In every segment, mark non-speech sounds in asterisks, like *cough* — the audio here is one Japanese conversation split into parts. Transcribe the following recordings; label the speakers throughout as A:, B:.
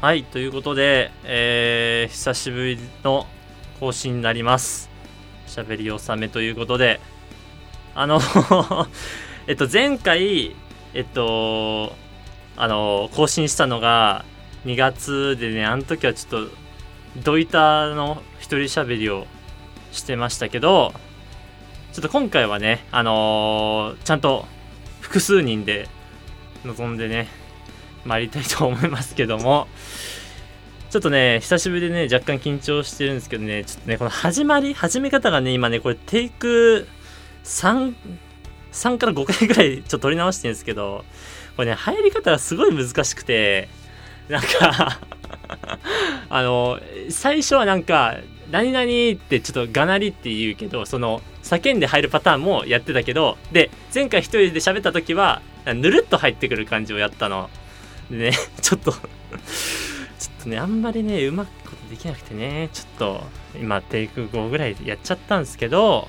A: はい、ということで、えー、久しぶりの更新になります。喋り納めということで、あの、 *laughs* えっと、前回、えっと、あの、更新したのが2月でね、あの時はちょっと、ドイタの一人喋りをしてましたけど、ちょっと今回はね、あのちゃんと複数人で臨んでね、参りたいと思いますけども、ちょっとね、久しぶりでね、若干緊張してるんですけどね、ちょっとね、この始まり、始め方がね、今ね、これ、テイク3、3から5回ぐらい、ちょっと取り直してるんですけど、これね、入り方がすごい難しくて、なんか、あの、最初はなんか、何々ってちょっとがなりって言うけど、その、叫んで入るパターンもやってたけど、で、前回一人で喋った時は、ぬるっと入ってくる感じをやったの。でね、ちょっと、ちょっとね、あんまりね、うまくことできなくてね、ちょっと、今、テイク5ぐらいやっちゃったんですけど、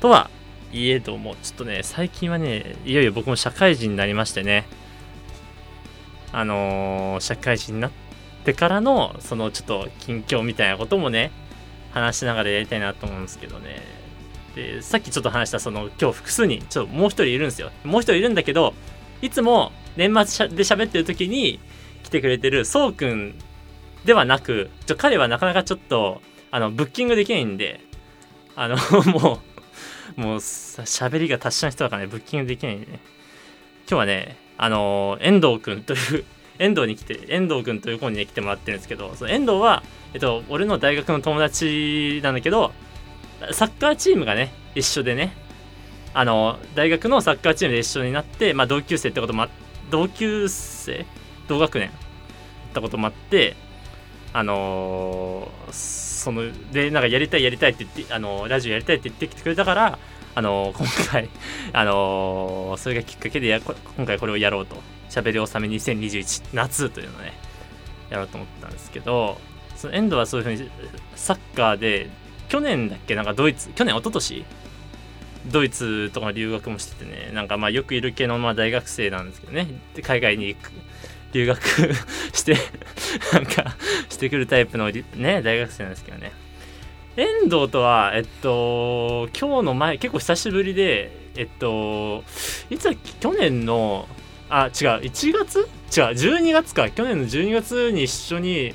A: とはいえども、ちょっとね、最近はね、いよいよ僕も社会人になりましてね、あのー社会人になってからの、そのちょっと近況みたいなこともね、話しながらやりたいなと思うんですけどね。で、さっきちょっと話した、その、今日複数人、ちょっともう一人いるんですよ。もう一人いるんだけど、いつも年末しゃで喋ってる時に来てくれてるそうくんではなくちょ彼はなかなかちょっとあのブッキングできないんであの *laughs* もうもうさ喋りが達者な人だからねブッキングできないんでね今日はねあの遠藤くんという *laughs* 遠藤に来て遠藤くんという子に、ね、来てもらってるんですけどその遠藤は、えっと、俺の大学の友達なんだけどサッカーチームがね一緒でねあの大学のサッカーチームで一緒になって、まあ、同級生ってこともあ同級生同学年だったこともあってあのーそのでなんかやりたいやりたいって言って、あのーラジオやりたいって言ってきてくれたから、あのー今回、 *laughs* あのーそれがきっかけでやこ今回これをやろうと「しゃべり納め2021夏」というのをねやろうと思ったんですけどそのエンドはそういうふうにサッカーで去年だっけなんかドイツ去年一昨年ドイツとか留学もしててねなんかまあよくいる系のまあ大学生なんですけどねで海外に行く留学して *laughs* なんかしてくるタイプのりね大学生なんですけどね遠藤とはえっと今日の前結構久しぶりでえっといつだっけ去年のあ違う1月違う12月か去年の12月に一緒に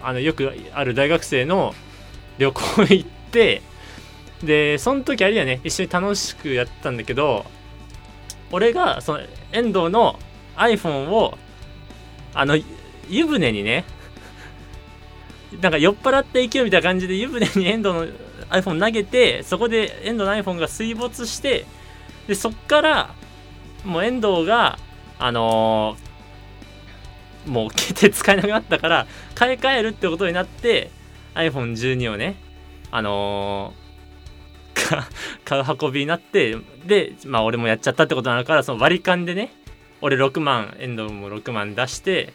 A: あのよくある大学生の旅行行ってでその時あれやね一緒に楽しくやったんだけど俺がその遠藤の iPhone をあの湯船にねなんか酔っ払って勢いみたいな感じで湯船に遠藤の iPhone 投げてそこで遠藤の iPhone が水没してでそっからもう遠藤があのーもう手使えなくなったから買い替えるってことになって iPhone12 をねあのーか *laughs* 買う運びになってでまあ俺もやっちゃったってことになるからその割り勘でね俺6万遠藤も6万出して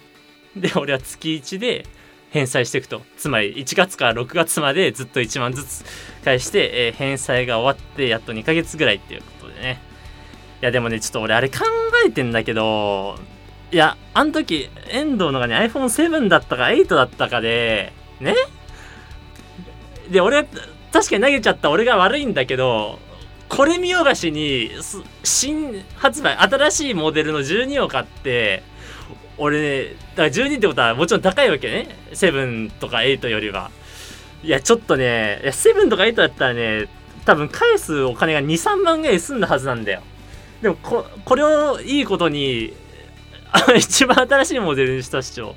A: で俺は月1で返済していくとつまり1月から6月までずっと1万ずつ返して、えー返済が終わってやっと2ヶ月ぐらいっていうことでねいやでもねちょっと俺あれ考えてんだけどいやあの時遠藤のがね iPhone7 だったか8だったかでねで俺確かに投げちゃった俺が悪いんだけどこれ見よがしにす新発売新しいモデルの12を買って俺ねだから12ってことはもちろん高いわけね7とか8よりはいやちょっとねいや7とか8だったらね多分返すお金が23万ぐらい済んだはずなんだよでもここれをいいことに *laughs* あ一番新しいモデルにしたっしょ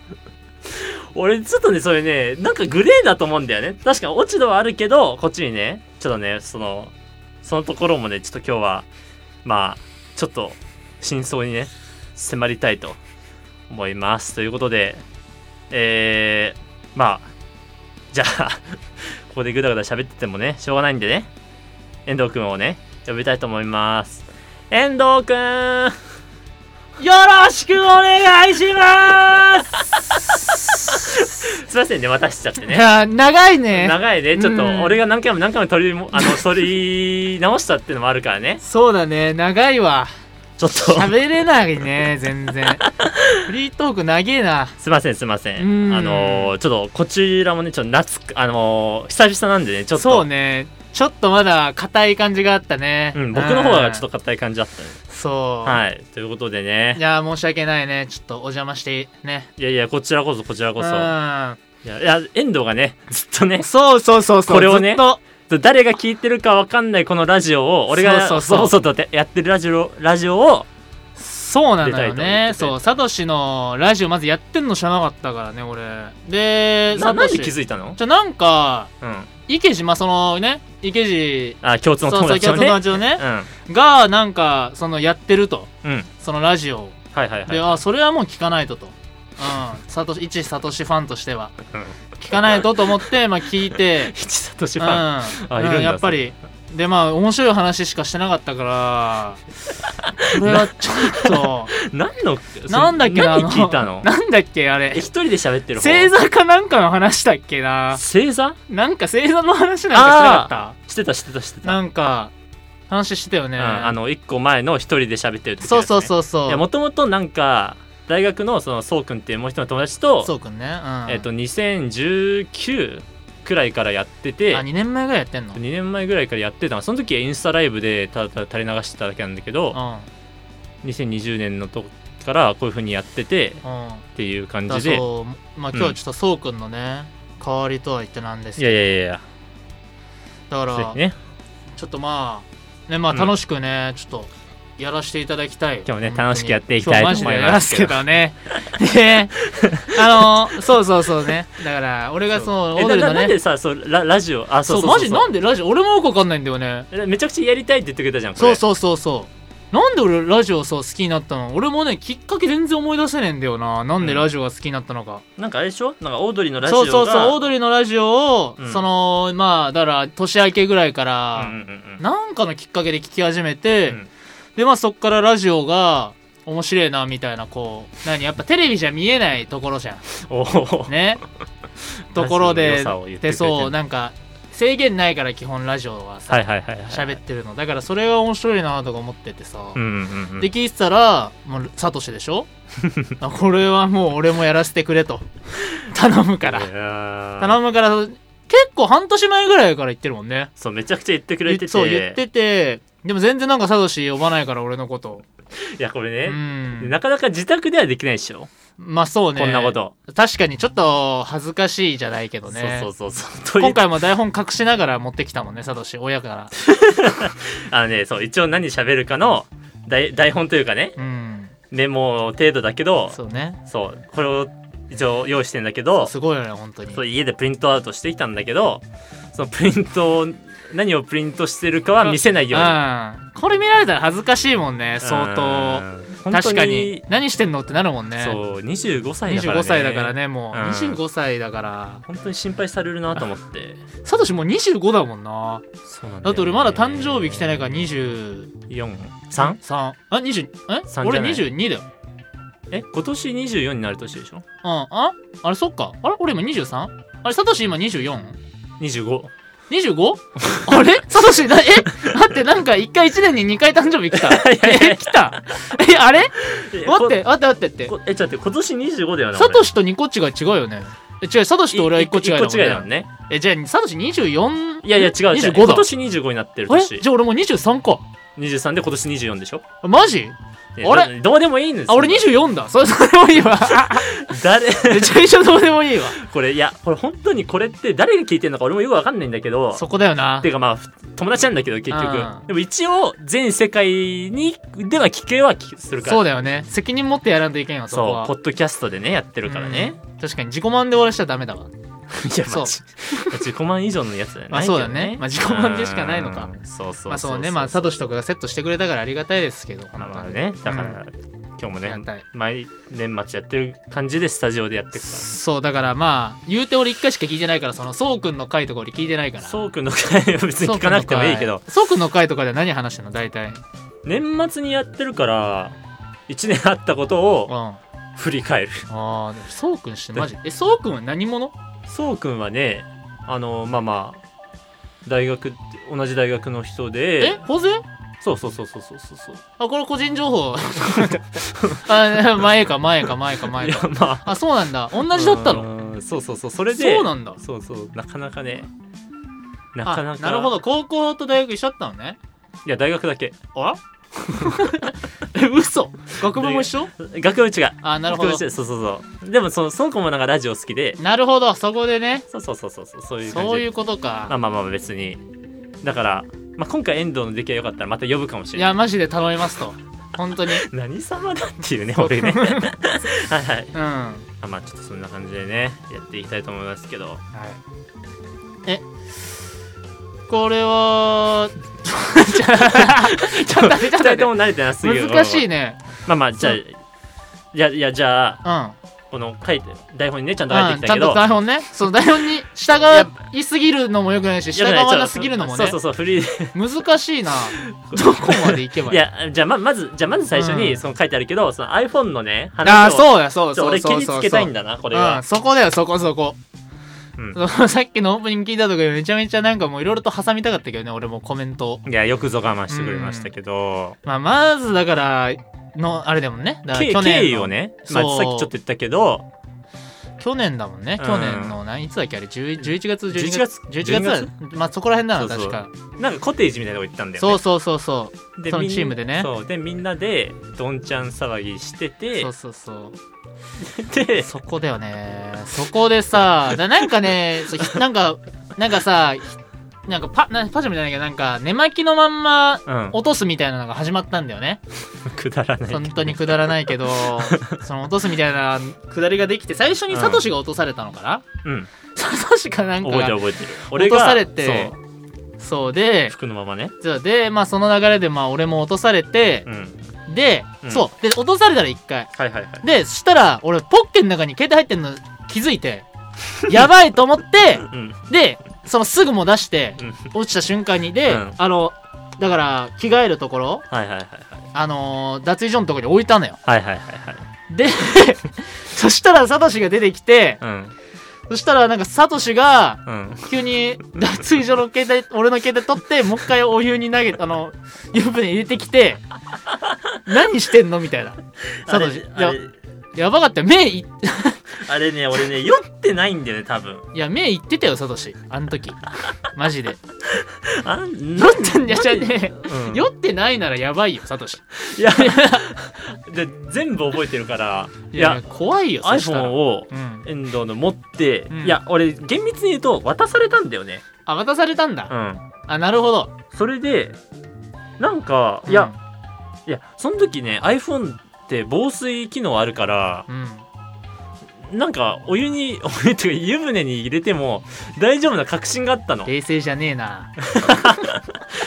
A: 俺ちょっとねそれねなんかグレーだと思うんだよね確かに落ち度はあるけどこっちにねちょっとねそのそのところもねちょっと今日はまあちょっと真相にね迫りたいと思いますということでえー、まあじゃあ *laughs* ここでぐだぐだ喋っててもねしょうがないんでね遠藤くんをね呼びたいと思います遠藤くんよろしくお願いしますすいませんね渡しちゃって
B: い
A: ね
B: や、長いね。
A: 長いねちょっと
B: うん
A: 俺が何回も何回も取りもあの取り直したっていうのもあるからね
B: そうだね、長いわ。
A: ちょっと、
B: 喋れないね、全
A: *laughs*
B: 然。フリートーク長えな。
A: すいません、すいませ。
B: うんん
A: あのーちょっと、こちらもね、ちょっと夏、あのー久々なんでね、ちょっと、
B: そうね。ちょっとまだ硬い感じがあったね。
A: うん、僕の方はちょっと
B: と。
A: 硬い感じだったね。
B: そう。
A: はい、ということで
B: い
A: ね、
B: や、申し訳ないね。ちょっとお邪魔してね。
A: いやいや、こちらこそ、こちらこそ。い
B: そ
A: や、いや遠藤がね、 *laughs* ずっとね、
B: うん。そうそうそうそう。
A: これをね
B: ずっと
A: 誰が聞いてるかわかんないこのラジオを、俺が
B: そ
A: そうう
B: そうそう
A: そうとやってるラジオラジオを、
B: そうなのよ
A: 出たいと思っ
B: ね。
A: てて
B: そう、サトシのラジオまずやってんの知らなかったからね、俺。で、
A: な
B: サト
A: 何
B: シ。
A: で気づいたの
B: じゃ、なんか、
A: うん。
B: 池島、そのね、池地、
A: あ、共通
B: そう
A: の
B: そう、
A: 友
B: 共
A: 達
B: 通
A: を
B: の
A: ね。
B: 友達のね、
A: うん。
B: が、なんか、その、やってると。
A: うん。
B: そのラジオを。
A: はいはいはい。
B: で、あ、それはもう聞かないとと。うん。サトシ、一サトシファンとしては。
A: うん。
B: 聞かないとと思って、まあ、聞いて
A: *laughs* 一里
B: う
A: 志
B: ん。
A: ファン。あいるんだ
B: うんやっぱり。で、まあ、面白い話しかしてなかったから、これはちょっ
A: *laughs*
B: と、
A: 何の、
B: なんだっけな、
A: 何聞いた
B: *laughs*
A: の
B: なんだっけ、あ
A: え一
B: れ。
A: 人で喋ってる方
B: 星座かなんかの話だっけな。
A: 星座
B: なんか星座の話なんかしてなかっ
A: してたしてたして
B: た
A: た。
B: なんか、話してたよね。
A: うん、あの、一個前の一人で喋ってる時
B: そうそう
A: う。
B: そうそ。
A: いうや、もともとなんか、大学のその、そうくんっていうもう一人の友達と、
B: そうくんね。うん。
A: えっ、と、2019くらいからやってて、
B: あ、
A: 2
B: 2年前ぐらいやってんのうん。
A: 年前ぐらいからやってたのその時はインスタライブでただただ垂れ流してただけなんだけど、2020年のとこからこういう風にやってて
B: うん。
A: っていう感
B: だ
A: じで、
B: そう、まあ今日はちょっとそうくんのね、代わりとは言ってなんです
A: い
B: けど
A: やいやいやいや、
B: だか
A: ぜ
B: ら、
A: ひね、
B: ちょっとまあ、ね、まあ
A: うん
B: 楽しくね、ちょっと、やらせていただきたい。
A: 今日もね
B: 本当に
A: 楽しくやっていきたいと思います
B: 今日マジでやらすけどね。ね
A: *laughs*
B: あの、そうそうそうね。だから、俺がその、オ
A: え
B: ードリー
A: な
B: の
A: ななんで
B: ね、
A: さそうララジオあそ
B: そうう、
A: そう
B: マジなんんでラジオ、俺もよくわかんないんだよね。
A: めちゃくちゃやりたいって言ってくれたじゃんこ
B: そ
A: れ
B: うそうそうそう。なんで俺ラジオそう好きになったの俺もね、きっかけ全然思い出せねえんだよな。なんでラジオが好きになったのか。
A: なんかあれでしょなんかオードリーのラジオ
B: そう
A: が
B: そうそう、オードリーのラジオを、
A: うん
B: その、まあ、だから、年明けぐらいか
A: うん
B: ら、
A: うんうんうん
B: なんかのきっかけで聞き始めて、
A: うん
B: でまあそっからラジオが面白いなみたいなこう何やっぱテレビじゃ見えないところじゃん
A: おお、 *laughs*
B: ねところ
A: ラ
B: で
A: ジオの良さを言ってくれてる
B: でそうなんか制限ないから基本ラジオはさ
A: はいはいはいはい
B: 喋、ってるのだからそれが面白いなとか思っててさ、
A: うんうんうん
B: で聞いてたらもうサトシで
A: *laughs*
B: しょあこれはもう俺もやらせてくれと頼むから
A: 頼
B: 頼むから結構半年前ぐらいから言ってるもんね
A: そうめちゃくちゃ言ってくれてて
B: そう言っててでも全然なんかサトシ呼ばないから俺のこと
A: いやこれ
B: う
A: ね、
B: ん
A: なかなか自宅ではできないでしょ、
B: まあそうね
A: こんなこと、
B: 確かにちょっと恥ずかしいじゃないけどね
A: そうそうそうそうとい
B: 今回も台本隠しながら持ってきたもんねサトシ親から
A: あのねそう一応何喋るかの台台本というかね
B: うん
A: メモ程度だけど
B: そうね
A: そうこれを一応用意してんだけど
B: すごいよね本当に
A: そう家でプリントアウトしてきたんだけどそのプリントを何をプリントしてるかは見せないように
B: うんこれ見られたら恥ずかしいもんね相当
A: 当
B: 確かに何してんのってなるもんね
A: そう25歳だからね
B: 25歳だからねもう、
A: うん
B: 25歳だから
A: 本当に心配されるなと思って
B: サトシもう25だもんな
A: そうなんだよね
B: だって俺まだ誕生日来てないから23
A: 43?
B: あ20え
A: 三じ
B: 俺
A: ゃない
B: 22だよ
A: え今年24になる年でしょ
B: うんああれそっかあれ俺今 23? あれサトシ今 24?
A: 25
B: 25? あれサトシな、え待って、なんか1回1年に2回誕生日来た。え、来たえ、あれ待って、待って待って待って。
A: こえちょっと待って今年25だよな
B: サトシとニコッチが違うよね。え違う、サトシと俺は1個違いだもん
A: 1個違いだもん
B: ね。
A: ね
B: え、じゃあサトシ 24?
A: いやいや違う違う
B: 25
A: 今
B: だ。
A: 年25になってる
B: え
A: 年
B: じゃあ俺もう23か。
A: 23で今年24でしょ
B: マジ
A: いや
B: あれ
A: どどうでもいいんですよ
B: あ、俺24だ。それ、それもいいわ。
A: 誰
B: めちゃめちゃどうでもいいわ。
A: これいやこれ本当にこれって誰が聞いてるのか俺もよくわかんないんだけど
B: そこだよな
A: て。いうかまあふ友達なんだけど結
B: うん
A: 局でも一応全世界にでは聞けは聞するから
B: そうだよね。責任持ってやらんといけんわ、そこ
A: そう
B: は
A: ポ。ッドキャストでねやってるからね、
B: うん。確かに自己満で終わらしちゃダメだわ。
A: *laughs* いやま
B: そう
A: あじ自己満以上のやつだよね
B: まあそうだねまあ自己満でしかないのか
A: そうそうそう
B: まあそうね、まあ、サトシとかがセットしてくれたからありがたいですけど、
A: まあまあ
B: 本当に
A: ねだか
B: う
A: ら、今日も
B: ありがた
A: ね
B: い
A: 毎年末やってる感じでスタジオでやってくか
B: そう、だからまあ、言うて俺一回しか聞いてないから、その、そうくんの回とか俺聞いてないからら。
A: そうくんの会は別に聞かなくてもいいけど
B: そうくんの回とかで何話してんの大体。
A: 年末にやってるから1年あったこと
B: うん。
A: を
B: あ
A: 振り返る
B: あ、でもそうくんしてマジ。え、そうくんは何者
A: そうくんはねあのまあまあ大学同じ大学の人
B: え
A: で
B: ホゼ
A: そうそうそうそうそうそうそう
B: あ、これ個人情報。 *laughs* あ、前か前か前か前
A: いや
B: か。
A: まあ
B: あ、そうなんだ。同じだったの。
A: のそうそうそうそれで
B: そうなんだ。
A: そうそうなかなかねなかな
B: あ、
A: か
B: なるほど。高校と大学一緒だったのね。
A: いや大学だけ
B: あ *laughs* え、嘘学部も一緒
A: 学部違う
B: あ、なるほ
A: 学部
B: ど。
A: 違うそうそうそうでもそのその子もなんかラジオ好きで
B: なるほど。そこでね。
A: そうそうそうそうそうそういう感じ
B: そういうこと
A: まあ
B: か。
A: まあまあ別にだから、まあ、今回遠藤の出来が良かったらまた呼ぶかもし
B: い
A: れない
B: や、マジで頼みますと。本当に。
A: 何様だっていうね俺
B: *laughs*
A: ねはいはい
B: うん。は
A: あまあちょっとそんな感じでねやっていきたいと思いますけど
B: い。え、こ
A: *laughs*
B: れは、ちょちょっと待って、ち
A: 2人
B: ょっと待っ
A: と
B: て。
A: も慣れてなすぎる
B: 難しいね。
A: まあまあじゃあいやいやじゃあ
B: うん。
A: この書いて台本にねちゃんと書い
B: うん
A: てき
B: ちゃ
A: た
B: ん
A: けど、
B: と台本ねその台本に従いすぎるのもよくないし
A: いや
B: 従わなすぎるのも
A: そう
B: ね
A: そうそうフリー
B: 難し
A: *laughs*
B: いなどこまでいけば
A: でい
B: いい
A: やじゃあままずじゃあまず最初
B: う
A: に
B: ん
A: その書いてあるけどその iPhone のね
B: ああ
A: う
B: そうやそうそう
A: 俺切
B: そう
A: り
B: そ
A: つ
B: う
A: け
B: そ
A: たい
B: う
A: んだなこれ
B: う
A: は
B: ん、そこだよそこそこ、
A: うん
B: そうさっきのオープ *laughs* ニング聞いたとかめちゃめちゃなんかもういろいろと挟みたかったけどね俺もコメントを
A: いやよくぞ我慢してくれましたけど、
B: まあまずだからのあれでもんねだから
A: 経
B: 去
A: 経
B: 年
A: 緯
B: の
A: をね、まあ、さ
B: そ
A: っきちょ
B: う
A: っと言ったけど
B: 去年だもんね
A: うん
B: 去年の何いつだっけあれ10 11月12
A: 11
B: 月
A: 月
B: 11月まあそこら辺だな
A: そうそう
B: 確か
A: なんかコテージみたいなとこ行ったんだよ
B: そ
A: ね
B: うそうそうそう
A: で
B: その
A: みん
B: チームでね
A: そうでみんなでどんちゃん騒ぎしてて
B: そうそうそう
A: で
B: そこだよね。そこでさ、ななんかね、そうひなんか、なんかさ、ひなんかパ、なパジャマじゃないけど、なんか寝巻きのまんま
A: うん
B: 落とすみたいなのが始まったんだよね。
A: くだらないけど
B: 本当にくだらな
A: *laughs*
B: いけど、その落とすみたいなくだりができて、最初にサトシが落とされたのかな、
A: うん
B: サトシがなんか
A: 覚えてる
B: 落
A: 覚えてる
B: とされ
A: 俺
B: て
A: がそ、
B: そうで
A: う、服のままね
B: そうで、まあその流れで、まあ俺も落とされて
A: う、ん
B: で、
A: うん
B: そう、で、落とされたら一回。
A: はいはいはい
B: で、そしたら、俺、ポッケの中に携帯入ってんの気づ
A: *laughs*
B: いて、やばいと思って、
A: うん
B: で、そのすぐもう出して、
A: うん
B: 落ちた瞬間に、で、
A: うん
B: あの、だから、着替えるところ、
A: はいはいはい
B: あのー脱衣所のところに置いたのよ。
A: はいはいはいはい *laughs*
B: で、そしたら、サトシが出てきて、
A: はい
B: そしたら、なんか、サトシが、
A: うんうん
B: 急に脱衣所の携帯、俺の携帯取って、もう一回お湯に投げ、あの、湯船入れて
A: *laughs*
B: きて、何してんのみたいな。サ
A: あ
B: トシ、い
A: れあ
B: や
A: れ、
B: やばかったよ。目い、
A: あれね俺ね酔ってないんだよね多分
B: いや、目いってたよ、サトシ。あの時。マジで。
A: あ *laughs* ん
B: 酔ってんじゃじゃね
A: うん
B: 酔ってないならやばいよ、サトシ。
A: いやで全部覚えてる *laughs* から
B: い
A: い
B: や、
A: や
B: 怖いよ、そした
A: iPhone
B: ら。
A: を
B: うん。
A: 遠藤の持って、
B: うん
A: いや俺厳密に言うと渡されたんだよね
B: あ、渡されたん
A: う
B: だ。
A: ん
B: あ、なるほど。
A: それでなんか
B: うん
A: いや、、いやその時ね iPhone って防水機能あるから
B: うん。
A: なんかお湯に *laughs* お湯っていうか湯船に入れても大丈夫な確信があったの
B: 冷静じゃねえな。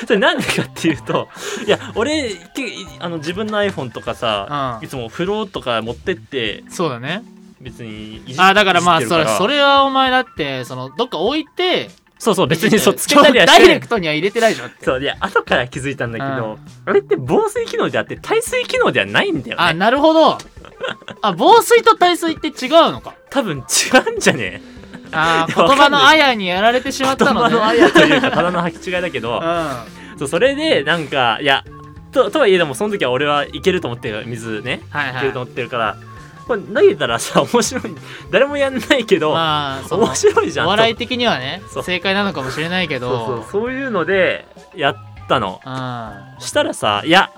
A: それなんでかっていうといや俺けあの自分の iPhone とかさ
B: う
A: いつも風呂とか持ってって
B: ん。そうだね。
A: 別にいじ
B: あ、だからまあ、
A: いじっ
B: そ
A: てる
B: れ、それはお前だって、その、どっか置いて、
A: そうそう別にそうつけ
B: ちょ
A: たりはし
B: ダイ
A: てな
B: レ
A: い
B: クトには入れてないでしょって。
A: そういや後から気づいたんだけど、あれって防水機能であって耐水機能ではないんだよ
B: あ、
A: ね
B: なるほど。あ、防水と耐水って違うのか。
A: 多分違うんじゃねえ
B: あー、
A: いやわ
B: 言
A: か
B: 葉
A: んない
B: のあやにやられてしまったの
A: 頭
B: ね。
A: のあやというか *laughs* ただの履き違いだけど
B: うん。
A: そうそれでなんかいやととはいえでもその時は俺はいけると思ってるから水ね
B: はい
A: い
B: は
A: ける
B: い
A: と。思ってるからこれ投げたらさ *laughs* 面白い誰もやんないけど、
B: まあ、その
A: 面白いじゃん
B: お笑い的にはね
A: そう
B: 正解なのかもしれないけ
A: と
B: ど
A: そうそうそういうのでやったの
B: うん
A: したらさいや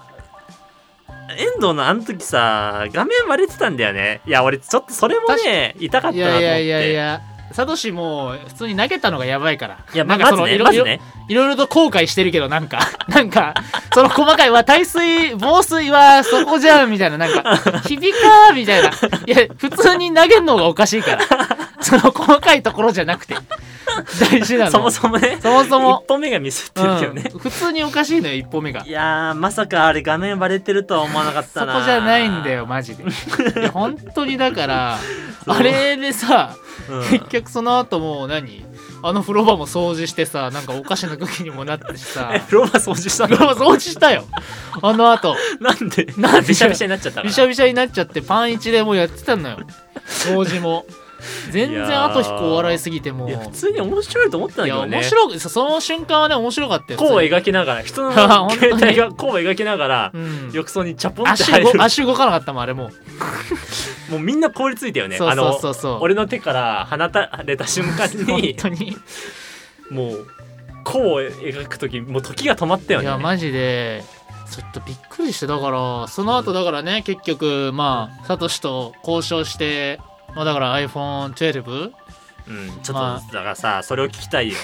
A: 遠藤のあの時さ画面割れてたんだよねいや俺ちょっとそれもね痛かった
B: い
A: なと思っ
B: や
A: て
B: いやいやいやサトシも普通に投げたのがやばいから
A: いやま
B: なんか
A: ま
B: そ
A: ず
B: のい
A: ね
B: ろ
A: ま
B: いろ
A: ずね
B: いろいろと後悔してるけどなんか *laughs* なんかその細かいは耐水防水はそこじゃんみたいなな
A: *laughs*
B: んか響かーみたいないや普通に投げるのがおかし
A: *laughs*
B: いからその細かいところじゃなくて大事なの
A: そもそもね
B: そもそも
A: 一歩目がミスってるけどね、
B: うん普通におかしいのよ一歩目が
A: いやーまさかあれ画面割れてるとは思わなかっ
B: そ
A: たな
B: こじゃないんだよ、マジ
A: *laughs*
B: でいや本当にだから
A: そう
B: あれでさ
A: うん *laughs*
B: 結局その後もう何あの風呂場も掃除してさなんかおかしな空気にもなってしさ
A: え風呂場掃除した
B: 風
A: の
B: 呂場掃除したよあの後
A: なんで
B: なんで
A: びしゃびしゃになっちゃったから
B: びしゃびしゃになっちゃってパンイチでもうやってたのよ掃除も全然後引くお笑いすぎてもう
A: いや普通に面白いと思ってたんだ
B: い
A: け
B: や
A: どね
B: 面白くそその瞬間はね面白かったよ
A: こう
B: 普通に
A: 描きながら人の
B: *laughs* 本当に
A: 携帯がこう描きながら、
B: うん
A: 浴槽にチャポンって
B: 足
A: 入
B: 動
A: る
B: 足動かなかったもんあれもう
A: もうみんな凍りついたよね
B: そうそうそ
A: あ
B: うそう
A: の俺の手から放たれた瞬間
B: *laughs* 本
A: に
B: 当にい
A: もうこう描く時もう時が止まったよね
B: やマジでちょっとびっくりしてだからその後だからね結局まあサトシと交渉してまあだから iPhone12
A: うん、ちょっと、
B: まあ
A: だからさそれを聞きたいよ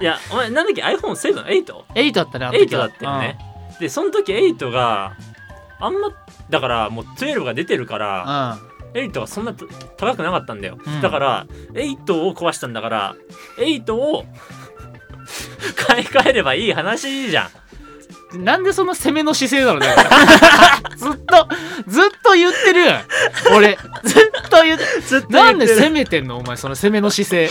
A: いやお前なんだっけ iPhone7?8?8
B: 8だったねあの時
A: だ
B: は
A: ったよね、でその時8があんまだからもう12が出てるから、
B: う
A: 8はそんなと高くなかったんだよ、
B: うん
A: だから8を壊したんだから8を *laughs* 買い替えればいい話じゃん
B: ん、うん、なんでその攻めの姿勢なのだから *laughs* ずっとずっと言ってるやん俺ずっと言って
A: ずっと
B: な
A: 言
B: ん
A: っ
B: で
A: て
B: 攻
A: る
B: めてんのお前その攻めの姿勢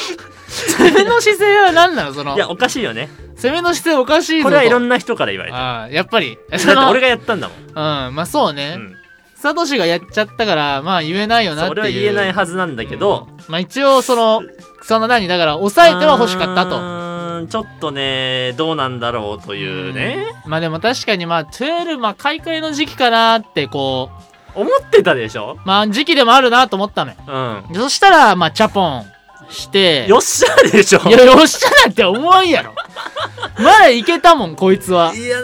B: 攻めの姿勢は何なのその
A: いやおかしいよね
B: 攻めの姿勢おかしい
A: こ
B: ぞと
A: れはいろんな人から言われた
B: ああやっぱり
A: だっ
B: そ
A: て
B: の
A: 俺がやったんだもん、
B: うんまあそうね、
A: うん、
B: サトシがやっちゃったからまあ言えないよなってい
A: そうれは言えないはずなんだけど、
B: うんまあ一応そのその何だから抑えては欲しかった
A: う
B: と
A: ーんちょっとねどうなんだろうというね
B: まあでも確かにまあ12まあ買い替えの時期かなってこう
A: 思ってたでしょ
B: まあ時期でもあるなと思ったのよ
A: うん
B: でそしたらまあチャポンして
A: よっしゃでしょ
B: いやよっしゃなんて思わんやろまだいけたもんこいつはい
A: や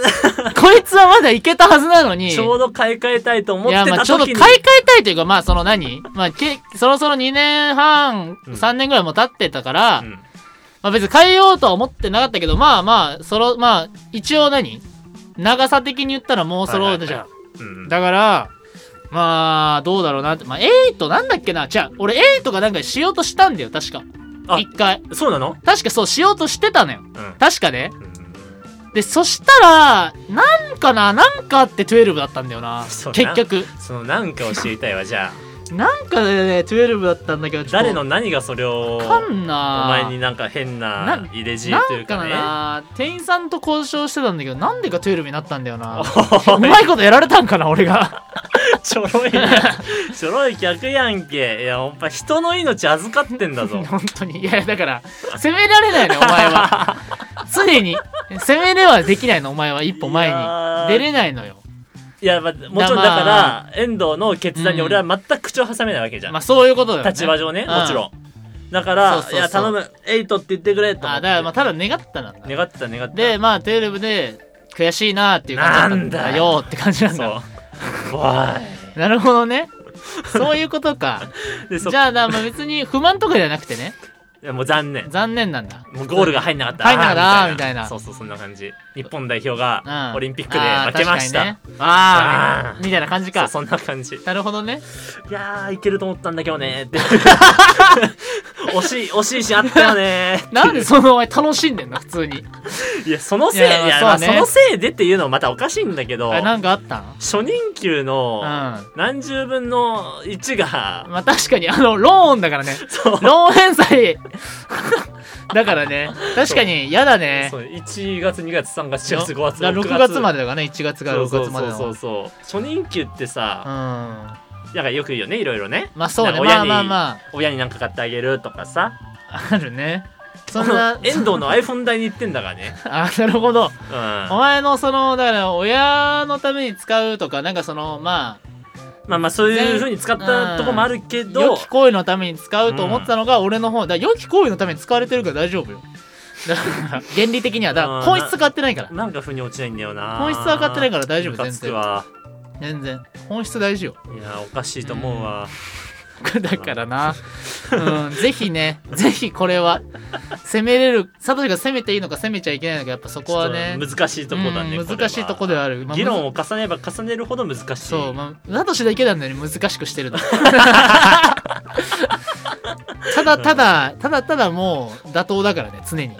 B: こいつはまだいけたはずなのに
A: ちょうど買い替えたいと思っ
B: いや
A: て
B: まあ
A: た
B: ちょうど
A: 時
B: 買
A: に
B: い替えたいというかまあその何まあけそろそろ2年半
A: うん
B: 3年ぐらいも経ってたから、
A: うん
B: まあ別に変えようとは思ってなかったけどまあまあそろまあ一応何長さ的に言ったらもうそろうじゃん、
A: はうん
B: だからまあどうだろうなってまあ8なんだっけなじゃあ俺8がなんかしようとしたんだよ確か
A: あ
B: 一回
A: そうなの
B: 確かそうしようとしてたのよ
A: うん
B: 確かね
A: うん
B: でそしたらなんかななんかあって12だったんだよな
A: そうな
B: 結局
A: そのなんかを知りたいわじゃあ
B: なんかね12だったんだけどちょっと
A: 誰の何がそれを
B: わかん
A: お
B: な
A: 前になんか変な
B: な
A: 入れ知恵
B: な
A: というん
B: か
A: かね
B: な店員さんと交渉してたんだけどなんでか12になったんだよ
A: *laughs*
B: な
A: お
B: う
A: い
B: まいことやられたんかな俺が
A: ちょろいなちょろい客やんけいやほんぱ人の命預かってんだぞ
B: *laughs* 本当にいやだから責められないねお前
A: *laughs*
B: は常に責めれはできないのお前は一歩前
A: い
B: に
A: やー
B: 出れないのよ
A: いや、まあ、もちろんだから、遠藤の決断に俺は全く口を挟めないわけじゃん、
B: まあそういうことだよ、ね、
A: 立場上ね、
B: うん
A: もちろんだから
B: そうそうそう
A: いや頼むエイトって言ってくれと思
B: あ
A: っ
B: だ
A: て
B: からまあただ願ったなんだ
A: 願ってた願ってた
B: でまあ12で悔しいなーっていう感じだったんだよって感じなん
A: そ
B: だ
A: う
B: *laughs*
A: わ
B: なるほどねそういうことか
A: ーい *laughs* でそ
B: じゃあなまあ別に不満とかじゃなくてね
A: いやもう残念
B: 残念なんだ
A: もうゴールが入んなかった
B: 入んなかった
A: あー
B: みたいな
A: そうそうそんな感じ日本代表が
B: うん
A: オリンピックで負けました、
B: あー確かにねあ
A: あ
B: ーみたいな感じ
A: そう
B: か
A: そんな感じ
B: なるほどね
A: いやーいけると思ったんだけどねーって
B: *laughs*
A: 惜しい惜しいしあったよねー
B: なんでそのお前楽しんでんの普通に
A: いやそのせいい
B: い
A: や
B: や
A: まあ
B: そう
A: そ
B: ね
A: のせいでっていうのもまたおかしいんだけど
B: あなんかあったん
A: 初任給の
B: う
A: 何十分の1が、
B: まあ確かにあのローンだからね
A: そう
B: ローン返済 *laughs* だからね確かに嫌だね
A: そう1月2月3月4月5月
B: だから6月ま
A: で
B: でだからね1月から6月までの
A: そうそううそうそう初任給って
B: ん
A: さ、
B: ま
A: なんかよく言うよねいろいろね
B: あそうね
A: なんか親
B: まあ
A: に
B: まあま
A: 親に何か買ってあげるとかさ *laughs*
B: ああるねそんな
A: 遠藤の iPhone 代に行ってんだからね
B: あなるほど
A: う
B: お
A: ん
B: 前のそのだから親のために使うとかなんかそのまあ
A: まあまあそういうふうに使ったとこもあるけ
B: 良
A: ど
B: き行為のために使うと思ってたのが俺の方だから良き行為のために使われてるから大丈夫よだから原理的にはだから
A: うん
B: 本質買ってないから
A: なんか腑に落ちないんだよな
B: 本質は買ってないから大丈夫
A: ムカつく
B: 全然
A: わ
B: 全然本質大
A: *laughs*
B: 事よ
A: いやおかしいと思うわ、
B: だからなうんぜひねぜひこれは攻めれるサトシが攻めていいのか攻めちゃいけないのかやっぱそこはね
A: ちょっと難しいとこだね、
B: うん
A: これは
B: 難しいとこではあるまあ
A: 議論を重ねれば重ねるほど難しい
B: そう、まあ、サトシだけなのに難しくしてる
A: *laughs*
B: のただただただただもう妥当だからね常に、うん、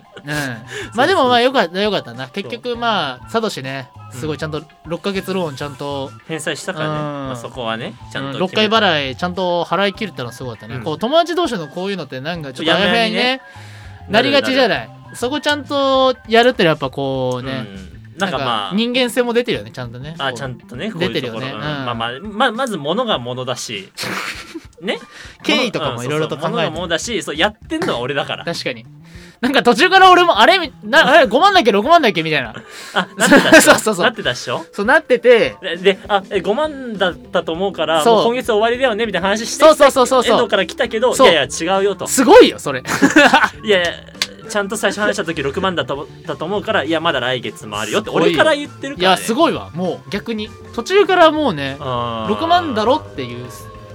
B: まあでもまあよかったよかったな結局まあサトシねすごいちゃんと6ヶ月ローンちゃんと、
A: 返済したからね、
B: うん
A: まあ、そこはねちゃんと、
B: うん6回払いちゃんと払い切るってのはすごかったね、
A: うん
B: こう友達同士のこういうのってなんかちょっとあやふやに
A: や
B: ね
A: めや
B: なりがちじゃ
A: ない
B: ないそこちゃんとやるってのはやっぱこうね、
A: うん、なんかまあ
B: 人間性も出て *laughs* るよねちゃんとね
A: あちゃ
B: と
A: んとねこう
B: 出
A: い
B: て
A: うとこ
B: るよ
A: ろ
B: ね
A: う
B: うんん *laughs*
A: まあまあままず物が物だしね
B: 経緯とかも
A: うん
B: いろいろと
A: そうそ
B: 考えて
A: うものがもだしそうやってんのは俺だから
B: 確かに。なんか途中から俺も、あれみな、あれ ?5 万だっけ ?6 万だっけみたいな。
A: あなってたでし
B: *laughs* そうそ
A: ょ
B: うそう
A: なってたでしょ
B: そうなってて、
A: でであえ5万だったと思うから
B: そう
A: もう今月終わりだよねみたいな話して
B: そうそうそうそう
A: 遠
B: そ
A: 藤
B: う。
A: から来たけどい
B: そう
A: やいや違うよと
B: すごいよ、それ。
A: いやいやちゃんと最初話した時6万だとだと思うからいやまだ来月もあるよって
B: すごいよ
A: 俺から言ってる
B: い
A: から、ね、
B: や、すごいわ。もう逆に。途中からもうね、
A: 6
B: 6万だろっていう。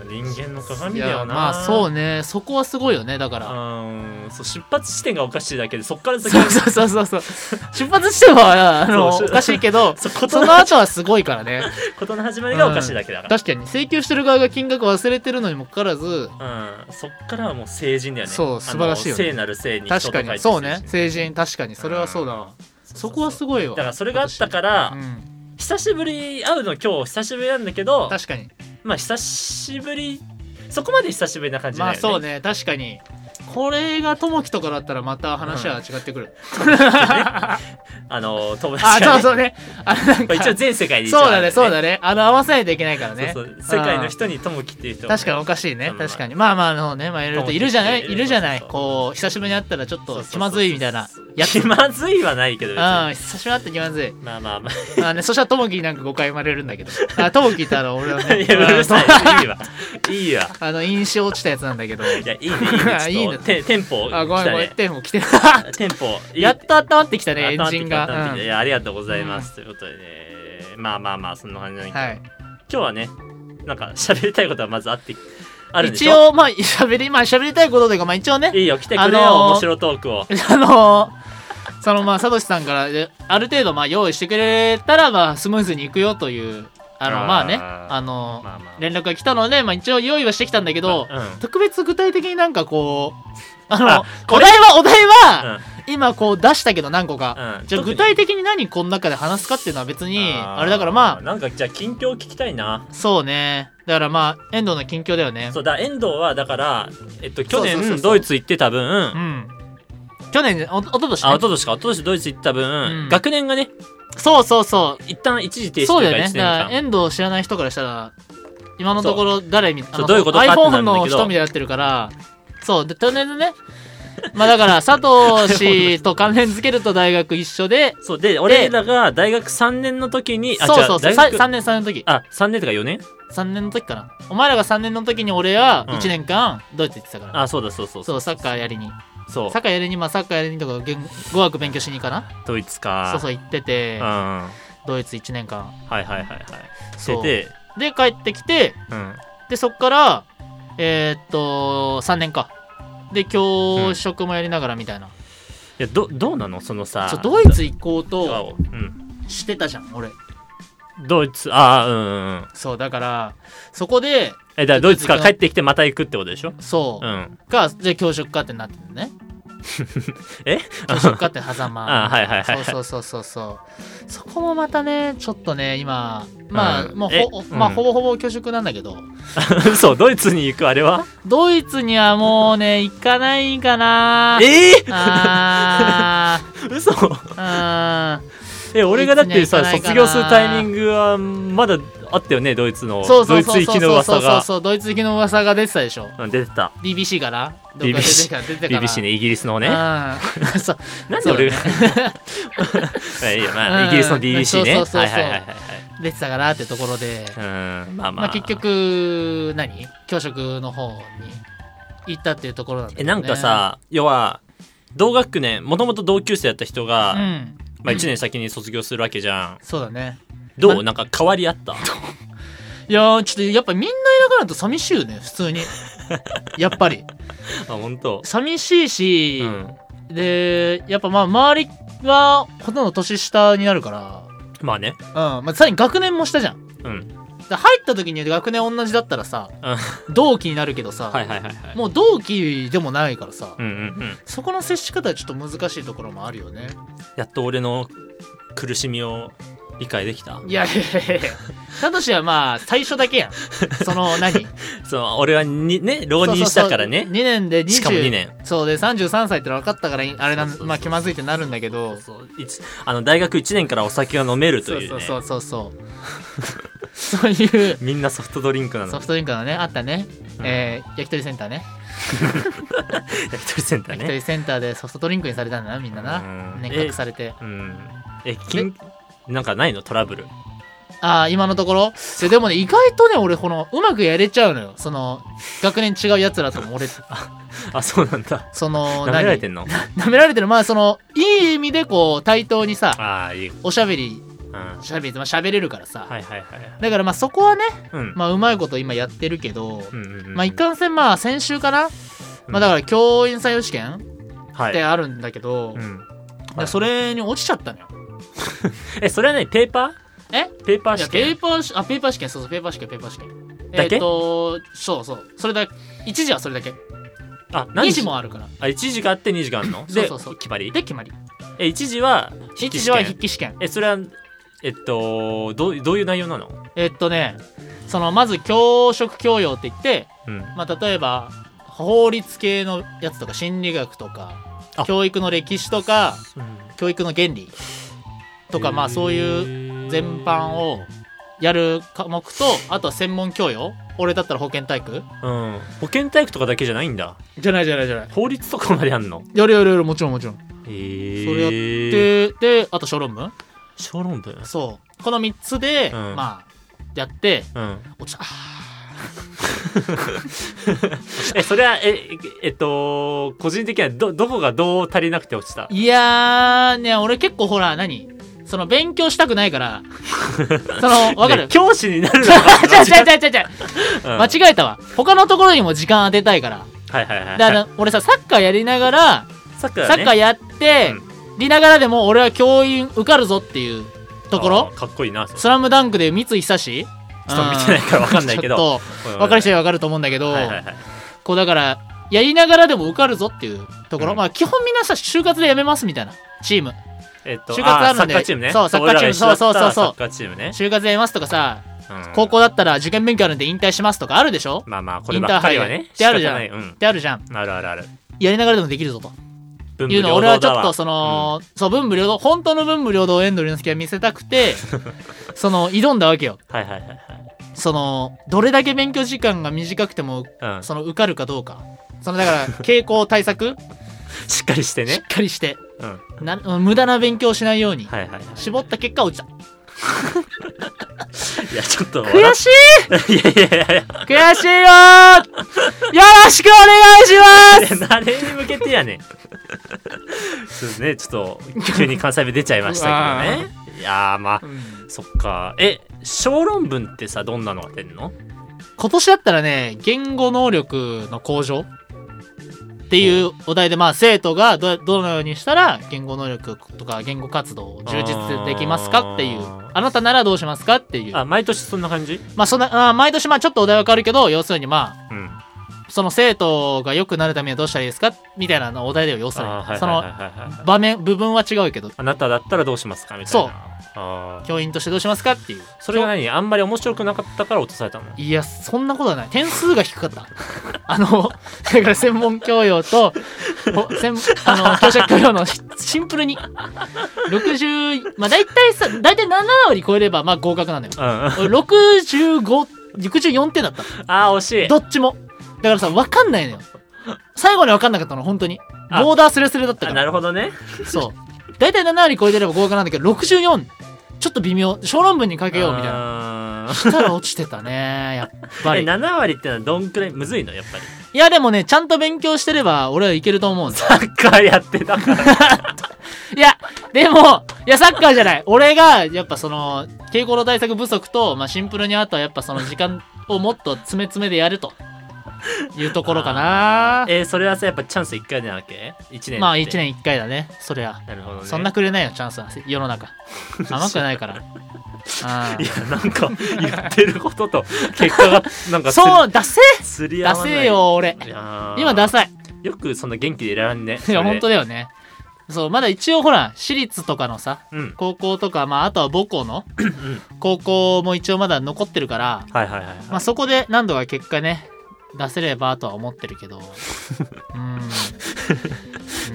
A: 人間の
B: い
A: 鏡だ
B: や、
A: よな
B: まあそうね。そこはすごいよね、だから。
A: うんそう出発地点がおかしいだけでそっから先
B: そうそうそうそうそう。出発しては、あの、
A: そう
B: おかしいけど、
A: そうこと
B: そ
A: の
B: の後はすごいからね。
A: ことの始まりがおかしいだけだから、
B: 確かに、請求してる側が金額忘れてるのにもかかわらず、
A: うんそっからはもう成人だよね
B: そう素晴らしいよね
A: あの聖なる聖に人と書
B: 確
A: いて聖
B: かに、
A: 人
B: そうね。成人、確かに、それはそうだわ。そこはすごいわ。
A: だからそれがあったから、
B: うん、
A: 久しぶり会うの今日久しぶりなんだけど
B: 確かに
A: まあ久しぶりそこまで久しぶりな感じじゃな
B: まあ
A: いよ
B: そう
A: ね,、
B: ね確かにこれがともきとかだったらまた話は違って
A: *laughs*
B: くる、
A: あの友
B: あ
A: 達が、
B: そう
A: ね、
B: そうねあれなん
A: まあ
B: か
A: 一応全世界に
B: そうだねそう
A: ね
B: だねあの合わせないといけないからね
A: そうそう世界の人に友樹っていう人
B: うん
A: がね
B: 確かにおかしいね
A: そう
B: 確かにまあまああのねまあいろいろといるじゃない
A: ともきって
B: いるじゃな
A: そ
B: い
A: うそう
B: こう久しぶりに会ったらちょっ
A: そ
B: と
A: うそうそう
B: 気まずいみたいなやつ
A: 気まずいはないけど別に
B: うん、久しぶりに会って気まずい。
A: まあまあま
B: まあね、そしたらともきになんか誤解生まれるんだけど。あ、ともきってあの、俺は
A: あ *laughs*
B: ね
A: い、やうるさいいいわいいわ
B: *laughs* あの、印象落ちたやつなんだ
A: *laughs*
B: けど。
A: いやいいねいいねちょっと
B: *laughs* いいね
A: てテンポ
B: あ、ごめ
A: 来
B: ん
A: た
B: ごめん、
A: ね
B: テンポ来てる。
A: テンポいい
B: やっと温まってきたね、エン
A: 頭
B: ジ
A: き
B: ン
A: た頭
B: が。
A: き
B: う
A: たい
B: ん
A: やありがとうございます、ということでねまあまあまあそんな感じなんだけど、
B: はい。
A: 今日はねなんか喋りたいことはまずあってあるんでし
B: 一
A: ょ
B: 応、まあ、 *laughs* 喋り、まあ、喋りたいことというか、まあ、一応ね、
A: いいよ来てくれよ、
B: あのー
A: 面白トークを
B: あのーその、まあ、サトシさんから、である程度、まあ、用意してくれたら、まあ、スムーズにいくよという、あの、
A: あー
B: まあね、あのー
A: まあまあ
B: 連絡が来たので、まあ、一応用意はしてきたんだけど、
A: う
B: 特別具体的になんかこう、あの
A: あ
B: お
A: これ
B: 題は、お題
A: ん、う
B: は、
A: ん
B: 今こう出したけど何個か。
A: うん
B: じゃあ
A: 特
B: 具
A: に
B: 体的に何この中で話すかっていうのは別に、あれだから
A: ー
B: ま
A: なんかじゃあ近況聞きたいな
B: あ、そうね。だからまあ、遠藤の近況だよね。
A: そうだ遠藤はだから、えっと、去
B: そうそうそう
A: 年
B: そう
A: ドイツ行ってた分
B: うん。去年、おおととし、
A: あ
B: ね
A: 一、昨年か一昨年ドイツ行った分、
B: うん
A: 学年がね
B: そうそうそ
A: 一旦一時停
B: う。
A: 止
B: そう
A: とい
B: だ
A: う
B: よ
A: か1
B: ね。
A: 年
B: だから、
A: 間
B: 遠藤を知らない人からしたら、今のところ誰み、あの
A: どういうことかってな
B: iPhone
A: るんだけど
B: の人みたいになってるから、そう。で、とりあえずね、まあだから、佐藤氏と関連づけると大学一緒で、
A: そうで俺らが大学3年の時にあ
B: そうそうそう、
A: 違う大
B: さ
A: 学
B: 3年3年の時。
A: あ3年とか4年
B: 3年の時かな。お前らが3年の時に俺は
A: うん
B: 1年間、ドイツ行ってたから。
A: あそうだそうそう
B: そ
A: そう
B: う、サッカーやりに。
A: そう
B: サッカーやりに、まあサッカーやりにとか、言語学勉強しにかな。
A: ドイツか
B: そうそう、行ってて
A: うん、はい
B: ドイツ1年間。
A: はいはいはいして
B: そう。で、
A: て
B: 帰ってきて、
A: うん
B: でそっからえーっと3年かで教職もやりながらみたいな、
A: いやどどうなのそのさ
B: そうドイツ行こう
A: あ
B: と
A: うん
B: してたじゃん俺
A: ドイツああうんうんうん
B: そうだからそこで
A: えだからドイツから帰ってきてまた行くってことでしょ
B: そうう、
A: ん
B: がで教職かってなってるのね
A: *laughs* え
B: *laughs* 教職かって狭
A: *laughs*
B: 間
A: あはいはいはい
B: そうそうそうそうそうそこもまたねちょっとね今まあ、
A: うん
B: もう
A: え
B: ほ、まあ
A: うん
B: ほぼほぼ教職なんだけど
A: *laughs* そうドイツに行くあれは
B: ドイツにはもうね行かないかな
A: ええ *laughs*
B: あー
A: 嘘
B: あー
A: え俺がだってさ
B: ドイツに行か
A: 卒
B: ないかな
A: 業するタイミングはまだあったよねドイツの
B: そ
A: ド
B: うそう
A: イツ
B: そう
A: 行
B: そう
A: きの噂
B: そうそう
A: が
B: そうドイツ行きの噂が出てたでしょ
A: うん出てた
B: BBC からどっか出て
A: BBC
B: た出てたから
A: BBC ねイギリスのね
B: うん *laughs* そう
A: なんで俺が
B: そうだね
A: まあいいや
B: う
A: まあ
B: ん
A: イギリスの BBC ね
B: そうそうそうそう
A: はいはいはいはい
B: 出てたからってところで
A: はいうんまあ
B: ま
A: *laughs* ま
B: あ
A: あ
B: 結局何教職の方に行ったっていうところなんだけ
A: え
B: ど
A: なんかさ要は同学年もともと同級生だった人
B: う
A: が、
B: ん
A: まあ、1年先に卒業するわけじゃん
B: そうだね
A: どう、
B: ま
A: なんか変わりあ
B: *laughs*
A: った
B: いやーちょっとやっぱみんないなくなると寂しいよね
A: *laughs*
B: 普通にやっぱり
A: あ本当。
B: 寂しいし
A: う、ん
B: でやっぱまあ周りはほとんど年下になるから
A: まあね
B: うんまあさらに学年も下じゃん
A: うん
B: だから入った時に学年同じだったらさ
A: うんはい
B: 同期になるけどさ、
A: はいはいはい
B: もう同期でもないからさ、
A: うんうんうん
B: そこの接し方はちょっと難しいところもあるよね
A: やっと俺の苦しみを理解できた
B: いやいやいやいやサトシはまあ最初だけやんその何
A: その俺はにね浪人したからね
B: 2年で20
A: しかも2年
B: そうで33歳ってのは分かったからあれ
A: そ
B: な
A: うそうそう
B: まあ気まずいってなるんだけど
A: そう一あの大学1年からお酒が飲めると
B: そう
A: いう
B: そ
A: ね
B: うそうそうそうそういう
A: みんなソフトドリンクな
B: ソ
A: の
B: フトドリンクのねあったねえー焼き鳥センターね
A: 焼き鳥センター
B: 焼き鳥
A: ね
B: センターでソフトドリンクにされたんだなみんなな
A: うん
B: 年賀来されて
A: うんえ金なんかないのトラブル
B: ああ今のところででもね意外とね俺このうまくやれちゃうのよその学年違うやつらとも俺
A: あそうなんだ
B: その
A: 舐められて
B: る *laughs*
A: んの
B: 舐められてるまあそのいい意味でこう対等にさ
A: ああいいうん
B: おしゃべり
A: は
B: しゃべりまあしゃべれるからさ、
A: いはいはい
B: だからまあそこはね
A: うん
B: まあうまいこと今やってるけど、
A: うんうんうん
B: まあいかんせんまあ先週かな、まあだから教員採用試験
A: は
B: って
A: い
B: あるんだけど、
A: うん
B: だからそれに落ちちゃったのよ
A: えそれはねペーパー
B: え
A: ペーパー
B: いや
A: 試
B: ペー
A: 験
B: パーしあペーパー試験そうそうペーパー試験ペーパー試験
A: だけ
B: えっ、とそうそうそれだ一時はそれだけ
A: あ何
B: 二時
A: 時
B: もあるから
A: あ1時があって2時があるの
B: そう
A: で
B: そうそう
A: 決まり
B: で決まり
A: え1時は
B: 一
A: 筆記試
B: 時は筆
A: 験
B: 記試験
A: えそれはえっとどうどういう内容なの
B: えっとねそのまず教職教養って言って、
A: うん
B: まあ、例えば法律系のやつとか心理学とか
A: あ
B: 教育の歴史とか教育の原理とかまあそういう
A: う
B: 全般をやる科目とあとは専門教養俺だったら保健体育
A: うん保健体育とかだけじゃないんだ
B: じゃないじゃないじゃない
A: 法律とかまであんの
B: やるやるやるもちろんもちろん
A: へえ
B: それやでであと小論文
A: 小論文
B: そうこの3つで、
A: うん
B: まあやって
A: うん
B: 落ちたあ
A: えそれはええっと個人的にはどどこがどう足りなくて落ちた
B: ーいやーね俺結構ほら何その勉強したくないから
A: *laughs*
B: そのわかる、
A: ね教師になる
B: じ
A: の
B: ゃ
A: が
B: *laughs* じゃじゃじゃじゃじゃ
A: うん
B: *laughs* 間違えたわ他のところにも時間当てた
A: *laughs*
B: いから
A: はいはいはい
B: だから俺さサッカーやりながら
A: サッカー
B: サ
A: だ
B: ッ
A: ね
B: カーやって、りながらでも俺は教員受かるぞっていうところ
A: あーかっこいいなそれ
B: スラムダンクで三井久志
A: ちょっと見てないからわかんないけど
B: ちょ *laughs* っと分かる人には分かると思うんだけど、
A: はいはいはい
B: こうだからやりながらでも受かるぞっていうところ、
A: うん
B: まあ基本みんなさ就活でやめますみたいなチーム
A: えっと、
B: 就活あるん
A: ーサッ
B: で
A: カーチームね。
B: そうサッカーチーム
A: そう俺らが一緒だった
B: そうそうそうそう
A: サッカーチームね。
B: 就活でやめますとかさ、
A: うん
B: 高。校だったら受験勉強あるんで引退しますとかあるでしょ
A: まあまあ、こればっかりはね
B: イ。ンターハイで
A: 仕方ないうん
B: っ。てあるじゃん
A: あるあるある。
B: やりながらでもできるぞと
A: 文
B: いうのを
A: 武
B: 俺
A: 両
B: は
A: 道
B: ち
A: だ
B: ょっ
A: わ
B: とその、そう文武両道本当の文武両道を遠藤龍之介は見せた
A: *laughs*
B: くてその挑んだわけよ
A: うんはいはいはい
B: そのどれだけ勉強時間が短くても
A: はい。うん。
B: その受かるかどうかその
A: *laughs*
B: だから傾向対策
A: しっかりして
B: しっ
A: ね。
B: かりして
A: うん。は
B: な無駄な勉強をしないように、
A: いはいはい。
B: 絞った結果落ちた
A: いや、ちょっと。
B: 悔しい
A: *laughs* い。いやいやいやいや。
B: 悔しいよーよろしくお願いします
A: 誰に向けてやねん。そうですね、ちょっと、急に関西弁出ちゃいましたけど *laughs* ね。いやー、まあ、そっか。え、小論文ってさ、どんなのが出んの
B: 今年だったらね言語能力の向上っていうお題でまあ生徒がどどのようにしたら言語能力とか言語活動を充実できますかっていう
A: あー
B: あなたならどうしますかっていう
A: あ、毎年そんな感じ
B: まあそんなあー毎年まあちょっとお題は変わるけど要するにま
A: う
B: あ
A: ん。
B: その生徒が良くなるためにはどうしたらいいですかみたいなのお題だよ要する
A: あーは
B: に
A: い
B: そ
A: はいはいは
B: の
A: いはい
B: 場面部分は違うけど
A: あなただったらどうしますかみたいな。
B: そう
A: あー
B: 教員としてどうしますかっていう
A: それが何あんまり面白くなかったから落とされたの
B: いや、そんなことはない。点数が低かった。あの、だから専門教養と、ほ専あの、教職教養のしシンプルに、60、まあ大体さ、大体7割超えれば、まあ合格なんだよ。
A: うん、あ
B: 俺65、64点だった。
A: あ惜しい
B: どっちも。だからさ、わかんないのよ。最後にわかんなかったの、本当に。
A: あ
B: ボーダースレスレだった
A: あ
B: か
A: な
B: ら。
A: るほどね
B: そう。大体7割超えてれば合格なんだけど、64、ちょっと微妙。小論文にかけようみたいな。
A: な
B: したら落ちてたね、やっぱ
A: え
B: り。
A: 7割ってのはどんくらいむずいのやっぱり
B: いやでもね、ちゃんと勉強してれば俺はいけると思うんです。
A: *laughs* サッカーやってたから
B: いや、でも、いやサッカーじゃない。俺が、やっぱその、傾向の対策不足と、まあシンプルにあとはやっぱその時間をもっと詰め詰めでやると。いうところか
A: *laughs*
B: な
A: *laughs* えーそれはさやっぱチャンス1回なわけ ?1 年って
B: まあ1年1回だね、そりゃ。
A: なるほどね
B: そんなくれないよ、チャンスは。世
A: *laughs*
B: の中。甘くないから。あ
A: いやなんか言ってることと結果がなんかう
B: そう、出せ
A: 釣り合
B: 出
A: わない
B: せよ、俺。
A: いやー
B: 今出さい。
A: よくそんな元気でいられんね
B: いや、本当
A: に
B: だよね。そう、まだ一応ほら、私立とかのさ、
A: うん
B: 高校とか、まあ、あとは母校の高校も一応まだ残ってるから、
A: はいはいはい、はい
B: まあ、そこで何度
A: *laughs*
B: か結果ね出せればとは思ってるけどうーん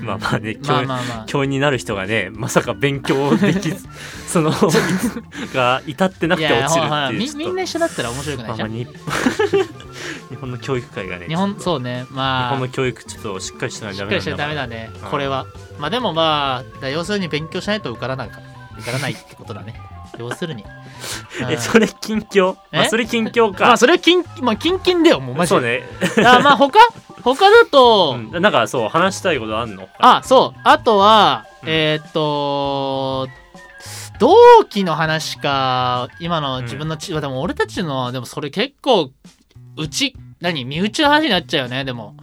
A: まあまあね教,、
B: まあまあまあ
A: 教員になる人がねまさか勉強でき
B: *laughs*
A: ずそのが至ってなく
B: い
A: て落
B: や
A: ち
B: ほ
A: る
B: ら
A: っ
B: ほら
A: ていう
B: み
A: ちょっと
B: みんな一緒だったら面白くな
A: まあ
B: いじ
A: ま
B: ゃ
A: あ
B: ん *laughs*
A: 日本日本の教育界がね
B: 日
A: ちょ
B: 本
A: っと
B: そうね
A: 日
B: ま
A: 本の
B: あ
A: 教育ちょっとしっかりしないと
B: し
A: ダ
B: っか
A: メ
B: り
A: な
B: し
A: ん
B: ちゃダメだね
A: うん
B: これはまあでもまあだから要するに勉強しないと受からないか受からないってこと
A: *laughs*
B: だね要するにうん
A: えそれ近況まあ
B: え
A: それ近況
B: ま
A: か
B: あそれ近まあ近々だよもうマジ
A: そう
B: で
A: ね
B: あまあ他他だと、
A: うんなんかそう話したいことあんの
B: あそうあとは、
A: うん
B: えーっと同期の話か今の自分のち、でも俺たちのでもそれ結構うち何身内の話になっちゃうよねでも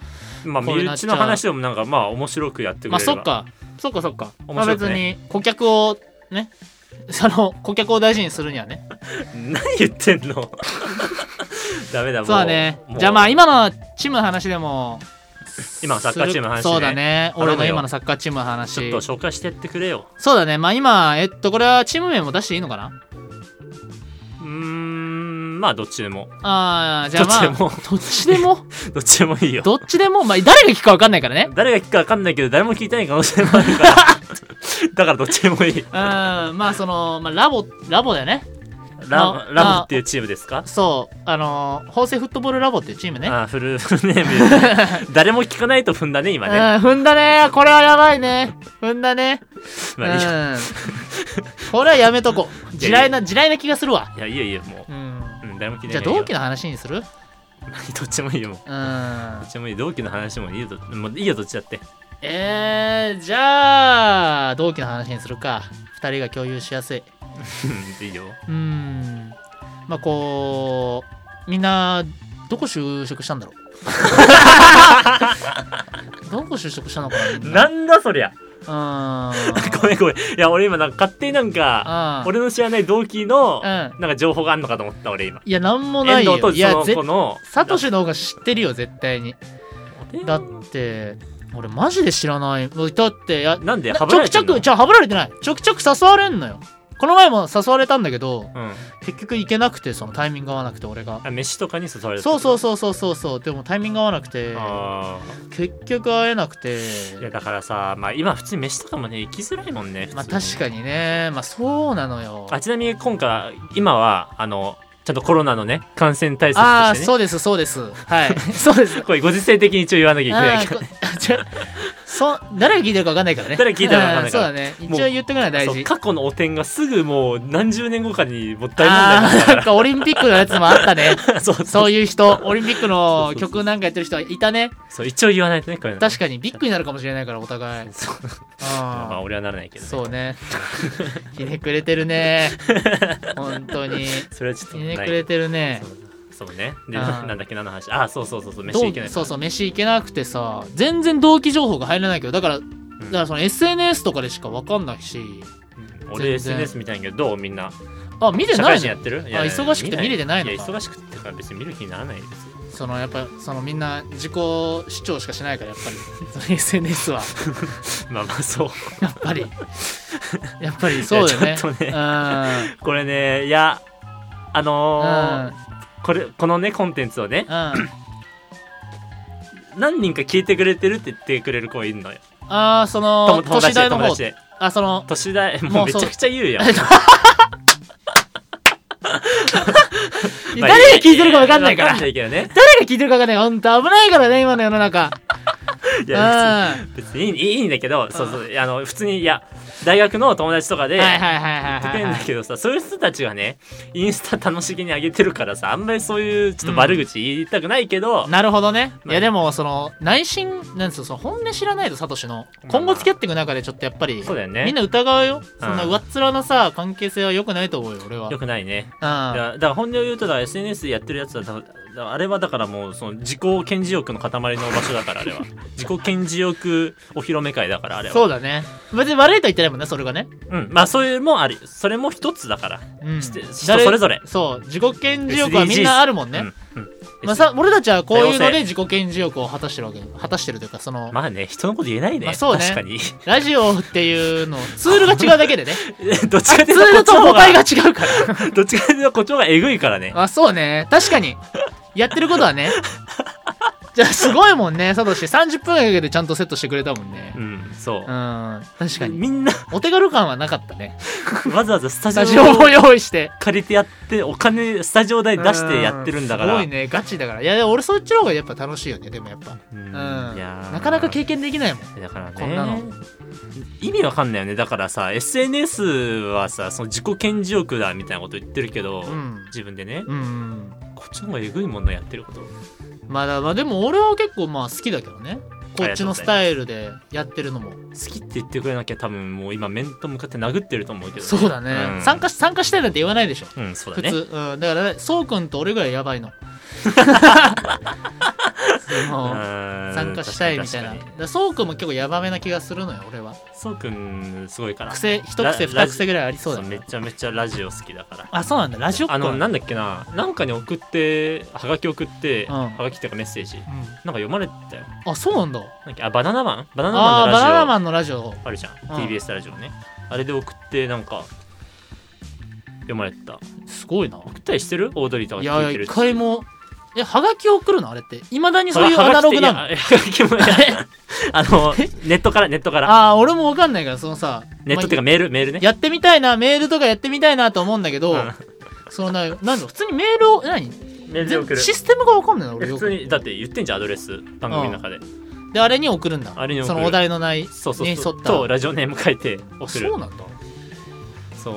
A: まあ
B: こ
A: 身
B: れなっ
A: 内
B: ちゃ
A: の
B: う
A: 話でもなんかまあ面白くやってくれれば
B: まあそっかそっかそっか、ま
A: 面
B: あ
A: 白
B: 別
A: くね
B: に顧客をね *laughs* その顧客を大事にするにはね
A: 何 *laughs* 言ってんの *laughs* ダメだもう
B: そうだね
A: も
B: じゃあまあ今のチームの話でも
A: 今のサッカーチームの話ね
B: するそうだね俺
A: 頼む
B: の
A: よ
B: 今のサッカーチームの話
A: ちょっと紹介してやってくれよ
B: そうだねまあ今えっとこれはチーム名も出していいのかな
A: うーんまあどっちでも *laughs*
B: ああじゃあまあ
A: どっちでも
B: どっち
A: *laughs*
B: でも
A: どっちでもいいよ
B: どっちでも、まあ、誰が聞くか分かんないからね。
A: 誰が聞くか分かんないけど誰も聞いてない可能性もある
B: *laughs*
A: からだからどっちでもいい
B: うん、まあ、その、まあ、ラボ、ラボだよね。
A: ラ
B: あ
A: ラブっていうチームですか
B: そう、あのー、法政フットボールラボっていうチームね。
A: あフル *laughs* フルネームで誰も聞かないと踏んだね
B: う
A: 今
B: ん、
A: ね、
B: 踏んだね。これはやばいね。踏んだね。うん
A: まあいいよ。 *laughs*
B: これはやめとこう。地
A: いやいや
B: 雷な、地雷な気がするわ。
A: いやいいよいいよも
B: うん。
A: う、うん、誰も聞いてない
B: じゃあ、
A: よ
B: 同期の話にす
A: *laughs*
B: る
A: どっちもいいよもう
B: うん
A: どっ。ちもいい同期の話もいいよどもういいよどっちだって
B: えー、じゃあ、同期の話にするか。二人が共有しやすい。
A: うんいいよ
B: うん。まあ、こう、みんな、どこ就職したん
A: *laughs*
B: だろうどこ就職したのかなみんな
A: なんだそりゃ
B: うーん。
A: ごめんごめんいや俺今なんか勝手になんか
B: あ
A: 俺の知らない同期の
B: うん。
A: なんか情報があんのかと思った俺今
B: いや、なんもない
A: 遠藤
B: よ。
A: と
B: い
A: そ
B: や、
A: の
B: ぜ
A: 子の
B: サトシの方が知ってるよ、絶対に。
A: え
B: だって、俺マジで知らない。だって、いや、
A: なんで
B: な
A: ハ
B: ち
A: ブ
B: ょ
A: ら
B: く
A: れ
B: ち
A: て
B: ょ
A: んの
B: く、じゃあ、はぶられてない。ちょくちょく誘われんのよ。この前も誘われたんだけど、
A: うん
B: 結局行けなくて、そのタイミング合わなくて、俺が。
A: あ飯とかに誘われる
B: そうそううそうそうそうそう。でもタイミング合わなくて、
A: ああ
B: 結局会えなくて。
A: いやだからさまあ今普通に飯とかもね行きづらいもんね
B: まあ確
A: に
B: かにね、まあそうなのよ。
A: あちなみに今回今はあのちゃんとコロナのね感染対策
B: あ
A: と
B: あ、
A: してね
B: そうです、そうです。
A: *laughs*
B: はい。そうです。
A: これご時世的に一応言わなきゃいけ
B: あ
A: ない
B: あ
A: けど
B: こちょそ誰が聞いてるか分かんないからね。
A: 誰が聞いてるか分かんないから
B: うんそうだね。
A: もう
B: 一応言っとくのは大
A: そう
B: 事。
A: 過去の汚点がすぐもう何十年後かにもう大問
B: あ
A: 題になっ
B: あー、なんかオリンピックのやつもあったね。
A: たから *laughs* そうそう
B: そういう人、オリンピックの曲なんかやってる人はいたね。
A: そう一応言わないとねこれ
B: 確かにビッグになるかもしれないから、お互い。
A: そうまあ
B: あ
A: 俺はならないけ
B: ー
A: どね
B: そ
A: *laughs*
B: うね。ひねくれてるね。本当に。
A: *laughs* それはちょっと
B: ひ
A: ない
B: ねくれてるね。
A: そうそうねで
B: あー
A: なんだっけ何の話あそうそうそうそう飯
B: ど
A: 行
B: う
A: けない
B: そうそう飯行けなくてさ全然同期情報が入らないけどだからだからその SNS とかでしか分かんないし
A: うん俺
B: 全然
A: SNS みたいなけどどうみんな
B: あ見て
A: 社
B: な
A: 会
B: い
A: 人
B: じゃ
A: や
B: ん
A: ってる
B: あ忙しくて見れてないのか
A: いや忙しくてから別に見る気にならないですよ
B: そのやっぱそのみんな自己主張しかしないからやっぱり *laughs* その SNS は
A: まあまあそう
B: やっ
A: *laughs*
B: ぱりやっぱりそうだよ
A: いや
B: ね
A: ちょっとね *laughs*
B: うん
A: これねいやあのー
B: うん
A: これこのねコンテンツをね
B: うん
A: 何人か聞いてくれてるって言ってくれる子いるのよ
B: ああそ
A: 友友
B: の年
A: 達で
B: 代の
A: 友
B: 方
A: 達で
B: あその
A: 年代も
B: も
A: う
B: う
A: め
B: そう
A: ちゃくちゃ言うやん
B: 誰が聞いてるか分かんないから
A: 分かんないけどね
B: 誰が聞いてるか分かんないからほんと危ないからね今の世の中
A: いう *laughs* や
B: ん
A: 別に別にいいいいんだけどそうそうあの普通にいや大学の友達とかで
B: はいはい
A: 言
B: はいはい
A: って
B: は
A: くれ
B: い
A: るん
B: は
A: だ
B: い
A: けどさそういう人たちがねインスタ楽しげに上げてるからさあんまりそういうちょっと悪口言いたくないけど、
B: なるほどね。い
A: まあ
B: やでもその内心なんですよその本音知らないとサトシの今後付き合っていく中でちょっとやっぱり
A: そうだよね
B: みんな疑うよそんな上っ面なさ関係性は良くないと思うよ俺は。
A: よくないねだ
B: う
A: だから本音を言うとだから SNS でやってるやつはだだあれはだからもうその自己顕示欲の塊の場所だからあ
B: *laughs*
A: れは自己顕示欲お披露目会だからあれ
B: ん。
A: は
B: そうだね。別に悪いとは言ってないもんねそれがね。
A: うんまあそういうのもありそれも一つだから
B: うん。
A: して人それぞれ
B: そう自己顕示欲はみんなあるもんね。
A: うんうん
B: まあさ俺たちはこういう
A: 多様
B: の
A: 性
B: で自己顕示欲を果たしてるわけ果たしてるというかそ
A: *laughs*
B: の
A: まあね人のこと言えないね,、
B: まあそうね
A: 確かに
B: ラジオっていうのツールが違うだけ
A: *laughs*
B: でね
A: どっち
B: ツ
A: か
B: ー
A: という
B: ル
A: と
B: と
A: こっちの方
B: 誤解が
A: が
B: 違うから。
A: どっちかというとこっちの方がえぐいからね
B: *laughs* あそうね確かにやってることはねじゃあすごいもんね、サトシ。30分かけてちゃんとセットしてくれたもんね。
A: うんそう
B: うん、確かに。
A: み
B: *laughs*
A: んな
B: お手軽感はなかったね。
A: わざわざスタ
B: スタ
A: ジ
B: ジ
A: オ
B: オ
A: を
B: も用意して。
A: 借りてやってお金スタジオ代出してやってるんだから
B: うすごいね、ガチだから。いや、でも俺そっちの方がやっぱ楽しいよね、でもやっぱ。
A: うん
B: うん。
A: いやー
B: なかなか経験できないもん。
A: だからね
B: こんなの
A: 意味わかんないよねだからさ SNS はさその自己顕示欲だみたいなこと言ってるけど、
B: うん。
A: 自分でね
B: うん。
A: こっちの方がえぐいものやってること
B: まだ、まあでも俺は結構まあ好きだけどね。こっちのスタイルでやってるのも。
A: 好きって言ってくれなきゃ多分もう今面と向かって殴ってると思うけど、
B: そうだね、
A: うん
B: 参加し。参加したいなんて言わないでしょ。
A: うんそう
B: 普
A: だね
B: 通、うん、だから、ね、そうくんと俺ぐらいやば
A: *laughs*
B: いの。その参
A: 参
B: 加したいみたいな。だからそうくんも結構やばめな気がするのよ、俺は。
A: そうくんすごいから
B: 癖、一癖、
A: ラ
B: 二癖ぐらいありそうだ
A: そう
B: ね
A: め。ちゃめちゃラジオ好きだから
B: あ、そうなんだ、ラジオっ子
A: あのなん
B: だ、
A: だっけななんかに送ってはがき送って、
B: うん
A: はがきっていうかメッセージなんか
B: う
A: 読まれてたよ
B: ん、あ、そうなんだ。
A: なんだっけあバナナマンバナナマン
B: あー
A: の
B: バナナ
A: ラジ
B: マンのラジオ。
A: オあるじゃん、
B: うん
A: TBS ラジオねあれで送ってなんか読まれてた送
B: すごいな。
A: ったりしてるオードリーとか
B: い
A: に聞
B: やい
A: いて
B: や、
A: る
B: 一回も。え、はがき送るのあれって。いまだにそういう
A: は
B: アナ
A: が
B: ロ
A: き
B: グ
A: って
B: なの。
A: いやはがきもいや
B: *laughs*
A: あのネットからネットから
B: ああ、俺もわかんないから、そのさ、
A: ネットっていうかメールメールね
B: やってみたいな、メールとかやってみたいなと思うんだけど、
A: うん
B: そのな、なんだろう普通にメールを、何
A: メールで送る
B: システムがわかんないな、俺よ
A: 普
B: く
A: 通。にだって言ってんじゃんアドレス番組の中で
B: で、あれに送るんだ。
A: あれに送る
B: そのお題のない、
A: そうそう
B: に沿
A: そ
B: っ
A: う
B: た。
A: とラジオネーム書いて
B: あ
A: 送る
B: そうなんだ。
A: そう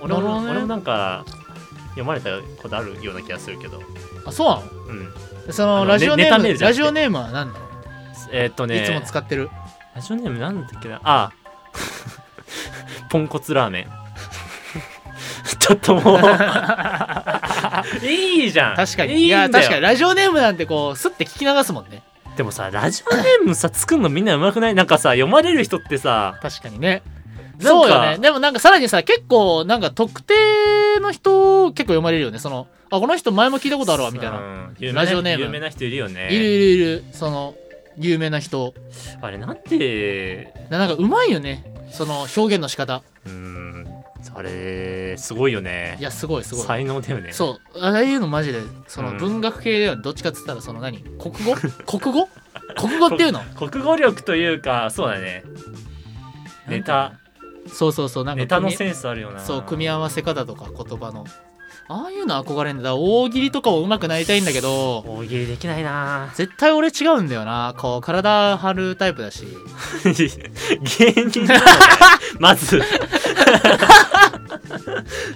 A: 俺
B: なるほ
A: も
B: どね
A: 俺もなんか読まれたことあるような気がするけど
B: あ、そうな
A: うん
B: のそ
A: あの
B: の、ラジオ
A: ネ
B: ネ
A: ネタ
B: ー
A: メー
B: ム、
A: ルじゃ
B: ラ
A: なくて
B: ジオネームは何だろ
A: えーっと
B: う、
A: ね
B: いつも使ってる。
A: ラジオネームなんだっけなあ *laughs* ポンコツラーメン *laughs* ちょっと
B: *laughs*
A: もういいじゃん
B: 確かに。
A: いいんだよ
B: や、確かに、ラジオネームなんてこう、スッて聞き流すもんね。
A: でもさラジオネームさ作るのみんなうまくないなんかさ読まれる人ってさ
B: 確かにね。
A: なんか
B: そうよね。でもなんかさらにさ、結構、なんか特定の人、結構読まれるよね。その、あ、この人前も聞いたことあるわ、みたいな。
A: うん有名
B: ラジオネーム
A: 有名な人いるよね
B: いるいるいる、その、有名な人。
A: あれなんで
B: なんかうまいよね。その表現の仕方。
A: うーんあれすごいよね
B: いや、すごいすごい。
A: 才能だよねう
B: そうああいうのマジでその
A: うん
B: 文学系ではどっちかっつったらその何国語国語国語っていうの
A: 国語力というかそうだねネタ
B: そうそうそうなんか
A: ネタの
B: 組み
A: センスあるよな
B: そう組み合わせ方とか言葉のああいうの憧れんだだから大喜利とかも上手くなりたいんだけど
A: 大喜利できない
B: *laughs*
A: な
B: 絶対俺違うんだよなこう体張るタイプ
A: *laughs*
B: だし
A: 芸人なのねま
B: *laughs*
A: ず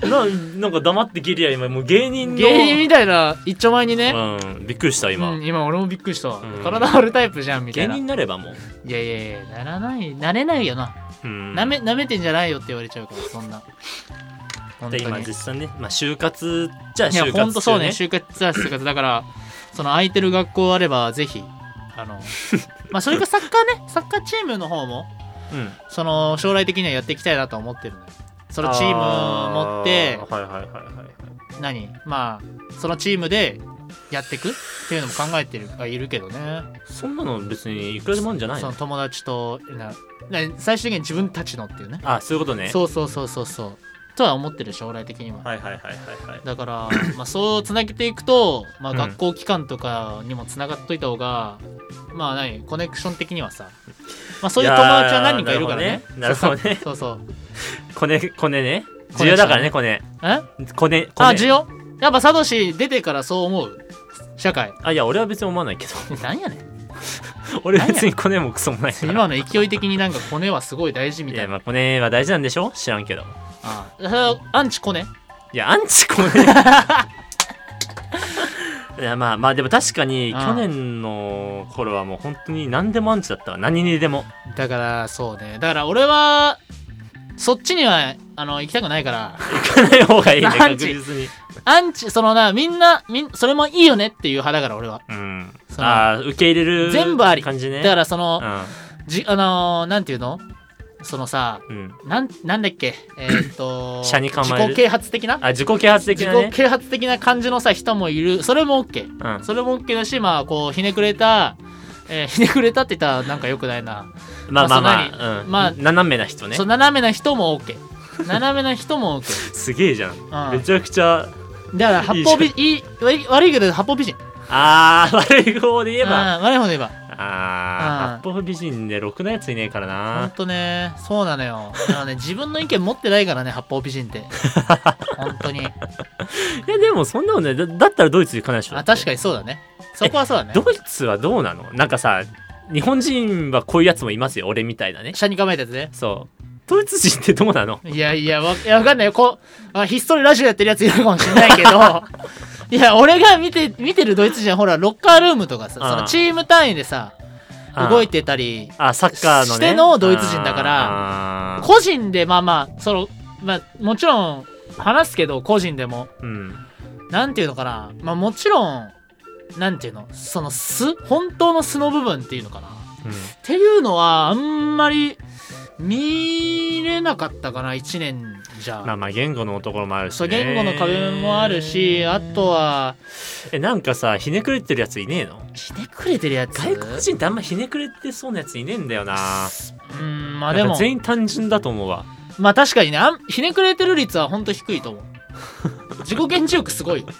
A: ななんか黙って切りや今もう芸人の
B: 芸人みたいな一丁前にね、
A: うんびっくりした
B: うん
A: 今、
B: 今俺もびっくりした、
A: ん
B: 体張るタイプじゃんみた
A: 芸
B: いな
A: 人
B: い
A: になればもう、
B: やいやいやならないなれないよな
A: うん
B: な、舐めなめてんじゃないよって言われちゃうからそんな本当
A: で
B: に
A: 今実際ね、まあ、就活じゃあ
B: いや、
A: 就活中、ね、
B: ほんとそうね、就活は就活だから、その空いてる学校あれば、ぜひ、
A: *laughs*
B: あの、まあ、それかサッカーね、サッカーチームの方も、
A: うん
B: その、将来的にはやっていきたいなとは思ってるのよ。そのチーム持って
A: あ、ーはいはいはいはい
B: 何まあ、そのチームでやっていくっていうのも考えてるがいるけどね。
A: そんなの別にいくらでもあるんじゃない
B: そ
A: の
B: の友達と、なな最終的に自分たちのっていうね。
A: あそういうことね
B: そうそうそうそうそう。とは思ってる、将来的には。
A: はいはいはいはいはい
B: だから、 *coughs* まあ、そうつなげていくと、まあ、
A: うん
B: 学校機関とかにもつながっといた方が、まあ何コネクション的にはさ、まあ、そういう友達は何人かいるからね
A: いやーなるほどねなる
B: そうそう
A: コネコネね
B: コ
A: 需
B: ネ
A: 要だからねコネ
B: え
A: コネコ
B: あ
A: ネ
B: 需要やっぱサトシ出てからそう思う社会
A: あいや俺は別に思わないけど *laughs*
B: なんやねん
A: 俺別にコネもクソもないから
B: 今の勢い的になんかコネはすごい大事
A: い
B: みたい
A: や
B: な
A: まあコネは大事なんでしょ知らんけど
B: ああアンチコネ
A: いやアンチ
B: *laughs*
A: コネいやまあまあでも確かに
B: うん
A: 去年の頃はもう本当に何でもアンチだったわ何にで
B: *laughs*
A: も
B: だからそうねだから俺はそっちにはあの行きたくな
A: *laughs*
B: いから
A: 行かない方がいいね
B: アン
A: 確
B: チ
A: 実に
B: アンチそのなみんなみんそれもいいよねっていう派だから俺は
A: うん
B: その
A: ああ受け入れる
B: 全部あり
A: 感じね
B: だからそ
A: う
B: の、じあのー、なんていうのそのさ
A: んうん
B: なんなんだっけえーっと
A: *coughs* 車に構える
B: 自己啓発的な、
A: あ自己啓発的
B: 自
A: なね
B: 己啓発的な感じのさ人もいるそれも OK
A: うん
B: それも OK だしまあこうひねくれた、えー *laughs* ひねくれたって言ったらなんかよくないな、
A: まあまあ
B: まあそん
A: まあ、うん
B: まあ
A: 斜めな人ね
B: そう斜めな人も OK 斜めな人も OK
A: *laughs* すげえじゃん、
B: うん
A: めちゃくちゃ
B: だから八方美いい悪い悪いけど八方美人
A: あー、 *laughs* 悪い方で言えば。
B: うん悪い方で言えば
A: あー、
B: う
A: 八
B: ん
A: 方美人でろくなやついねえから
B: ほん
A: な。
B: とね、そうなのよ。だからね、自分の意見持ってないからね、八方美人
A: *laughs*
B: って。本当に。
A: いや、でもそんなのね、だだったらドイツ行かないでしょ。
B: あ、確
A: か
B: かにそうだね。そこはそうだね。
A: ドイツはどうなのなんかさ、日本人はこういうやつもいますよ、俺みたいなね。
B: 車に構えたやつね。
A: そう。ドイツ人ってどうなの
B: いやいや、わいやわかんないよ。こうあ、ひっそりラジオやってるやついるかもしれないけ
A: *laughs*
B: ど、いや、俺が見て、見てるドイツ人はほら、ロッカールームとかさ、
A: うん
B: そのチーム単位でさ、動いてたり、
A: あ、サッカーのね。
B: してのドイツ人だから
A: あー
B: 個人でまあまあ、その、まあ、もちろん、話すけど、個人でも、
A: うん。
B: なんていうのかな、まあもちろん、なんていうの、その素、本当の素の部分っていうのかな。っていうのは、あんまり、見れなかったかな、1年じ
A: う
B: ゃ
A: ん。まあまあ、言語のところもあるし、
B: そう
A: ね。
B: 言語の壁もあるしあとは
A: え、なんかさ、ひねくれてるやついねえの
B: ひねくれてるやつ
A: 外国人ってあんまひねくれてそうなやついねえんだよな。
B: うんまあ
A: な
B: で
A: んか
B: も
A: 全員単純だと思うわ。
B: まあ確かにねあんひねくれてる率はほんと低
A: *laughs*
B: いと思う自己顕示欲すごいよだか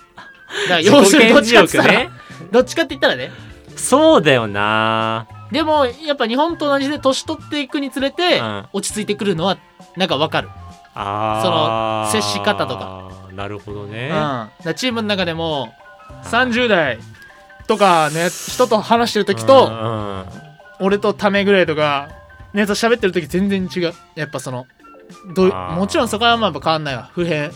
B: ら要するにどっちかって
A: 自己顕
B: 言ったら、
A: 示欲ね。
B: どっちかって言ったらね
A: そうだよな。
B: でもやっぱ日本と同じで年取っていくにつれて、
A: うん
B: 落ち着いてくるのはなんかわかる、
A: あー
B: その接し方とか。
A: なるほど
B: う
A: ね
B: ん、だ。からチームの中でも30代とかね人と話してる時と、
A: うんうん
B: 俺とためぐらいとかネタ喋ってる時全然違うやっぱそのどう
A: あー
B: もちろんそこはまあやっぱ変わんないわ不
A: *laughs*
B: 平、うん、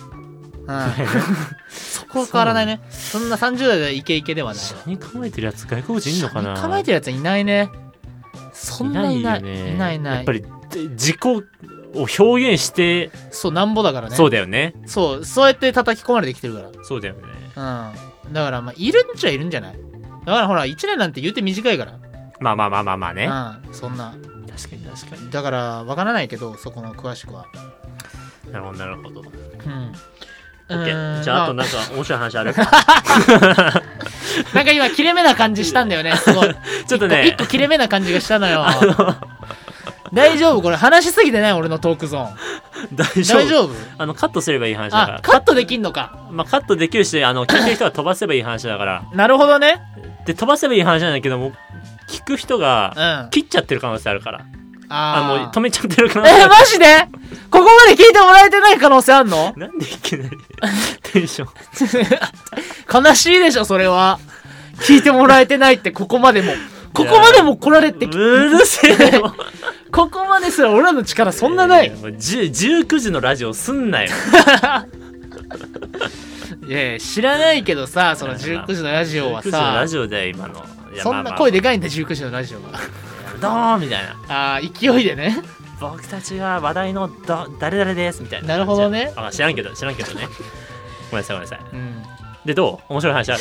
B: そこは変わらないねそんな30代でイケイケではない
A: 下に構えてるやつ外国人いんのかな
B: 構えてるやつはいないねそんないない
A: い
B: い
A: よ
B: ない,、
A: ね
B: いない
A: やっぱりで自己を表現して、
B: そうなんぼだからね
A: そうだよね
B: そうそうやって叩き込まれてきてるか
A: そうだよね
B: らうんだからまあいるんちゃいるんじゃないだからほら1年なんて言うて短いから
A: まあまあまあまあまあね
B: うんそんな
A: 確かに確か
B: だからわからないけどそこの詳しくは
A: になるほどなるほどオ
B: うん
A: ッケ
B: う
A: ー
B: ん
A: じゃああ
B: ま
A: となんか面白い話ある
B: なんか今切れ目な感じしたんだよねすごい
A: *laughs* ちょっとね
B: 一個一個切れ目な感じがしたのよ大丈夫これ話しすぎてない俺のトークゾーン
A: 大丈夫
B: 大丈夫
A: あのカットすればいい話だか
B: あ
A: ら
B: カットできんのか
A: まあ、カットできるしあの聞いてる人は飛ばせばいい話だから
B: なるほどね
A: で飛ばせばいい話なんだけども聞く人
B: うん
A: が
B: あ
A: 切っちゃってる可能性あるからあもう
B: あ
A: 止めちゃってる可能性あ
B: え
A: る
B: *laughs* マジでここまで聞いてもらえてない可能性あんの *laughs*
A: なんでい *laughs* きなりテンション
B: 悲しいでしょそれは聞いてもらえてないってここまでもここまでも来られてき
A: うるせえよ
B: ここまですら俺らの力そんなない
A: やもう10 19時のラジオすんなよ
B: いやいや知らないけどさその19時のラジオ
A: 19
B: は
A: 時の
B: さ
A: ラジオだよ今のいや
B: そ
A: まあ
B: ん
A: ま
B: な
A: あ
B: 声でかいんだ19時のラジオは
A: ドーンみたいな
B: *laughs* ああ勢いでね
A: 僕たちは話題のど誰々ですみたいな
B: なるほどね
A: あ知らんけど知らんけどねごめんなさいごめんなさ
B: うん
A: いでどう面白い話あ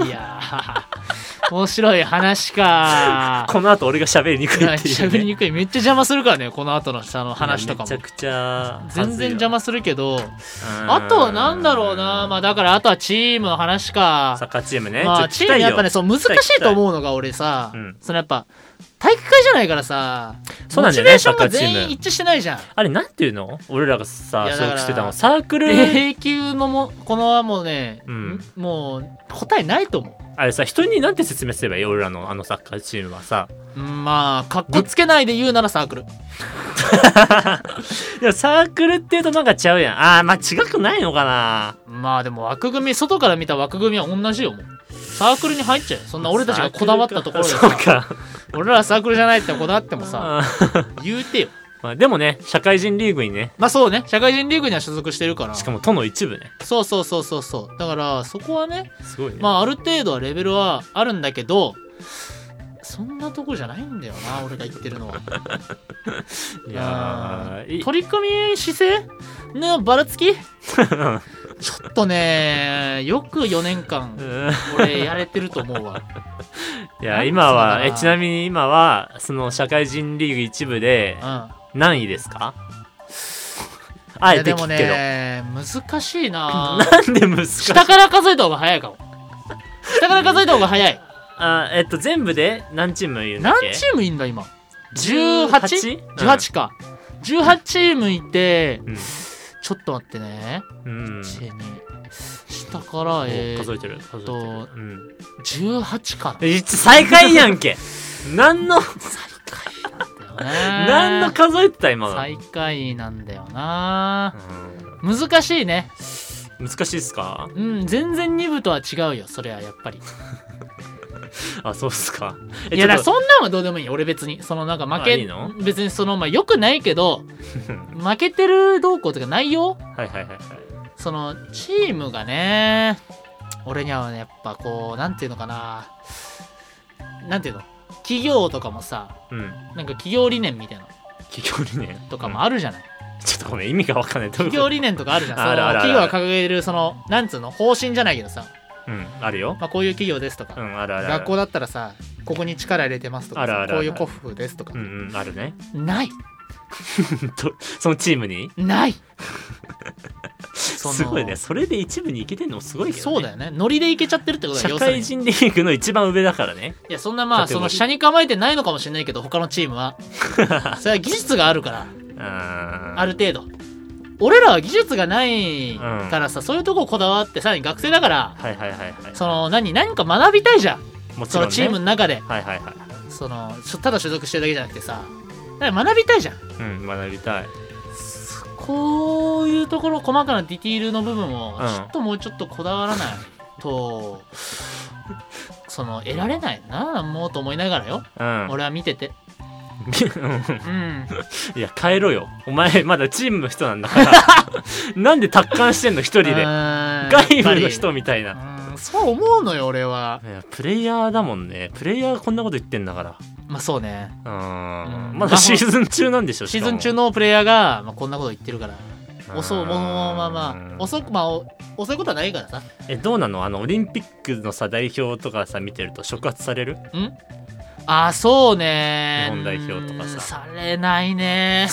A: る
B: いやー面白い話か
A: この後俺が喋りにくいっていう、ね、
B: 喋りにくいめっちゃ邪魔するからねこの後のその話とか
A: いやめ
B: も
A: ちゃくちゃ
B: 全然邪
A: 魔
B: 魔するけどあとはなんだろうなまあだからあとはチームの話
A: サッ
B: か
A: カーチームね、
B: まあ
A: ち
B: チ
A: ょ
B: ームやっぱね
A: 聞き
B: そう難しいと思うのが俺さ
A: うん
B: そのやっぱ体育会じゃないからさ
A: そうな
B: モ
A: んだ
B: チ
A: よね
B: ベーションが
A: サッカーチーム
B: 全員一致してないじゃん
A: たいあれなんていうの俺らがさ
B: いや
A: 所
B: だから
A: 属してたのサークル、
B: 永久のもこのはもうね
A: うん
B: もう答えないと思う
A: あれさ人になんて説明すればいい俺らのあのサッカーチームはさ *laughs*
B: うんまあかっこつけないで言うならサークル
A: でもサークルっていうとなんか違うやんあーまあ違くないのかな
B: まあでも枠組み外から見た枠組みは同じよもうサークルに入っちゃうよそんな俺たちがこだわったところ
A: *laughs*
B: で
A: そう
B: さ
A: か
B: 俺らサークルじゃないってこだわってもさ
A: うん
B: 言うてよ
A: まあでもね社会人リーグにね
B: まあそうね社会人リーグには所属してるから
A: しかも都の一部ね
B: そうそうそうそうそうだからそこはね
A: すごいね、
B: まあある程度はレベルはあるんだけどそんなとこじゃないんだよな俺が言ってるのはい
A: やーいい
B: 取り組み姿勢のばらつきちょ
A: *laughs* うん
B: っとねよく4年間
A: うん
B: 俺やれてると思
A: *laughs*
B: うわ
A: い
B: なん
A: や
B: で
A: 今
B: そう
A: は
B: だ
A: え
B: な
A: ちなみに今はその社会人リーグ一部で
B: うん
A: 何位ですかあ
B: い
A: え
B: や
A: て
B: で
A: 聞
B: も
A: くけど、
B: ね難しい
A: *laughs*
B: な
A: なんで難しい
B: 下から数えた方が早いかも下から数えた方が
A: *laughs*
B: 早い
A: あえっと全部で何チームいるんだっ
B: 何
A: け
B: チームいんだ今
A: 18? うん
B: 18?18 か18チームいて
A: うん
B: ちょっと待ってね
A: うん
B: 1 2だから、え
A: 数え
B: ー、
A: てる数えてる
B: と
A: うん
B: 18かな
A: え最下位やんけ *laughs* 何の何 *laughs*
B: 何
A: の数えてた今の
B: 最下位なんだよな
A: う
B: 難しいね
A: ん難しいっすか
B: うん全然2部とは違うよそれはやっぱり
A: あそうっすかえ
B: いやだから
A: ちょっ
B: そんなんはどうでもいいよ俺別にそのなんか負
A: あ
B: け
A: いいの
B: 別にそのまあよくないけど
A: と
B: 負けてる動向というか内容
A: はいはいはいはい
B: そのチームがね俺にはねやっぱこうなんていうのかななんていうの企業とかもさ
A: うん
B: なんか企業理念みたいなの
A: 企業理念
B: とかもあるじゃない、
A: ちょっとごめん意味がわかんない *laughs* どういう
B: 企
A: こと
B: 業理念とかあるじゃんそ
A: あ
B: の
A: るあるある
B: 企業が掲げるそのなんつうの方針じゃないけどさ、
A: うんあるよ
B: まあ、こういう企業ですとか、
A: うんあるあるある
B: 学校だったらさここに力入れてますとか
A: あ
B: さ
A: るあるある
B: こういう古風ですとか
A: う、んうんあるね
B: ない
A: とそのチームに *laughs*
B: ないその
A: すごいねそれで一部に行けてんのもすごいけど、ね、
B: そうだよねノリでいけちゃってるってことだ
A: 社
B: よ要する
A: 会
B: に
A: 人リーグの一番上だからね
B: いやそんなまあ
A: カテ
B: そ
A: ゴリ
B: の
A: ー
B: 社に構えてないのかもしれないけど他のチーム
A: *laughs*
B: はそれは技術があるから
A: あ
B: ある程度俺らは技術がないからさ、そういうとここだわってさらに学生だから
A: はいはいはいはい
B: その何何か学びたいじゃん
A: もち
B: そ
A: ろ
B: の
A: ん、ね、
B: チームの中で
A: はいはいはい
B: そのしょただ所属してるだけじゃなくてさだから学びたいじゃん
A: うん学びたい
B: こういうところ細かなディティールの部分を
A: うん
B: ちょっともうちょっとこだわらないと、その得られないなもうと思いながらよ
A: うん
B: 俺は見ててうん
A: *laughs* いや帰ろうよお前まだチームの人なんだから *laughs* なんで達観してんの一人で外
B: 外
A: 部の人みたいな
B: そう思うのよ俺はい
A: やプレイヤーだもんねプレイヤーがこんなこと言ってんだから
B: まあそうね
A: うー
B: うんん
A: まだシーズン中なんでしょ
B: シーズン中のプレイヤーが、まあ、こんなこと言ってるから遅
A: う
B: も
A: ん
B: のまあまあ遅くまあお遅いことはないからさ
A: えどうなのあのオリンピックのさ代表とかさ見てると触発され
B: *laughs*
A: る
B: ああそう
A: 日
B: ね
A: 本代表とかさ
B: うんされない
A: *laughs*
B: ね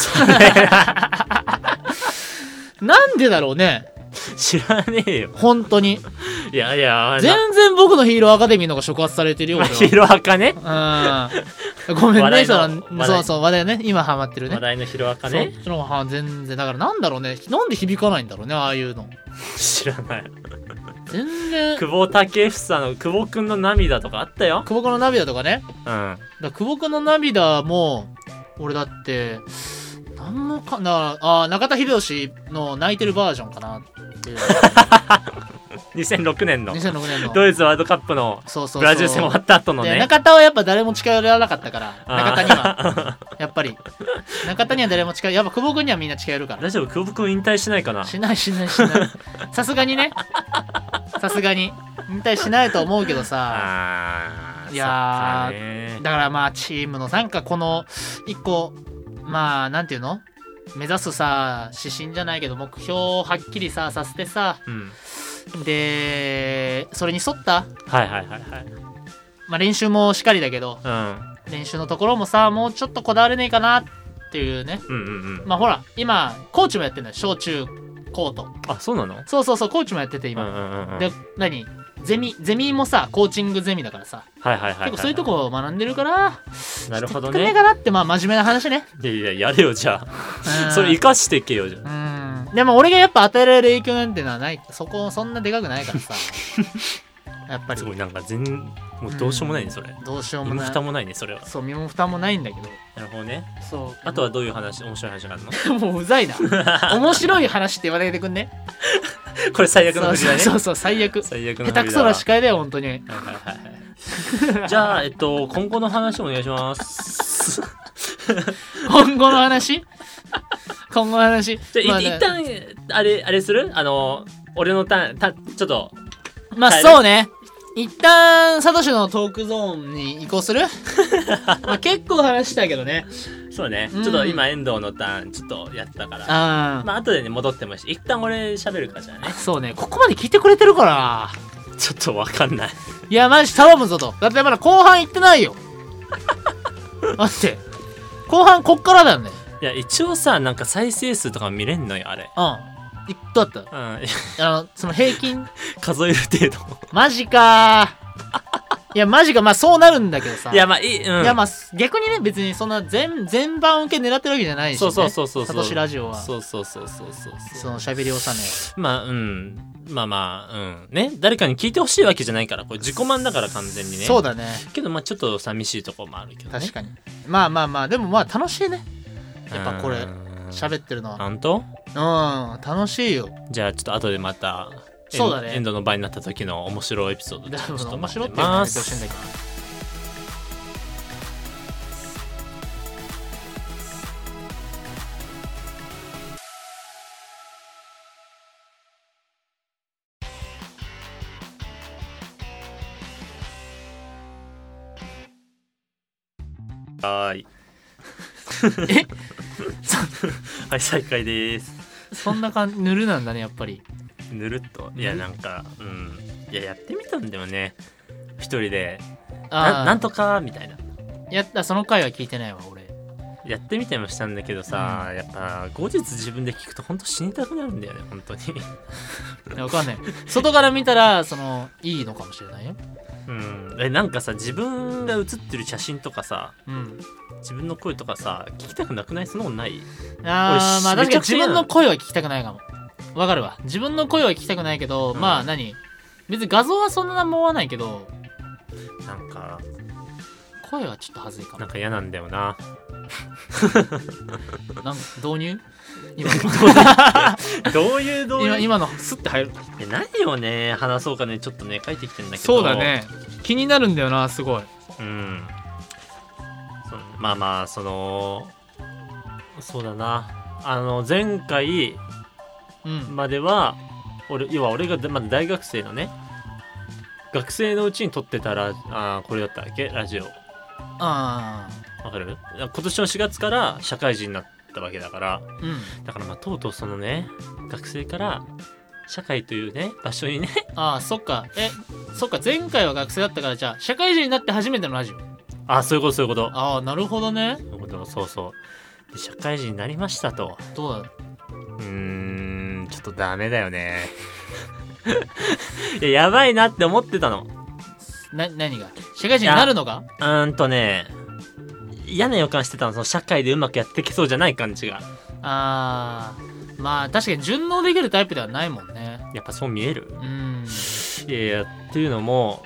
B: なんでだろうね
A: 知らねえよ
B: 本当に
A: いやいや
B: 全
A: な
B: 然僕のヒーローアカデミーの方が触発されてるよ
A: まあ *laughs*
B: 俺
A: ヒロアカね
B: は
A: *laughs*
B: うんごめんね
A: 話題
B: そ
A: の
B: の
A: 話題
B: そうそう話題ね今ハマってるね
A: 話題のヒロアカ
B: そっ
A: ね
B: ちのは全然だからなんだろうねなんで響かないんだろうねああいうの
A: 知らない
B: 全然久
A: 久保建英の久保くんの涙とかあったよ
B: 保君の涙とかね
A: うん
B: だから久保君の涙も俺だって何もかなあー中田秀吉の泣いてるバージョンかなっていう
A: *laughs* 2006年の
B: 2006年の
A: ドイツワールドカップの
B: そうそうそう
A: ブラジル戦終わった後の
B: で
A: ね
B: 中田はやっぱ誰も近寄らなかったから
A: あー
B: 中田に
A: *laughs*
B: はやっぱり中田には誰も近寄やっぱ久保君にはみんな近寄るから
A: 大丈夫久保くん引退しないかな
B: しないしな
A: *laughs*
B: いしないさすがにねさすがに引退しないと思うけどさ
A: あー
B: いやー
A: そっかね
B: だからまあチームのなんかこの一個まあなんていうの目指すさ指針じゃないけど目標をはっきりささせてさ
A: うん
B: でそれに沿った、
A: はいはいはいはい
B: まあ、練習もしっかりだけど練習のところもさもうちょっとこだわれねえかなっていうね
A: うんうんうんうん
B: まあほら今コーチもやってんだよ小中高と
A: あそうなの
B: そうそうそうコーチもやってて
A: うんう
B: 今、
A: んうんうん
B: で何ゼミゼミもさコーチングゼミだからさ
A: はいはいは
B: 結
A: い
B: 構そういうとこを学んでるから
A: なるほど
B: やってくんねえ
A: ね
B: かなってまあ真面目な話ね
A: いやいややれよじゃ
B: う
A: あ
B: ん
A: それ生かしていけよじゃあ
B: うんでも俺がやっぱ与えられる影響なんてのはないそこそんなでかくな
A: *laughs*
B: いからさやっぱり
A: すごいなんか全もうどうしようもないねそれ
B: どうしよう
A: 身
B: も
A: も
B: ない
A: 蓋もないねそれは
B: そう身も蓋もないんだけど
A: なるほどね
B: そう
A: あとはどういう話面白い話があるの
B: もううざいな面白い話って言わないでくんね
A: これ最悪の
B: そう
A: 話だね
B: そうそう最悪下
A: 最悪の
B: 手くそな司
A: か
B: 会だよ本当に
A: はいはいはいはいじゃあえっと今後の話お願いします *laughs*
B: 今後の話今後の話
A: じゃあ、
B: *laughs* まあ
A: い
B: ね
A: 一旦あれあれするあの俺のターンたちょっと
B: まあ
A: 帰る
B: そうね一旦サトシのトークゾーンに移
A: *laughs*
B: 行するまあ結構話したけどね
A: そうね、
B: うん
A: ちょっと今遠藤のターンちょっとやったから
B: あー
A: まあ後でね戻ってもいいし一旦俺喋るからじゃあ
B: *laughs*
A: ね
B: そうねここまで聞いてくれてるから
A: ちょっとわかんない
B: いや、マジ頼むぞと。だってまだ後半行ってな
A: *laughs*
B: いよ。待って。後半こっからだよね。
A: いや一応さなんか再生数とか見れんのよあれ
B: うん。いどうだっ
A: うん *laughs*
B: たあの、その平均。 *laughs*
A: 数える程度
B: マジかーいや、マジか、まあそうなるんだけどさ。
A: いやまあいい、うん、
B: いやまあ逆にね、別にそんな全、全番受け狙ってるわけじゃないし、ね。
A: そうそうそうそう
B: サ
A: そう
B: トシラジオは。
A: そうそうそうそうそう
B: その喋り納め。
A: まあうんまあまあうんね誰かに聞いてほしいわけじゃないからこれ自己満だから完全にね
B: そうだね。
A: けどまあちょっと寂しいとこもあるけど、ね、
B: 確かに。まあまあまあ、でもまあ楽しいね。やっぱこれ、喋
A: っ
B: ってるの
A: 本当
B: は。うん、楽しいよ。
A: じゃあちょっと後でまたエン
B: そうだね
A: エンドの場になった時の面白いエピソード
B: で
A: ちょっ
B: も
A: と
B: 面
A: 待
B: 白
A: っ
B: いってていうのは
A: ま
B: やめてほしいん
A: す
B: だけど。
A: はーい
B: え *laughs*
A: はい *laughs* 再開です
B: そんな感じ、ぬるなんだね、やっぱり。
A: ぬるっといやなんかうんいややってみたんだよね一人で
B: あ
A: な
B: あ、
A: なんとかみたいな
B: やった、その回は聞いてないわ、俺。
A: やってみたりもしたんだけどさ、やっぱ後日自分で聞くと本当死にたくなるんだよね本当に *laughs*
B: いやわかんない。外から見たら、その、いいのかもしれないよ。
A: うんえなんかさ自分が写ってる写真とかさ
B: うん。
A: 自分の声とかさ聞きたくなくないそんなことない
B: あ
A: 俺
B: ーまあ確か
A: め
B: に
A: ちゃくち
B: 自
A: ゃ嫌
B: 分
A: なの
B: の声は聞きたくないかもわかるわ自分の声は聞きたくないけど、
A: うん
B: まあ何別に画像はそんなもんはないけど
A: なんか
B: 声はちょっとはずいか
A: な
B: も
A: んか嫌なんだよな
B: なんか導入今の
A: どういうどう
B: 今
A: いう
B: 今のスッて入る
A: え何をね話そうかねちょっとね書いてきてんだけど
B: 気になるんだよなすごい
A: うんそまあまあそのそうだなあの前回
B: うん
A: までは俺要は俺がまだ大学生のね学生のうちに撮ってたらあーこれだったっけラジオ
B: あ
A: わかる今年の4月から社会人になったわけだから
B: あうん
A: だからまあとうとうそのね学生から社会というね場所にね
B: ああそっかえそっか前回は学生だったからじゃあ社会人になって初めてのラジオ
A: あそういうことそういうこと
B: ああなるほどね
A: そういうことそうそうで社会人になりましたと
B: どうだ
A: うーんちょっとダメだよね *laughs* いややばいなって思ってたの
B: な何が社会人になるのが
A: うーんとね嫌な予感してたのその社会でうまくやっていけそうじゃない感じが
B: あーまあ確かに順応できるタイプではないもんね
A: やっぱそう見える
B: うん
A: いやいやっていうのも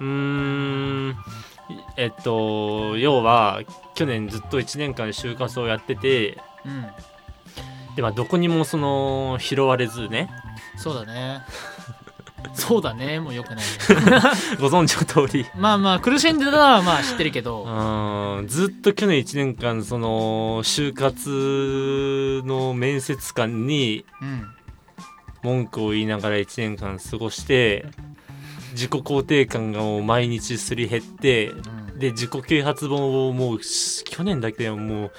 A: うーんえっと要は去年ずっと1年間就活をやってて
B: うん
A: で、まあ、どこにもその拾われずね
B: そうだね *laughs* そうだねもうよくないね
A: ご存知の通り
B: まあまあ苦しんでたのはまあ知ってるけど
A: うーんずっと去年1年間その就活の面接官に
B: うん
A: 文句を言いながら1年間過ごして自己肯定感がもう毎日すり減って
B: うん
A: で自己啓発本をもうし去年だけでももう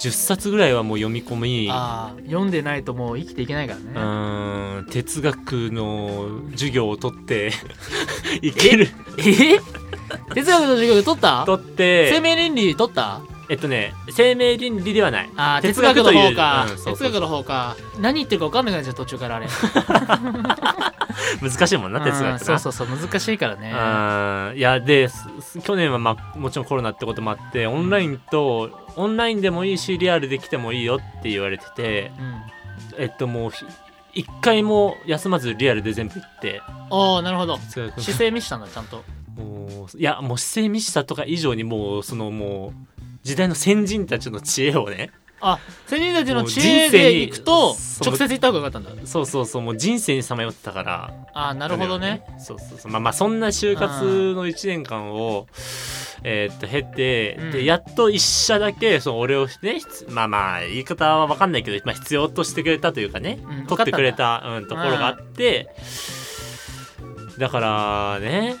A: 10冊ぐらいはもう読み込み
B: ああ読んでないともう生きていけないからね
A: うーん哲学の授業を取っていける
B: え哲学の授業で取った
A: 取っ
B: 生
A: て
B: 命倫理取った
A: えっとね生命倫理ではない
B: あー哲
A: 哲
B: 学
A: 学
B: の
A: という
B: 方か、
A: うんそうそうそう
B: 哲学の方か何言ってるか分かんなくなっちゃう途中からあれ
A: 難しいもんな哲学
B: う
A: なん
B: そうそうそう難しいからね
A: あーいやですす去年は、まあ、もちろんコロナってこともあってオンラインと、オンラインでもいいしリアルで来てもいいよって言われてて
B: うん
A: えっともうひ一回も休まずリアルで全部行って
B: ああなるほど
A: 菅原
B: 姿勢見せたんだちゃんと
A: 君もういやもう姿勢見せたとか以上にもうそのもう時代の先人たちの知恵をね
B: あ先人たちの知恵で行く
A: も *laughs* う
B: と
A: 人生に
B: 直接行った方がよかったんだ
A: そうそうそうもう人生にさまよってたから
B: ああなるほどね
A: そうそうそうまあまあそんな就活の1年間を、えーっと経て、
B: うん
A: でやっと一社だけその俺をねひつまあまあ言い方は分かんないけど、まあ、必要としてくれたというかね、
B: うん
A: 取ってくれたうん、ところがあって、だからね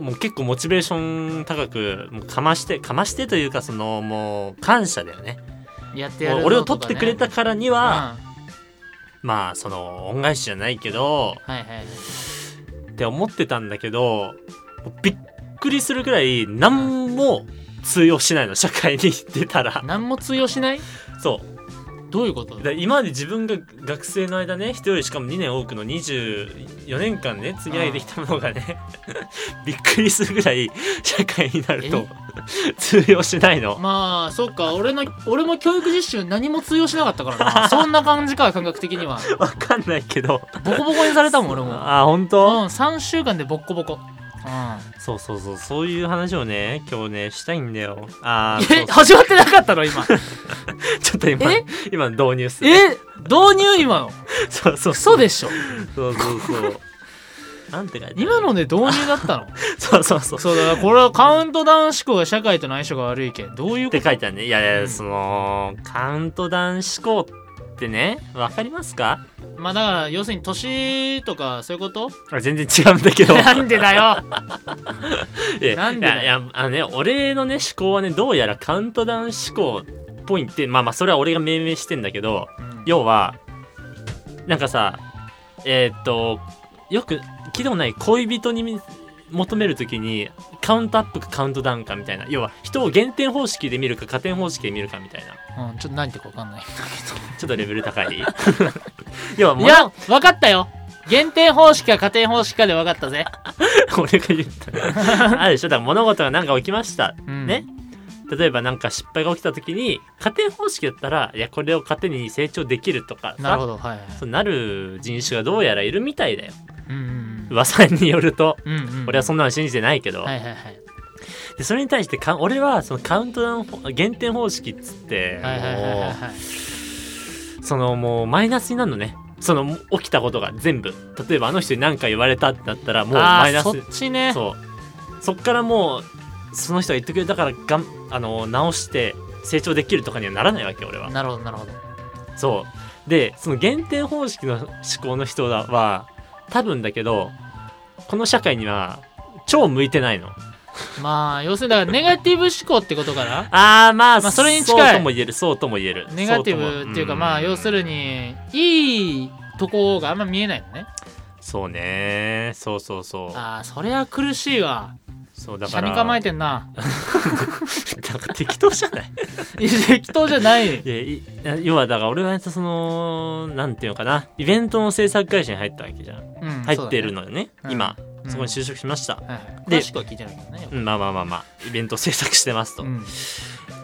A: もう結構モチベーション高くもうかましてかましてというかそのもう感謝だよね
B: やってやる
A: もう
B: ぞ
A: 俺を
B: と
A: 取
B: か
A: っ
B: ね
A: てくれ
B: うん
A: たからには、
B: は
A: まあその恩返しじゃないけど
B: いはいはい
A: って思ってたんだけどびっくりするくらい何も通用しないの社会に出たら
B: 何も通用しない
A: そ
B: どういうこと
A: だ今まで自分が学生の間ね人よりしかも2年多くの24年間ね積み上げてきたものがねびっくりするぐらい社会になると通用しないの
B: まあそっか俺の俺も教育実習何も通用しなかったから
A: *laughs*
B: なそんな感じか感覚的には
A: わかんないけど
B: ボコボコにされたもん俺も
A: あ本
B: う
A: 当、
B: ん3週間でボッコボコうん
A: そうそうそうそういう話をね今日ねしたいんだよあーそ
B: え
A: う
B: 始まってなかったの今
A: ちょっと今
B: え
A: 今導入する
B: え導入今の
A: そうそう
B: 嘘でしょ
A: そうそうそう *laughs* なんて書いてある
B: 今ので導入だったの
A: そうそうそう
B: そうだからこれはカウントダウン思考が社会との相性が悪いけんどうい
A: っ
B: うこ
A: て
B: と
A: 書いてあるねいやいや、
B: うん
A: そのカウントダウン思考ってねわかりますか
B: まあだから要するに年とかそういうこと
A: あ全然違うんだ *laughs* けど
B: なんでだよ
A: いや
B: なんでだよ
A: いやいやあのね俺のね思考はねどうやらカウントダウン思考っぽいってまあまあそれは俺が命名してんだけど要はなんかさえーっとよく聞いたことない恋人にみ求めるときにカウントアップかカウントダウンかみたいな要は人を減点方式で見るか加点方式で見るかみたいな
B: うん、うんちょっと何言ってるか分かんない
A: ちょっとレベル高い *laughs* 要はも
B: いうや分かったよ減点方式か加点方式かで分かったぜ、
A: *laughs* 俺が言った。あるでしょだから物事が何か起きました。
B: うん
A: ね例えば何か失敗が起きた時に、加点方式だったら、いや、これを糧に成長できるとかさ、
B: なるほどはいはい
A: そうなる人種がどうやらいるみたいだよ。
B: うん
A: 噂によると。
B: うんうんうん
A: 俺はそんなの信じてないけど、
B: はいはいはい
A: でそれに対してか俺はそのカウントダウン方減点方式っつって、
B: はいはいはいはい
A: も
B: はいう
A: そのもうマイナスになるのねそのもう起きたことが全部例えばあの人に何か言われたってなったらもう
B: あー
A: マイナス
B: そっちね
A: そうそっからもうその人が言ってくれたからがんあの直して成長できるとかにはならないわけ俺は
B: なるほどなるほど
A: そうでその減点方式の思考の人だは多分だけどこの社会には超向いてないの
B: まあ要するにだからネガティブ思考ってことかな
A: あーまあ、
B: まあそれに近い
A: そうとも言えるそうとも言える
B: ネガティブっていうかまあ要す
A: に
B: るにいいとこがあんま見えないのね
A: そうねそうそうそう
B: ああそれは苦しいわ
A: そうだか
B: 車
A: ら
B: に構えてんな
A: *laughs* なんか適当じゃない *laughs*
B: いや適当じゃない
A: いやいや要はだから俺はそのなんていうのかなイベントの制作会社に入ったわけじゃん
B: うん
A: 入ってるのよね
B: うん
A: 今
B: うん
A: そこに就職しました、
B: はいはい
A: で
B: 詳しくは聞いてないけどね
A: うん、まあまあまあまあイベント制作してますと、
B: うん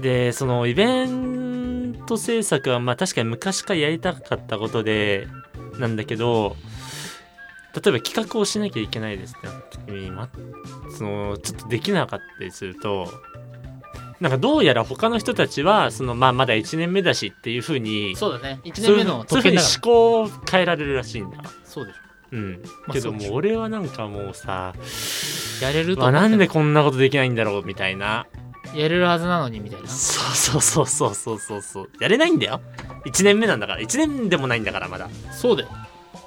A: でそのイベント制作はまあ確かに昔からやりたかったことでなんだけど例えば企画をしなきゃいけないですってなった時に、ま、そのちょっとできなかったりするとなんかどうやら他の人たちはその、まあ、まだ1年目だしっていうふうに
B: そうだね1年目の
A: そういうふう
B: 特権
A: に
B: だ
A: 思
B: から
A: 考を変えられるらしいんだ
B: そうでし
A: うん
B: まあ
A: けど
B: そうで
A: も
B: し
A: う
B: ょ
A: 俺はなんかもうさ、
B: ょやれると
A: まあ、
B: 思っ
A: な
B: て
A: んでこんなことできないんだろうみたいな
B: やれるはずなのにみたいな
A: そうそうそうそうそうそうそうやれないんだよ1年目なんだから1年でもないんだからまだ
B: そうだよ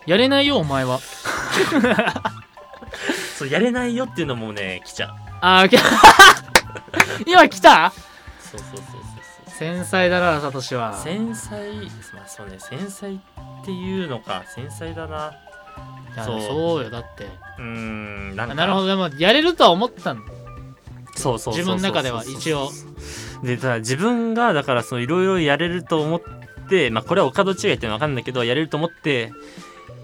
B: やれないよお前は
A: そうやれないよっていうのもね来ちゃう
B: あーき *laughs* 今来た
A: そうそうそうそうそう
B: 繊細だなサトシは
A: 繊細まあそうね繊細っていうのか繊細だない
B: や
A: そう
B: そうよだって
A: うーんなん
B: あ
A: か
B: なるほどでもやれるとは思ったんだ
A: そうそうそうそう
B: 自分の中では一応
A: でただ自分がだからそのいろいろやれると思ってまあこれはお門違いってのわかんないけどやれると思って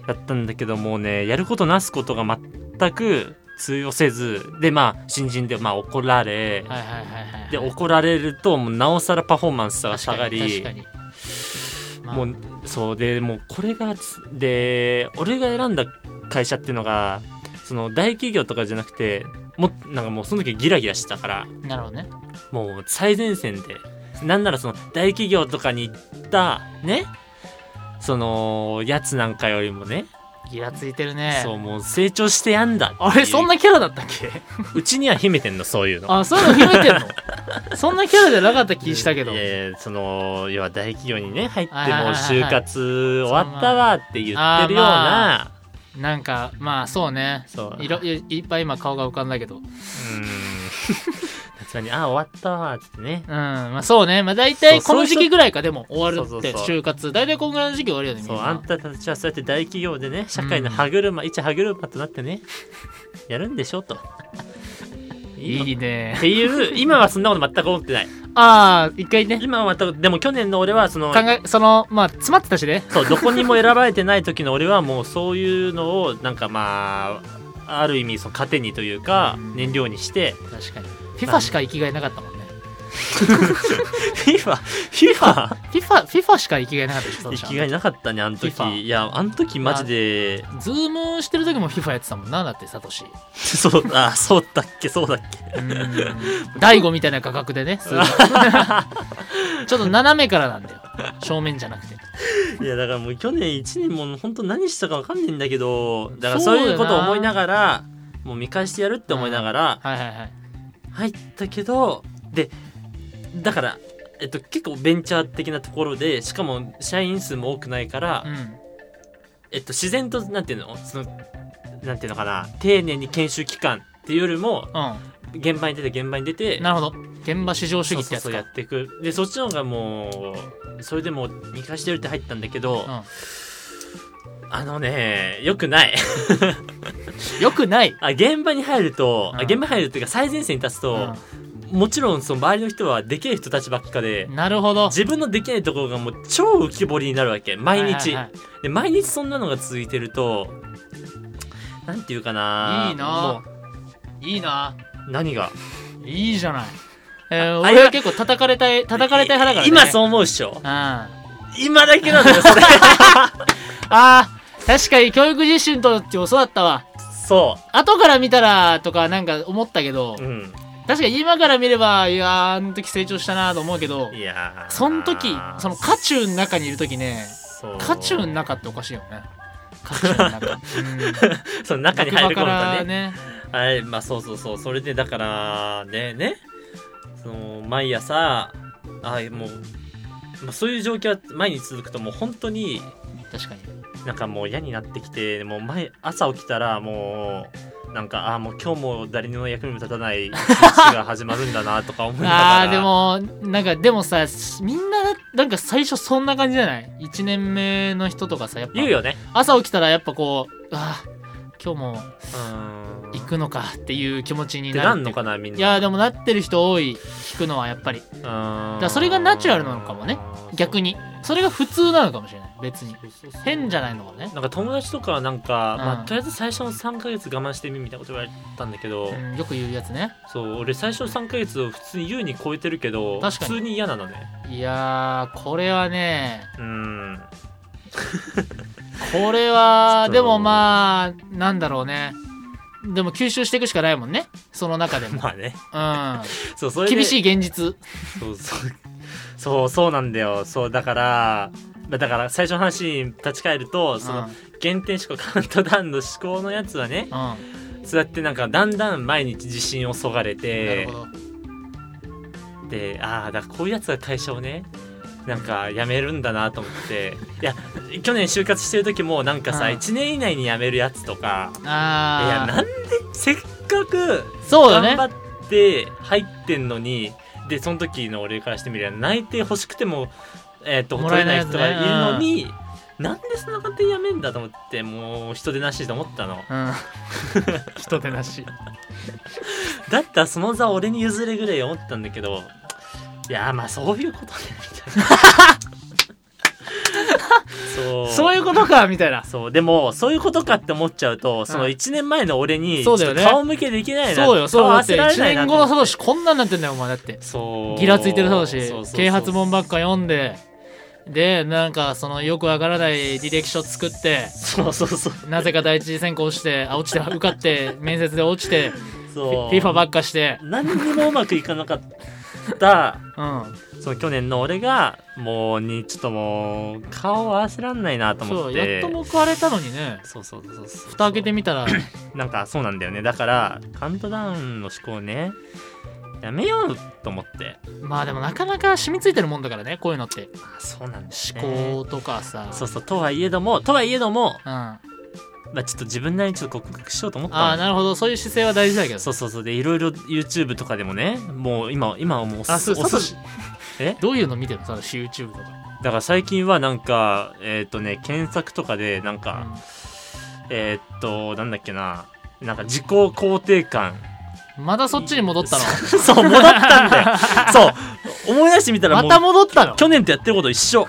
A: やったんだけどもうねやることなすことが全く通用せずでまあ新人でまあ怒られ、
B: はいはいはいはい
A: で怒られるともうなおさらパフォーマンスが
B: 確
A: 下
B: か
A: がり
B: に確かに、まあ
A: もうそうでもうこれがつで俺が選んだ会社っていうのがその大企業とかじゃなくてもうなんかもうその時ギラギラしてたから
B: なるほどね
A: もう最前線でなんならその大企業とかに行ったねそのやつなんかよりもね、
B: ギラついてるね
A: そうもう成長してやんだ
B: あれそん
A: な
B: なキャラだったっけ
A: うちには秘めてんのそういうの
B: あそういうの広いてんのそんなキャラじゃなかった気したけど
A: いやいやその要は大企業にね入ってもう
B: はいはいはいはい
A: 就活終わったわって言ってるような
B: なんかまあそうね
A: そう
B: いろいいっぱい今顔が浮かんだけどうん
A: うーん夏場に「あ終わったわ」っつってね
B: まあそうねまあ大体
A: そ
B: こ
A: う
B: の時期ぐらいかでも終わる
A: そう
B: っ
A: そう
B: て
A: そう
B: 就活大体こんぐらいの時期終わるよねみん
A: そう
B: な
A: あんたたちはそうやって大企業でね社会の歯車、一歯車となってねやるんでしょといい
B: いい
A: っ
B: ね
A: ていう今はそんなこと全く思ってない
B: ああ一回ね
A: 今は全くでも去年の俺はその
B: 考えそのまあ詰まってたしね
A: そうどこにも選ばれてない時の俺はもうそういうのをなんかまあある意味その糧にというか
B: うん
A: 燃料にして
B: 確かに FIFA しか生きがいなかったもんね
A: FIFA FIFA
B: FIFA, FIFA しか生きがいなかったでしょそ
A: 生
B: うしたら
A: きがいなかったねあの時
B: FIFA
A: いやあの時マジで
B: ズームしてる時も FIFA やってたもんなだってサ
A: *laughs*
B: トシ
A: そうあそうだっけそうだっけ
B: 大悟みたいな価格でね
A: *laughs*
B: すごいちょっと斜めからなんだよ正面じゃなくて
A: いやだからもう去年1年も本当何したか分かんないんだけどだからそういうことを思いながらもう見返してやるって思いながら
B: はいはいはい
A: 入ったけどでだから、えっと、結構ベンチャー的なところでしかも社員数も多くないから、
B: うん
A: えっと、自然となんていうのそのなんていうのかな丁寧に研修期間っていうよりも現場に出て現場に出て
B: うん、なるほど現場至上主義ってやつ
A: そうそうそうや
B: か
A: っていくでそっちの方がもうそれでもう見返してるって入ったんだけど、あのねよくない *laughs*
B: よくない、
A: あ現場に入ると、あ
B: うん
A: 現場に入るっていうか最前線に立つと、もちろんその周りの人はできる人たちばっかで
B: うんなるほど
A: 自分のできないところがもう超浮き彫りになるわけ毎日、
B: はいはい
A: で毎日そんなのが続いてるとなんていうかない
B: いな
A: も
B: いいな
A: う何が
B: いいじゃない、えー、
A: あ
B: 俺は結構叩かれたい叩かれたい派だから、ね、
A: 今
B: う
A: そう思うっしょ
B: あ
A: 今だけなん
B: *laughs*
A: だよそれ
B: あー確かに教育実習の時もそうだったわ
A: そ
B: 後から見たらとかなんか思ったけど、
A: ううん
B: 確かに今から見ればいやーあの時成長したなと思うけど
A: いやー
B: その時その渦中の中にいる時ね
A: そう
B: 渦中の中っておかしいよ
A: *laughs*
B: ね渦中の中、うん、
A: その中に入り込
B: か
A: んだ
B: ら
A: ね
B: ね
A: はいまあそうそうそうそれでだからねねその毎朝あもう、まあ、そういう状況は毎日続くともう本当に
B: 確かに
A: なんかもう嫌になってきてもう前朝起きたらもうなんかあーもう今日も誰にも役にも立たない一日が始まるんだなとか思いながら
B: あーでもなんかでもさみんななんか最初そんな感じじゃない1年目の人とかさやっぱ
A: 言うよね
B: 朝起きたらやっぱこうあー今日も
A: うーん
B: 行くのかっていう気持ちに
A: って
B: なる
A: な
B: ってい
A: ん
B: う
A: のかなみんない
B: やーでもなってる人多い聞くのはやっぱりだからそれがナチュラルなのかもね逆にそれが普通なのかもしれない別に変じゃないのかもね、
A: なんか友達とかはなんか、
B: うん
A: まあ、とりあえず最初の3ヶ月我慢してみみたいなこと言われたんだけど、
B: うん、よく言うやつね
A: そう俺最初の3ヶ月を普通に優に超えてるけど
B: 確かに
A: 普通に嫌なのね
B: いやーこれはね
A: うん
B: これは
A: そう
B: でもまあなんだろうねでも吸収していくしかないもんねその中
A: *laughs*
B: でも、
A: まあね
B: う
A: そうそれ
B: ん、
A: で
B: 厳しい現実
A: そうそうそうそうなんだよそうだからまあだから最初の話に立ち返るとその原点思考カウントダウンの思考のやつはね
B: うん、うん
A: そうやってなんかだんだん毎日自信をそがれ
B: なる
A: て
B: ほど
A: でああだからこういうやつが会社をねなんか辞めるんだなと思っていや去年就活してる時もなんかさ、
B: うん
A: 1年以内に辞めるやつとかいや
B: あー
A: なんでせっかく
B: そうだ
A: 頑
B: ね
A: 張って入ってんのに、でその時の俺からしてみれば内定欲しくても、えー、と
B: も
A: 取
B: ら
A: れ
B: えな
A: ないい
B: やつね
A: 人がいるのに、なんでそんな勝手にやめんだと思ってもう人でなしと思ったの
B: うん *laughs* 人手なし
A: だったらその座を俺に譲れぐらい思ったんだけどいやーまあそういうことねみ
B: *laughs*
A: たいなそう
B: そういうことかみたいな
A: そうでもそういうことかって思っちゃうとその
B: うん
A: 1年前の俺にちょ
B: そう
A: っ
B: だ
A: と
B: よね
A: 顔向けできないな
B: そうよそう
A: 顔
B: だ
A: 合
B: っ
A: わ
B: て
A: せられ
B: 1
A: ないな
B: 年
A: と
B: 後
A: 思って
B: のサトシこんなんなってんだよお前だって
A: そう
B: ギラついてるサトシ
A: そうそうそう
B: 啓発本ばっか読んででなんかそのよくわからない履歴書作って
A: そうそうそう
B: なぜか第一次選考落ちてあ落ちて受
A: *laughs*
B: かって面接で落ちてフ
A: そう
B: ィ *laughs* FIFA ばっかして
A: 何にもうまくいかなかった
B: うん
A: その去年の俺がもうにちょっともう顔を合わせらんないなと思
B: そ
A: っ
B: う
A: て
B: やっと報われたのにね
A: そうそうそうそう
B: 蓋開けてみたら
A: なんかそうなんだよねだからカウントダウンの思考ねやめようと思って
B: まあでもなかなか染みついてるもんだからねこういうのって
A: あそうなんですね
B: 思考とかさ、
A: そうそうとはいえどもとはいえども、
B: うん、あ
A: まあ、ちょっと自分なりにちょっと克服しようと思ったの
B: あなるほどそういう姿勢は大事だけど
A: そうそうそうでいろいろ YouTube とかでもねもう今今はもうおす
B: あそう
A: お
B: サト
A: す
B: シ
A: え
B: どういうの見てるのその YouTube とか、
A: だから最近はなんかえっ、とね検索とかでなんか、えーっとなんだっけななんか自己肯定感
B: まだそっちに戻ったの
A: *laughs* そう戻ったんだよそう思い出してみたら
B: *laughs* ま
A: もう、
B: た戻ったの
A: 去年とやってること一緒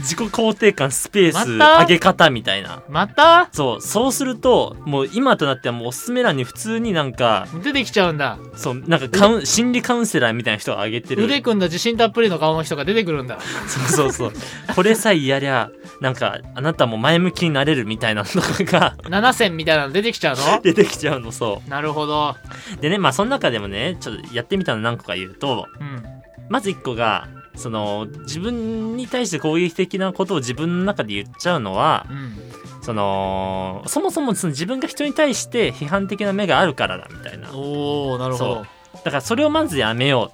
A: 自己肯定感スペース
B: また
A: 上げ方みたいな
B: また
A: そうそうするともう今となってはもうおすすめ欄に普通になんか
B: 出てきちゃうんだ
A: そうなんかカウン心理カウンセラーみたいな人が上げてる
B: 腕組んだ自信たっぷりの顔の人が出てくるんだ
A: そうそうそうこれさえやりゃなんかあなたも前向きになれるみたいなのが
B: 7選みたいなの出てきちゃう
A: *laughs*
B: の
A: 出てきちゃうのそ
B: なるほど、
A: うでねまあその中でもねちょっとやってみたの何個か言うと
B: うん、
A: まず1個がその自分に対して攻撃的なことを自分の中で言っちゃうのは
B: うん
A: そのそもそもその自分が人に対して批判的な目があるからだみたいな
B: おおなるほ
A: そ
B: ど
A: だからそれをまずやめよ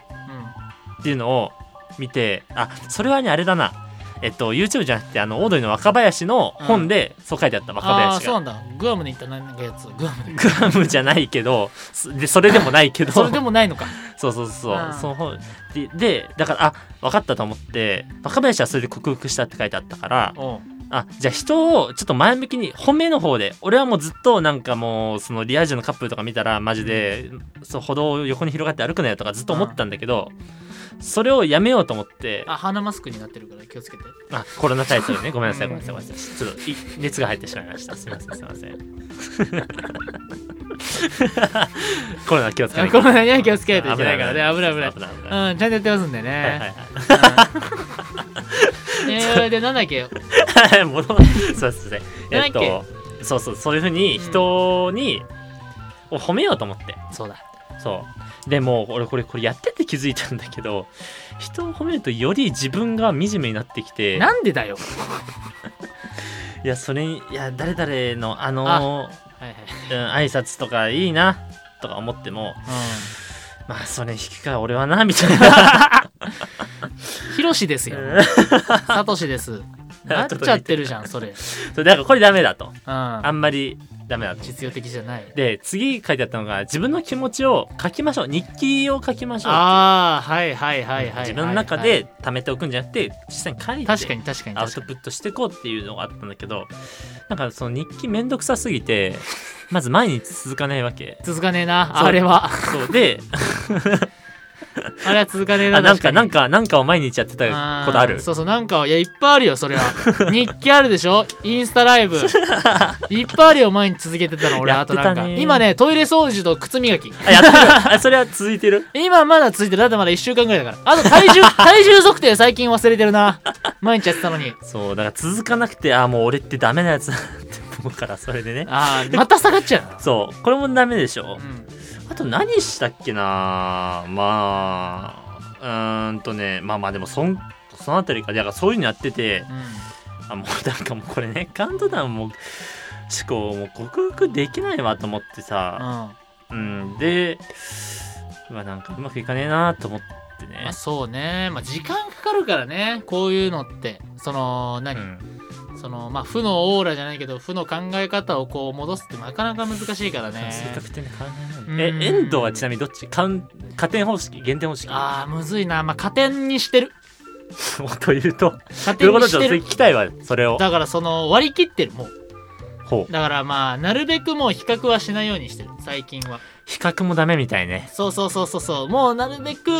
A: うっていうのを見てあそれはねあれだなえっと YouTube じゃなくてあのオードリーの若林の本で、そう書いてあった若
B: ああー
A: 林
B: そう
A: が
B: なんだグアムに行ったなんかやつグアムで
A: グラムじゃないけどそでそれでもないけど
B: *laughs* それでもないのか
A: そうそうそう、
B: うん
A: その本ででだからあ分かったと思って若林はそれで克服したって書いてあったから
B: おう
A: あじゃあ人をちょっと前向きに本命の方で俺はもうずっとなんかもうそのリア充のカップルとか見たらマジでそう歩道を横に広がって歩くなよとかずっと思ってたんだけどそれをやめようと思ってあ
B: あ鼻マスクになってるから気をつけて
A: コロナ対策ねごめんなさい
B: うん
A: ごめんなさいごめんなさいちょっとい熱が入ってしまいましたすいませんすいません *laughs* コロナ気をつけないと
B: コロナには気をつけないといけないからね危ない危ない
A: 危ない危
B: うんち
A: ない
B: ゃんとやってますんで
A: はいはい
B: ね
A: はい
B: うんえーでなんだっけ
A: はい、もの、そうですね。えっ
B: なんだ
A: と
B: っ、
A: そうそう、そういうふうに人に、を褒めようと思って。
B: そうだ
A: そう。でも、俺これ、これやってて気づいたんだけど、人を褒めるとより自分が惨めになってきて、
B: なんでだよ
A: いや、それに、いや、誰々の、あのー、
B: はいはい
A: うん、挨拶とかいいな、とか思っても、まあ、それ引くか、俺はな、みたいな。
B: ヒロシですよサトシですなっちゃってるじゃんそれ
A: *laughs* そうだから、これダメだと。
B: うん
A: あんまり、ダメだと。
B: 実用的じゃない
A: で、次書いてあったのが、自分の気持ちを書きましょう。日記を書きましょう。
B: ああはいはいはいはい
A: 自分の中で貯めておくんじゃなくて実際に書いて
B: 確かに確かに
A: アウ
B: 確
A: ト
B: かに
A: プットしていこうっていうのがあったんだけどなんかその日記めんどくさすぎて *laughs* まず毎日続かないわけ
B: 続かねえな
A: そう
B: あれは
A: そう
B: *laughs*
A: で
B: あれは続かねえ
A: あ
B: な
A: なん
B: 確か
A: か
B: に
A: なんかなんかを毎日やってたことある
B: ーそうそうなんかいやいっぱいあるよそ
A: *laughs*
B: れは日記あるでしょインスタライブいっぱいあるよ毎日続けてたの俺
A: や
B: あ
A: って
B: と
A: たね
B: なんか今ねトイレ掃除と靴磨き
A: あやってるあそれは続いてる
B: 今まだついてるだってまだ1週間ぐらいだからあ
A: *laughs*
B: と体重体重測定最近忘れてるな毎日やってたのに
A: そうだから続かなくてあもう俺ってダメなやつだなって思うからそれでね
B: ああまた下がっちゃ
A: そうこれもダメでしょ
B: うな、うん、
A: あと何したっけなまあうーんとねまあまあでもそんそのあたりかだからそういうのやっててあもうなんかもうこれねカウントダウンも思考も克服できないわと思ってさ、
B: うん
A: うん、でうわなんかうまくいかねえなと思ってね
B: まあ、そうね、まあ、時間かかるからねこういうのってその
A: う
B: 何、
A: ん
B: そのまあ負のオーラじゃないけど負の考え方をこう戻すってなかなか難しいからね
A: 性格ってね考え
B: うん
A: ないえ遠藤はちなみにどっちカウン加点方式減点方式
B: あーむずいなまあ加点にしてる
A: というと
B: 加
A: という
B: 点
A: こと
B: に
A: でち
B: し
A: ょっとそ
B: て
A: れ
B: る
A: 聞きたいわそれを
B: だからその割り切ってるもう
A: ほう
B: だからまあなるべくもう比較はしないようにしてる最近は
A: 比較もダメみたいね
B: そうそうそうそうそうもうなるべく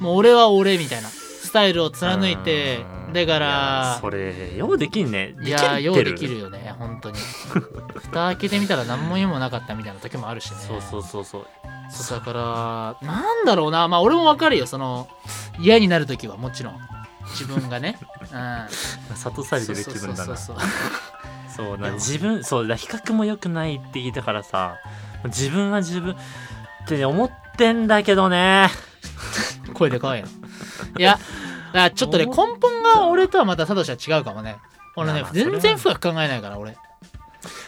B: もう俺は俺みたいなスタイルを貫いて
A: うん
B: だか
A: い
B: ら
A: やそれようできんね
B: いやー、ようでき
A: る
B: るよね、本当に。 *laughs* 蓋開けてみたら何も意味もなかったみたいな時もあるしね。
A: そうそうそうそう
B: そうだから、なんだろうな、まあ俺もわかるよ、その、嫌になる時はもちろん。自分が
A: *laughs*
B: ね。うん。
A: 諭されてる気分だ
B: そう
A: な
B: そうそうそう。
A: そう
B: で
A: な
B: も
A: 自分そうだ比較も良くないって聞いたからさ自分は自分って思ってんだけどね
B: 声でかいの。いや、だからちょっとね、根本が俺とはまたサトシは違うかもね。俺
A: ま
B: ね
A: あまあ、それは
B: 全然深く考えないから、俺。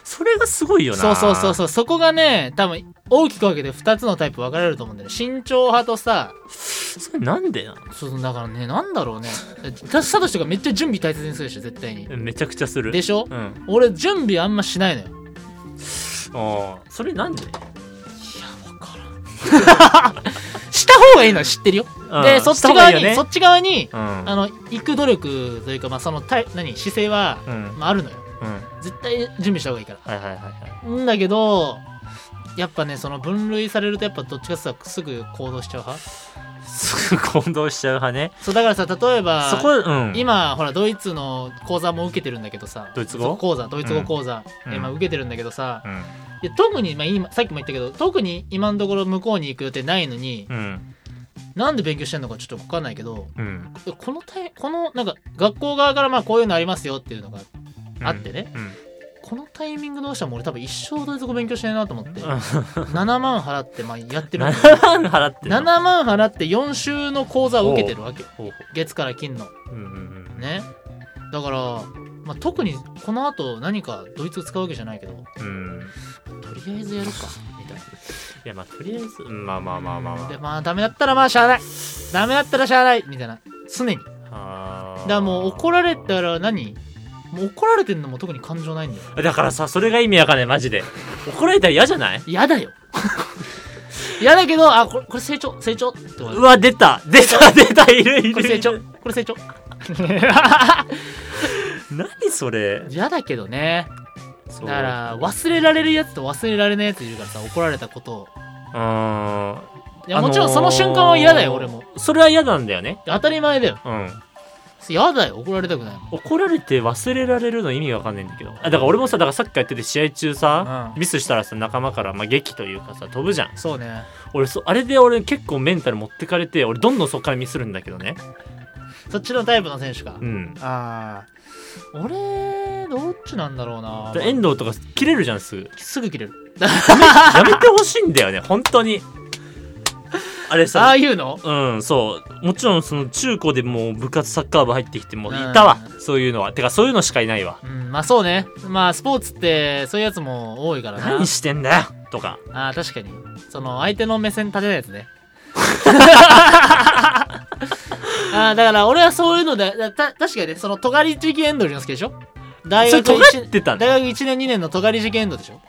A: それがすごいよな
B: そうそうそうそう、そこがね、多分大きく分けて2つのタイプ分かれると思うんだよね。慎重派とさ、
A: それなんでな
B: そうだからねなんだろうね私サトシとかめっちゃ準備大切にするでしょ絶対に
A: めちゃくちゃする
B: で
A: し
B: しょ、
A: うん
B: 俺準備あんましないのよ
A: ああそれなんで
B: した方がいいのは知ってるよ、
A: うん
B: でそっち
A: した方が
B: 側
A: いい
B: に、
A: よね
B: そっち側に
A: うん
B: あの行く努力というかまあそのた何姿勢は、
A: うんうん
B: まあ、あるのよ
A: はい
B: 絶対準備した方がいいか
A: はいはいはい
B: らんだけどやっぱねその分類されるとやっぱどっちかっていうとすぐ行動しちゃう派
A: すぐ混同しちゃう派ね
B: そうだからさ例えば
A: そこうん
B: 今ほらドイツの講座も受けてるんだけどさ
A: ドイツ語
B: そう講座ドイツ語講座、
A: うん
B: えまあ、受けてるんだけどさ、
A: うん
B: いや特に、まあ、今さっきも言ったけど特に今のところ向こうに行く予定ないのに、
A: うん
B: なんで勉強してんのかちょっと分かんないけど
A: うん
B: えこのタイこのなんか学校側からまあこういうのありますよっていうのがあってね、
A: うん
B: このタイミングどうしたらもう俺多分一生ドイツ語勉強しないなと思って *laughs*
A: うん *laughs*
B: 7万払ってまあやってる
A: 7万払ってんの
B: 7万払って4週の講座を受けてるわけ
A: ほうほ
B: 月から金の
A: ううんうんうん
B: ねだから、まあ、特にこの後何かドイツ語使うわけじゃないけど
A: うん
B: とりあえずやるかみたい
A: いやまあとりあえずうんまあまあまあまあま
B: なでまあダメだったらまあしゃあないダメだったらしゃあないみたいな常にだか
A: ああー
B: らもう怒られたら何もう怒られてんのも特に感情ないんだよ
A: だからさそれが意味わかんないマジ
B: *laughs*
A: で怒られたら嫌じゃない
B: 嫌だよ *laughs* 嫌だけどあこれこれ成長成長ってこと
A: うわ出た出た出たいるいる
B: これ成
A: い
B: 長
A: る
B: これ成長 *laughs*
A: 何それ
B: 嫌だけどね
A: そ
B: だ
A: う
B: から忘れられるやつと忘れられないやついるからさ怒られたことを
A: うーん
B: いやもちろんその瞬間は嫌だよ、俺も
A: それは嫌なんだよね
B: 当たり前だよ
A: うん
B: 嫌だよ怒られたくないもん
A: 怒られて忘れられるの意味がわかんないんだけどあだから俺もさだからサッカーやってて試合中さ、
B: うん
A: ミスしたらさ仲間から、まあ、劇というかさ飛ぶじゃん
B: そうね
A: 俺そあれで俺結構メンタル持ってかれて俺どんどんそっからミスるんだけどね
B: そっちのタイプの選手か、
A: うん
B: ああ俺どっちなんだろうな
A: だ遠藤とか切れるじゃんすぐ
B: *laughs* すぐ切れる
A: やめてほしいんだよね本当にあれ
B: あ
A: さ
B: あいうの
A: うんそうもちろんその中高でもう部活サッカー部入ってきてもういたわそういうのはてかそういうのしかいないわ
B: うんまあそうねまあスポーツってそういうやつも多いからな
A: 何してんだよとか
B: ああ確かにその相手の目線立てないやつ *laughs* ねああだから俺はそういうのでだた確かにねその尖り時期エンドリの好きでしょ大
A: それ
B: 学
A: 尖
B: 一
A: ってたん
B: 大
A: だ
B: 学1年2年の尖り時期エンドでしょ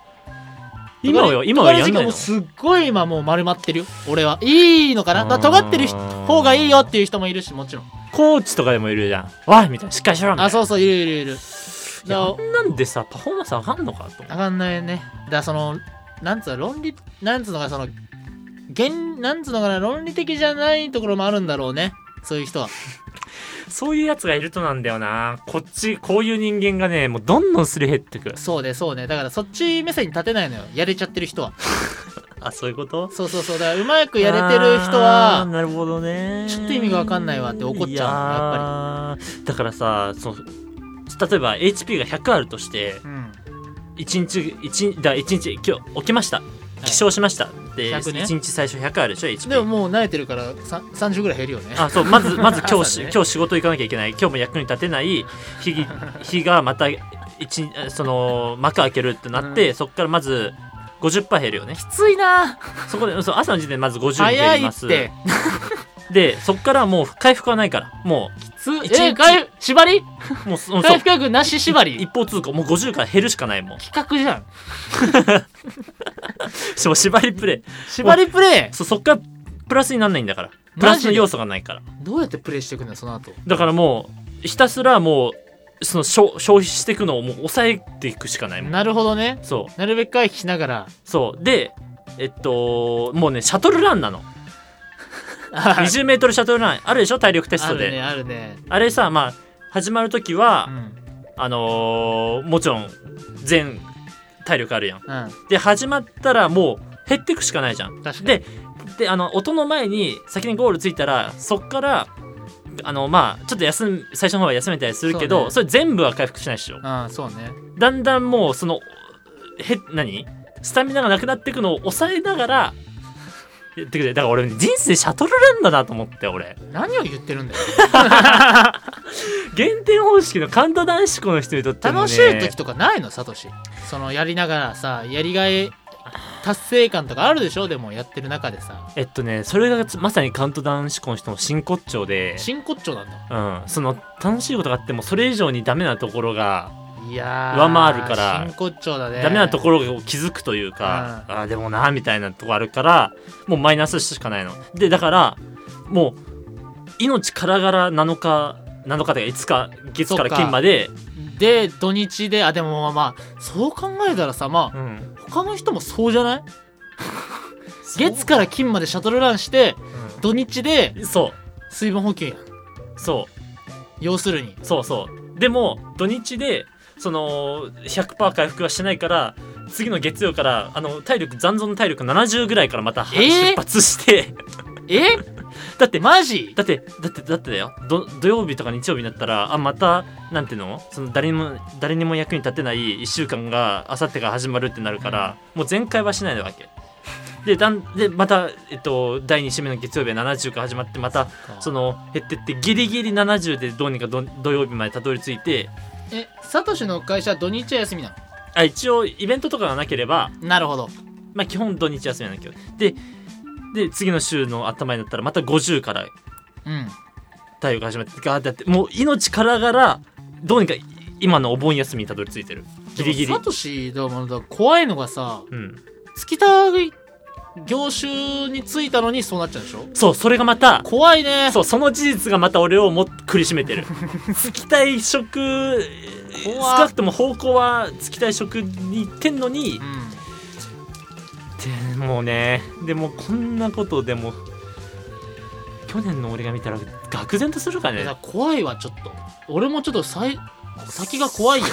A: 今はよ
B: 尖り
A: 今はやん
B: 尖
A: な
B: り
A: いの
B: 時期はもうすっごい今もう丸まってるよ俺はいいのかなだから尖ってる人
A: うん
B: 方がいいよっていう人もいるしもちろん
A: コーチとかでもいるじゃん「わい!」みたいな「しっかりしろ」みたい
B: あ
A: な
B: そうそういるいるいる
A: い
B: だ
A: や
B: か
A: こんなんでさパフォーマンス上がんのかと思
B: ら上がんないねだからそのなんつうの論理なんつうのかなその原なんつうのかな論理的じゃないところもあるんだろうねそういう人は
A: うそういうやつがいるとなんだよなこっちこういう人間がねもうどんどんすり減ってく
B: そうねそうねだからそっち目線に立てないのよやれちゃってる人は
A: あそういうこと
B: そうそうそうだからうまくやれてる人は
A: あーなるほどね
B: ちょっと意味がわかんないわって怒っちゃ
A: うやっぱりだからさそう例えば HP が100あるとして
B: うん
A: 1日一日だ一日今日起きました起床しました、で
B: 100ね
A: 1日最初100あるでしょ HP
B: でももう慣れてるからさ30ぐらい減るよね
A: あそうま
B: *laughs*
A: ずまず今日し、
B: 朝ね
A: 今日仕事行かなきゃいけない今日も役に立てない日日がまた一日その幕開けるってなって、そこからまず50%減るよね
B: きついな
A: そこでそう朝の時点でまず50に
B: 早
A: 減り
B: いっ
A: ます
B: て
A: でそこからもう回復はないからも
B: きつ
A: 一日
B: え回復縛り
A: うもうそう
B: 回復力なし縛り
A: 一方通行もう50から減るしかないもん
B: 企画じゃん
A: しかも縛りプレ
B: 縛りプレ
A: イそうそっからプラスになんないんだからプラスの要素がないから
B: イどうやってプレイしていくんだよその後
A: だからもうひたすらもうその消消費していくのをもう抑えていくしかないもん
B: なるほどね
A: そう
B: なるべく回避しながら
A: そうでえっともうねシャトルランなの 20m シャトルランあるでしょ体力テス
B: あ
A: トであ,、
B: るねあるね
A: れさまあ始まる時は
B: う、ん
A: あのーもちろん全体力あるやん
B: う
A: で始まったらもう減ってくしかないじゃん
B: ん確かに
A: でであの音の前に先にゴールついたらそっからあのまあちょっと休む最初の方は休めたりするけど
B: そうね
A: それ全部は回復しないでしょ
B: うんそうね
A: だんだんもうそのへ何スタミナがなくなっていくのを抑えながらやってくれだから俺人生シャトルランだなと思って俺
B: 何を言ってるんだよ
A: 減点方式の関東男子校の人にとっても、ね、
B: 楽しい時とかないのサトシそのやりながらさやりがい達成感とかあるでしょでもやってる中でさ
A: えっとねそれがつまさに関東男子校の人の真骨頂で、
B: 真骨頂なんだ
A: うん、その楽しいことがあってもそれ以上にダメなところが、
B: いやー
A: 上回るから
B: 真骨頂だね
A: ダメなところを気づくというか、あーでもなみたいなとこあるからもうマイナスしかないのでだからもう命からがら7日7日で5日月から金まで
B: で土日であでもまあまあそう考えたらさま
A: う
B: あ
A: ん、
B: 他の人もそうじゃない月から金までシャトルランして土日で
A: うんそ
B: 水分補給や
A: う
B: ん
A: そう
B: 要するに
A: そうそうでも土日でその100%回復はしてないから次の月曜からあの体力残存の体力70ぐらいからまた
B: えー
A: 出発して、 *laughs*
B: え
A: だって
B: マジ
A: だってだってだってだよど土曜日とか日曜日になったらあまたなんていうのその誰にも誰にも役に立てない1週間があさってから始まるってなるから、もう全開はしないわけでだんでまた、えっと、第2週目の月曜日は70から始まってまたその減ってってギリギリ70でどうにかど土曜日までたどり着いて
B: えサトシの会社は土日は休みな
A: あ一応イベントとかがなければ、
B: のなるほど
A: まあ、基本土日休みなんだけどでで次の週の頭になったらまた50から
B: うん
A: 太陽が始まってガーってやってもう命からがらどうにか今のお盆休みにたどり着いてるギリギ
B: で
A: リ
B: もサトシだもんだ怖いのがさ
A: うん
B: 月田業種に就いたのにそうなっちゃうでしょ
A: そうそれがまた
B: 怖いね
A: そうその事実がまた俺をも苦しめ
B: *laughs*
A: てる月退職えー少
B: 怖っ
A: なくとも方向は月退職に行ってんのに
B: うん
A: でもうねでもこんなことでも去年の俺が見たら愕然とするから
B: い
A: ね
B: や怖いわちょっと俺もちょっとさい先が怖いよ、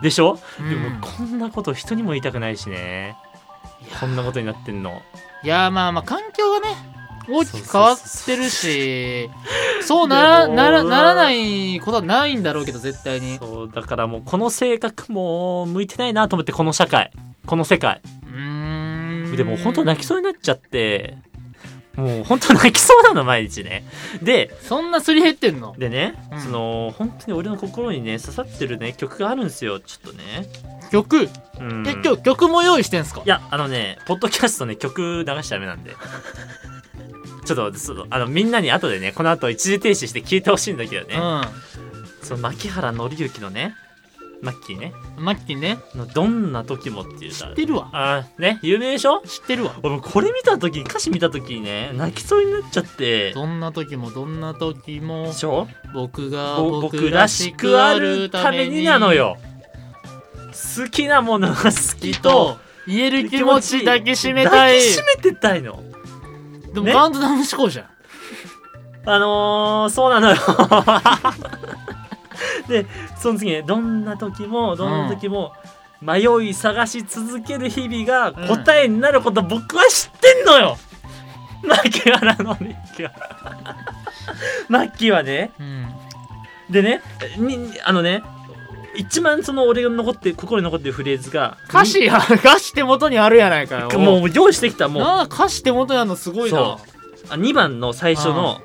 A: でしょ、
B: う
A: *laughs*
B: ん
A: でもこんなこと人にも言いたくないしねこんなことになってんの
B: いやーまあまあ環境がね大きく変わってるしそうなら
A: でも
B: ならならないことはないんだろうけど絶対に
A: そうだからもうこの性格も向いてないなと思ってこの社会この世界
B: うーん
A: でもう本当泣きそうになっちゃってもう本当泣きそうなの毎日ねで
B: そんなすり減ってんの
A: でね、
B: うん
A: その本当に俺の心にね刺さってるね曲があるんですよちょっとね、
B: 曲
A: うん、
B: え今日曲も用意してんすか
A: いや、あのね、ポッドキャストね、曲流しちゃダメなんで。 *laughs* ちょっと、そのあの、みんなに後でね、この後一時停止して聞いてほしいんだけどね。その、牧原紀之のね、マッキーね、
B: うんマッキーね
A: のどんな時もっていう歌。
B: 知ってるわ
A: あーね、有名でしょ
B: 知ってるわ
A: 俺もこれ見た時、歌詞見た時にね、泣きそうになっちゃって。
B: どんな時もどんな時も
A: でしょ
B: 僕が
A: ぼ
B: 僕らしくあるために
A: なのよ。好きなものが好
B: き
A: き
B: っ
A: と
B: と、言える気持ち抱きしめた
A: 抱
B: い
A: きしめてたいの。
B: でも
A: ね
B: カウントダウン思考じゃん
A: あのー、そうなのよ。 *laughs* で、その次ね、どんな時も、どんな時も、迷い探し続ける日々が
B: うん
A: 答えになること僕は知ってんのよ、マッキーはなのに。マッキーはね、
B: うん
A: でね、にあのね、一番その俺が残って、心に残ってるフレーズが、
B: 歌詞や歌詞手元にあるやないかよ *laughs*
A: にもう用意してきた、もう。
B: なあ歌詞手元にあるのすごいな
A: そあ2番の最初の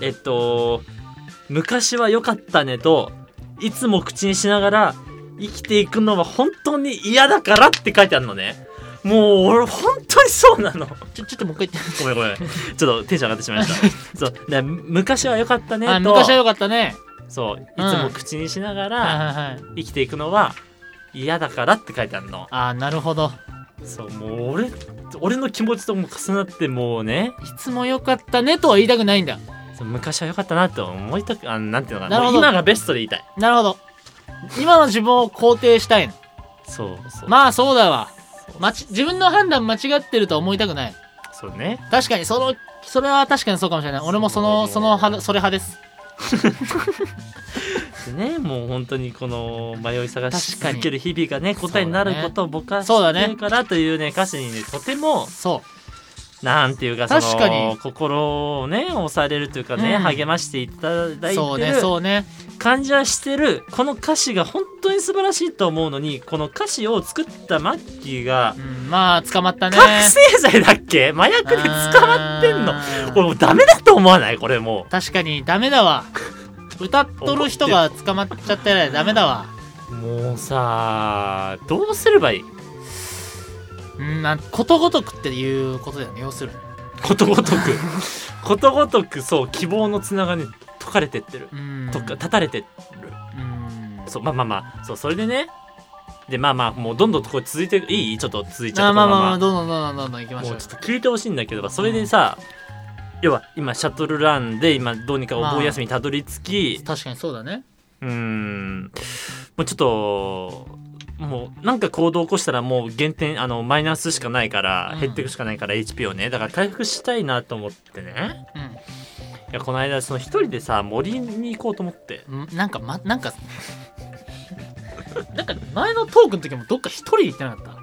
A: えっと「昔は良かったね」といつも口にしながら生きていくのは本当に嫌だからって書いてあるのねもう俺本当にそうな
B: *laughs*
A: の
B: ちょちょっともう一回言っ
A: ごめんごめんちょっとテンション上がってしまいま
B: *laughs*
A: したそうで昔は良かったね
B: てあ
A: と
B: 昔は良かったね
A: そういつ
B: うん
A: も口にしなが
B: はい
A: ら
B: はいはい
A: 生きていくのは嫌だからって書いてあるの
B: あーなるほど
A: そうもう俺俺の気持ちとも重なってもうね
B: いつも良かったねとは言いたくないんだ
A: そう昔は良かったなと思いたくあのなんていうのか
B: な
A: な
B: るほど
A: もう今がベストで言いたい
B: なるほど今の自分を肯定したいの
A: そうそう、
B: まあそうだわ
A: そう
B: まち自分の判断間違ってるとは思いたくない
A: そうね
B: 確かにそのそれは確かにそうかもしれない俺もそのその派それ派です
A: でねもう本当にこの迷い探し
B: 確かに
A: 続ける日々がね答えになることを僕は知
B: そうだ
A: って
B: ね
A: るからというね歌詞にねとても
B: そ
A: なんていうかそ
B: 確かに
A: の心をね押されるというかね、
B: うん
A: 励ましていただ
B: う
A: い
B: そう
A: て
B: ね
A: る
B: そうね
A: 感じはしてるこの歌詞が本当に素晴らしいと思うのにこの歌詞を作ったマッキーが
B: うんまあ捕まったね
A: 覚醒剤だっけ麻薬で捕まってんのこれ
B: の
A: もうダメだと思わないこれもう
B: 確かにダメだわ歌っとる人が捕まっちゃったらダメだわ
A: もうさどうすればい *laughs* い
B: うんなんことごとくっていうことだよね要するに
A: ことごとく *laughs* ことごとくそう希望のつながりに解かれてってる
B: うん
A: とか立たれてる
B: うん
A: そうまあまあまあそうそれでねでまあまあもうどんどんこれ続いていいちょっと続いちゃ
B: あ
A: った
B: ーまあ
A: このま
B: まあま
A: ま
B: あどんどんどんどんどんどん行きまし
A: も
B: ょ
A: う
B: う
A: ちょっと聞いてほしいんだけどそれでさ、要は今シャトルランで今どうにかお盆休みにたどり着き、
B: 確かにそうだね
A: うーんもうちょっともうなんか行動を起こしたらもう減点あのマイナスしかないから、
B: うん
A: 減っていくしかないから HP をねだから回復したいなと思ってねいやこの間その一人でさ森に行こうと思って
B: うんなんかまなんか *laughs* なんか前のトークの時もどっか一人で行ってなかった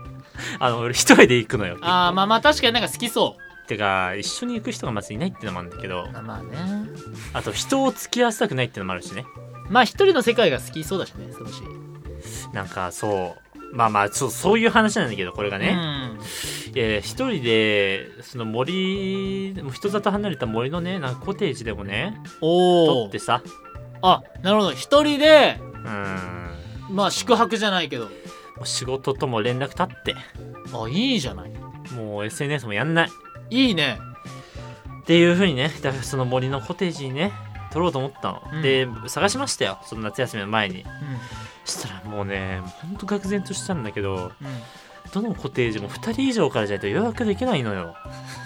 A: あの俺一人で行くのよ
B: あーまあまあ確かになんか好きそ
A: てか一緒に行く人がまずいないってのもあるんだけど
B: うまあね
A: あと人を付き合わせたくないってのもあるしね
B: まあ一人の世界が好きそうだしね少し
A: なんかそうまあまあそうそういう話なんだけどこれがね、えー一人でその森人里離れた森のねなんかコテージでもね
B: うん、お
A: 撮
B: お
A: ってさ
B: あなるほど一人で
A: うーん
B: まあ宿泊じゃないけど
A: もう仕事とも連絡立って
B: あいいじゃない
A: もう SNS もやんないっ
B: いいね
A: ていう風にねだからその森のコテージにね撮ろうと思ったの、
B: うん
A: で探しましたよその夏休みの前に
B: う
A: したらもうねほんと愕然としたんだけど
B: ん、うん、
A: どのコテージも2人以上からじゃないと予約できないのよ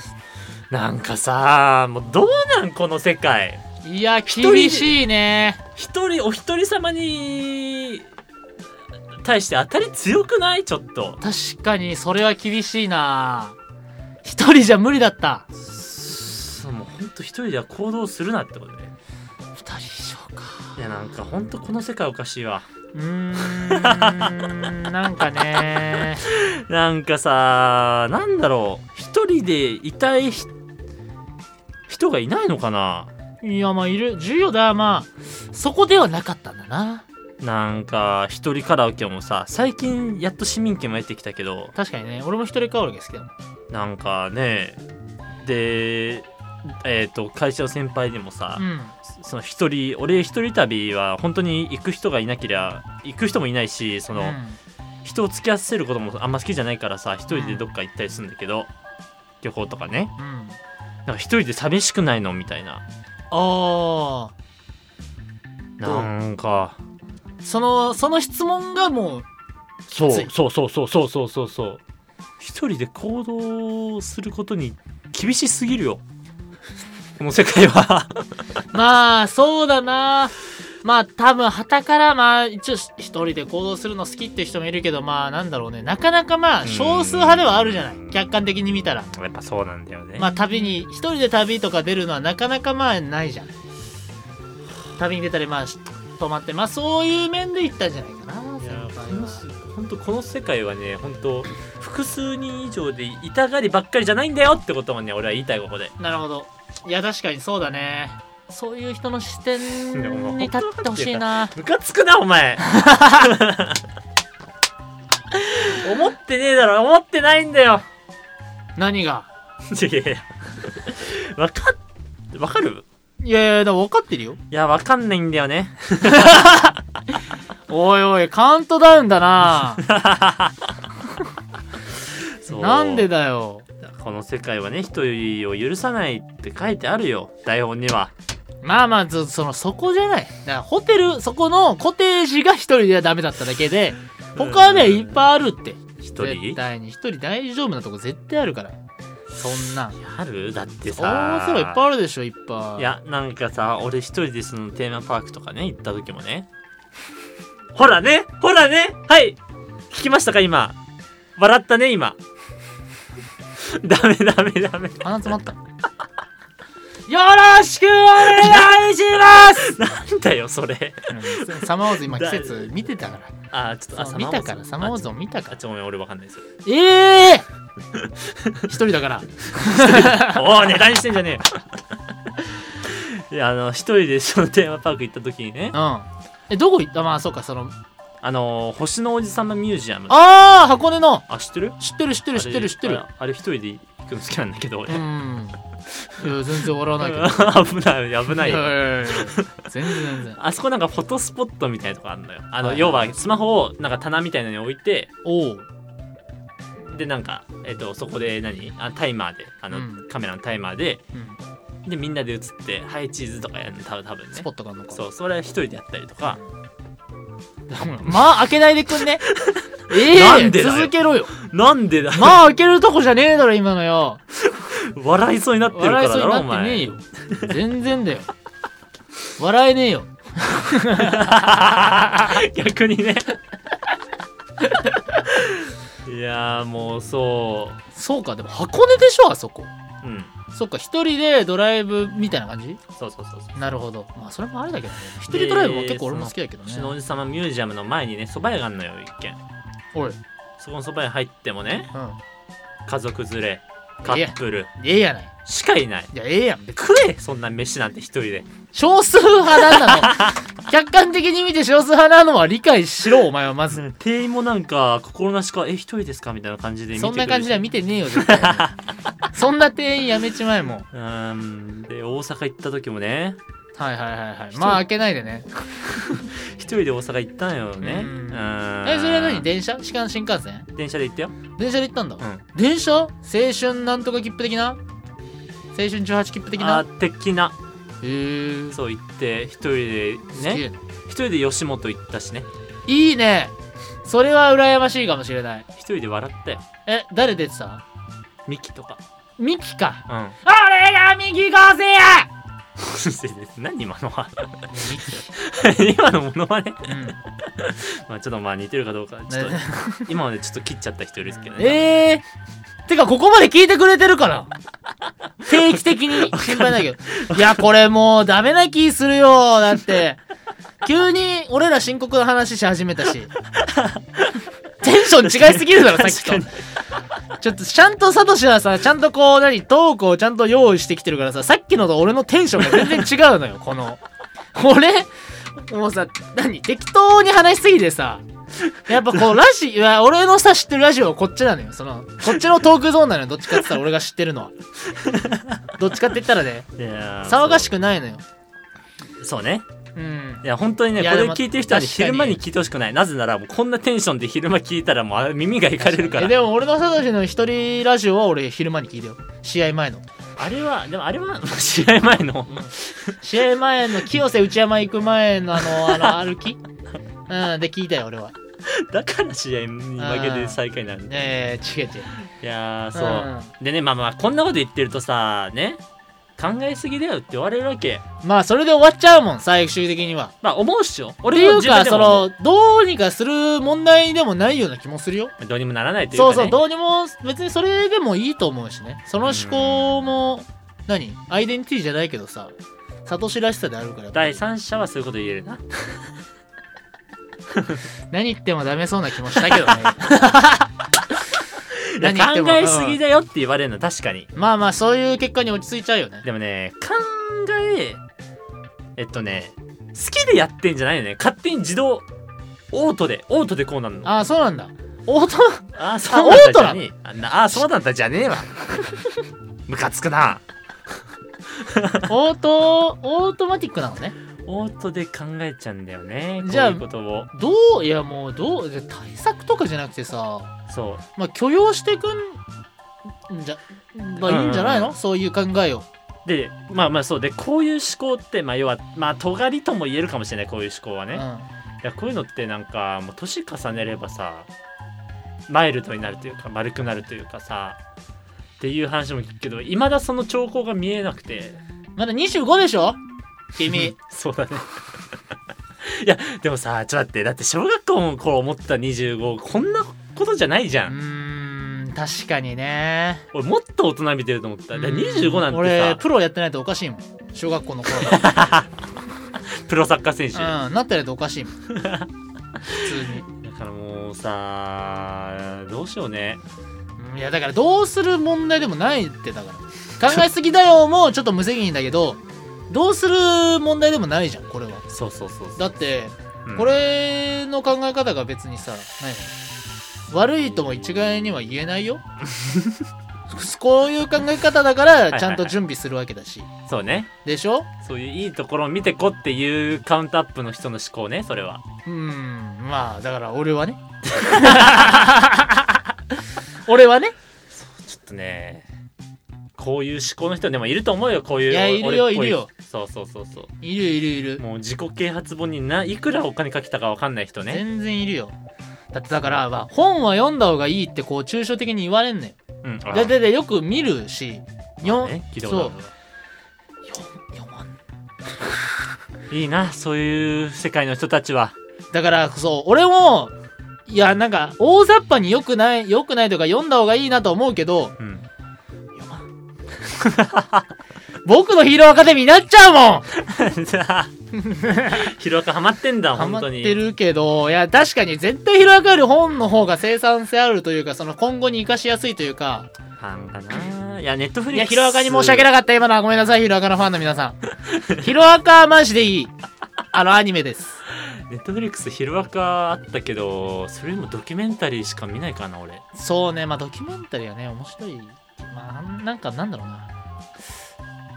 A: *laughs* なんかさもうどうなんこの世界
B: いや
A: 人で
B: 厳しいね
A: 一人お一人様に対して当たり強くないちょっと
B: 確かにそれは厳しいな一人じゃ無理だった
A: そうもうほんと一人では行動するなってことね
B: 二人以上か
A: いやなんかほんとこの世界おかしいわ
B: うーんなんかね
A: なんかさなんだろう一人でいたいひ人がいないのかない
B: やまあいる重要だまあそこではなかったんだな
A: なんか一人カラオケもさ最近やっと市民権も得てきたけど
B: 確かにね俺も一人カラオケ好きだもん
A: なんかねでえっ、と会社の先輩でもさ、
B: うん
A: その一人俺一人旅は本当に行く人がいなけりゃ行く人もいないしその、
B: うん
A: 人を付き合わせることもあんま好きじゃないからさ一人でどっか行ったりするんだけど、旅行とかね
B: うん
A: なんか一人で寂しくないのみたいな
B: あどう
A: なんか
B: あそのその質問がもう
A: そう
B: きつい
A: そうそうそうそうそうそうそう一人で行動することに厳しすぎるよこの世界は *laughs*
B: まあそうだなまあ多分はたからまあ一応一人で行動するの好きって人もいるけどまあなんだろうねなかなかまあ少数派ではあるじゃない客観的に見たら
A: やっぱそうなんだよね、
B: まあ旅に一人で旅とか出るのはなかなかまあないじゃん旅に出たりまあし泊まってまあそういう面で行ったんじゃないかない先
A: や
B: 輩
A: この
B: は
A: 本当この世界はね本当複数人以上でいたがりばっかりじゃないんだよってこともね俺は言いたいここで
B: なるほどいや確かにそうだねそういう人の視点
A: でも
B: に立ってほし *laughs* いな
A: ムカつくなお前思ってねえだろ思ってないんだよ
B: 何が
A: *laughs* いやいやわかっわかる
B: いやいやでも分かってるよ
A: いやわかんないんだよね
B: おいおいカウントダウンだ
A: *laughs*
B: ななんで
A: だ
B: だよ
A: この世界はね一人を許さないって書いてあるよ台本には
B: まあまあずそのそこじゃないだからホテルそこのコテージが一人ではダメだっただけで他はね
A: うん
B: いっぱいあるって
A: 一
B: 絶
A: 人
B: 対に一人大丈夫なとこ絶対あるからそんなん
A: あるだって
B: そうすればい
A: さ
B: っぱいあるでしょいっぱい
A: いやなんかさ俺一人でそのテーマパークとかね行った時もねほらねほらねはい聞きましたか今笑ったね今 *laughs* ダメダメダメ
B: 鼻詰まったよろしくお願いしま
A: *laughs*
B: す
A: なんだよそれ *laughs*
B: うんサマーウォーズ今季節見てたか
A: あちょっと
B: ら
A: あサ
B: そう
A: マ
B: 見
A: ー
B: たからサマーウォーズを見た
A: あちょ
B: か
A: あちょごめん俺わかんないですよ
B: らええー、一人だから
A: おおネタにしてんじゃねえよ *laughs* いやあの一人でそのテーマパーク行った時にね
B: うん。え、どこ行ったまあ、そうか、その、
A: あのー星のおじさまミュージアムあ
B: あー、箱根の
A: 知ってる
B: 知ってる知ってる知ってる知ってる
A: あ。れあれ一人で行くの好きなんだけど
B: う
A: 俺、
B: ん。いや、全然笑わないけど。
A: *laughs* 危ない危ないよ
B: ややや全然全然。
A: あそこなんかフォトスポットみたいなとこあるのよあの、
B: はい
A: 要はスマホをなんか棚みたいなのに置いて
B: おう。
A: でなんか、えっとそこで何あタイマーであの、
B: うん
A: カメラのタイマーで
B: うん
A: でみんなで映って「はいチーズ」とかやるの多分多分ね
B: スポットがあるのか。 *laughs*
A: そうそれは一人でやったりとか
B: うんまあ、開けないでくん
A: *laughs*
B: ね。ええ
A: なんでだよ
B: 続けろよ。
A: なんでだ
B: まあ、開けるとこじゃねえだろ、今のよ。
A: 笑いそうになってるから
B: 笑いそう
A: だ
B: に
A: ろ
B: な
A: お
B: ってねえ
A: 前
B: よ。全然だよ。笑えねえよ。
A: *laughs* 逆にねいやーもうそ
B: そうかでも箱根でしょあそこ
A: ううん
B: そっか一人でドライブみたいな感じ
A: そうそうそうそう
B: なるほどまあそれもあれだけどね一人ドライブは結構俺も好きだけど
A: う
B: ね
A: ちのおじさまミュージアムの前にね蕎麦屋があんのよ一軒
B: おい
A: そこの蕎麦屋入ってもね
B: う
A: 家族連れカップル
B: んええやない
A: しかいない
B: いやええやん
A: で食えそんな飯なんて一人で
B: 少数
A: *laughs*
B: 派なの客観的に見て少数派なのは理解しろお前はまず
A: 店員もなんか心なしか「え一人ですか?」みたいな感じで見てく
B: そ
A: る
B: んな感じでは見てねえよ
A: *laughs*
B: 絶対そんな店員やめちまえもう
A: うーんで大阪行った時もね
B: はいはいはいはいまあ開けないでね
A: 一人で大阪行ったんよね
B: うん
A: うーん
B: えそれは何電車しかも新幹線
A: 電車で行ったよ
B: 電車で行ったんだ、
A: うん
B: 電車青春なんとか切符的な青春18切符的
A: あ
B: な
A: ー的な
B: へえ
A: そう行って一人でね一人で吉本行ったしね
B: いいねそれは羨ましいかもしれない
A: 一人で笑ったよ
B: え誰出てた
A: ミキとか
B: ミキか
A: うん
B: 俺がミキ昴生や
A: 何今のは
B: ミキ
A: *laughs* 今のものはね
B: うん
A: まあちょっとまあ似てるかどうかちょっと今までちょっと切っちゃった人ですけどね
B: えー、てかここまで聞いてくれてるから定期的に心配ないけどいやこれもうダメな気するよだって急に俺ら深刻な話し始めたしテンション違いすぎるだろさっき
A: 確
B: とちょっとちゃんとサトシはさちゃんとこう何トークをちゃんと用意してきてるからささっきのと俺のテンションが全然違うのよこの俺もうさ何適当に話しすぎてさやっぱこうラジいや俺のさ知ってるラジオはこっちなのよそのこっちのトークゾーンなのよどっちかって言ったら俺が知ってるのはどっちかって言ったらね
A: いやー
B: 騒がしくないのよ
A: そうそうね
B: うん
A: いや本当にね
B: いや
A: これ
B: でも
A: 聞いてる人はね
B: 確かに
A: 昼間に聞いてほしくないなぜならもうこんなテンションで昼間聞いたらもうあ耳がいかれるか
B: え
A: ら
B: でも俺のサトシの一人ラジオは俺昼間に聞いたよ試合前の
A: あれはでもあれは試合前の
B: 試合前の清瀬内山行く前のあ
A: *laughs*
B: のあの歩きうんで聞いたよ俺は
A: だから試合に負けて最下位になる
B: えー、違う違う
A: いやーそうでねまあまあこんなこと言ってるとさね考えすぎだよって言われるわけ
B: まあそれで終わっちゃうもん最終的には
A: まあ思うっしょ
B: って
A: 俺
B: い
A: も
B: う
A: 自分
B: か
A: で
B: そ
A: も思
B: のどうにかする問題でもないような気もするよ
A: うどうにもならないというか
B: そ
A: ね
B: うそうどうにも別にそれでもいいと思うしねその思考も何アイデンティティじゃないけどさサトシらしさであるから
A: 第三者はそういうこと言えるな
B: 何言ってもダメそうな気もしたけどね
A: *laughs* いや
B: 何言っても
A: 考えすぎだよって言われるのは確かに
B: まあまあそういう結果に落ち着いちゃうよね
A: でもね考ええっとね好きでやってんじゃないよね勝手に自動オートでオートでこうなんの
B: ああそうなんだオート
A: ああそうなん
B: オ
A: だ
B: ー
A: じ
B: トな
A: ゃ
B: の
A: ねえあんなあそうなんだじゃねえわムカつくな
B: *laughs* オートオートマティックなのね
A: オートで考えちゃうんだよね
B: じゃあ
A: こういうことを
B: どういやもうどうじゃ対策とかじゃなくてさ
A: そう
B: まあ許容してくんじゃまあいいんじゃないの、
A: うん
B: そういう考えを
A: でまあまあそうでこういう思考ってまあ要はまあ尖りとも言えるかもしれないこういう思考はね、
B: う
A: い
B: ん
A: やこういうのってなんかもう年重ねればさマイルドになるというか丸くなるというかさっていう話も聞くけどいまだその兆候が見えなくて
B: まだ25でしょ
A: *laughs*
B: 君
A: そうだねいやでもさちょっと待ってだって小学校の頃思ってた25こんなことじゃないじ
B: う
A: ゃん、
B: ーん確かにね
A: 俺もっと大人びてると思っただから25なん
B: 俺
A: て
B: プロやってないとおかしいもん小学校の頃か
A: さプロサッカー選手
B: らうんなってないとおかしいもん普通
A: だからもうさどうしようね
B: にうんいやだからどうする問題でもないってだから考えすぎだよもうちょっと無責任だけどどうする問題でもないじゃんこれは
A: そうそうそうそう
B: だって
A: うん
B: これの考え方が別にさ何悪いとも一概には言えないよ *laughs* こういう考え方だからちゃんと準備するわけだし
A: そうね
B: でしょ
A: そういういいところを見てこっていうカウントアップの人の思考ねそれは
B: うーんまあだから俺 *laughs* はね俺はね
A: ちょっとねこういう思考の人でもいると思うよこういう
B: いやいるよ
A: 俺っぽ
B: いるよ
A: そうそうそうそ
B: いるいるいる
A: う、もう自己啓発本にないくらお金かけたかわかんない人ね
B: 全然いるよだってだから、まあ、本は読んだ方がいいってこう抽象的に言われんね
A: うん
B: んでででよく見るしよん
A: ね聞いたこと
B: そ
A: ある
B: うよ読まん
A: いいなそういう世界の人たちは
B: だからそう俺もいやなんか大雑把によくないよくないというか読んだ方がいいなと思うけど
A: うん。 *laughs*
B: 読まん僕のヒーローアカデミーになっちゃうもん
A: ヒロアカハマってんだ、
B: ハ
A: 本
B: マっ
A: 当に。
B: てるけどいや確かに絶対ヒーローアカより本の方が生産性あるというかその今後に生かしやすいというか
A: ファンかな。いや、ネットフ
B: い
A: リッ
B: や
A: クス。
B: ヒロアカに申し訳
A: い。
B: なかった今のはごめんなさいヒロアカのファンの皆
A: *laughs*
B: さんヒロアカはマジでいいあのアニメです
A: ネットフリックスヒロアカあったけど、それもドキュメンタリーしか見ないかな、俺。
B: そうね、まあドキュメンタリーはね、面白い。まああん、なんかなんだろうな。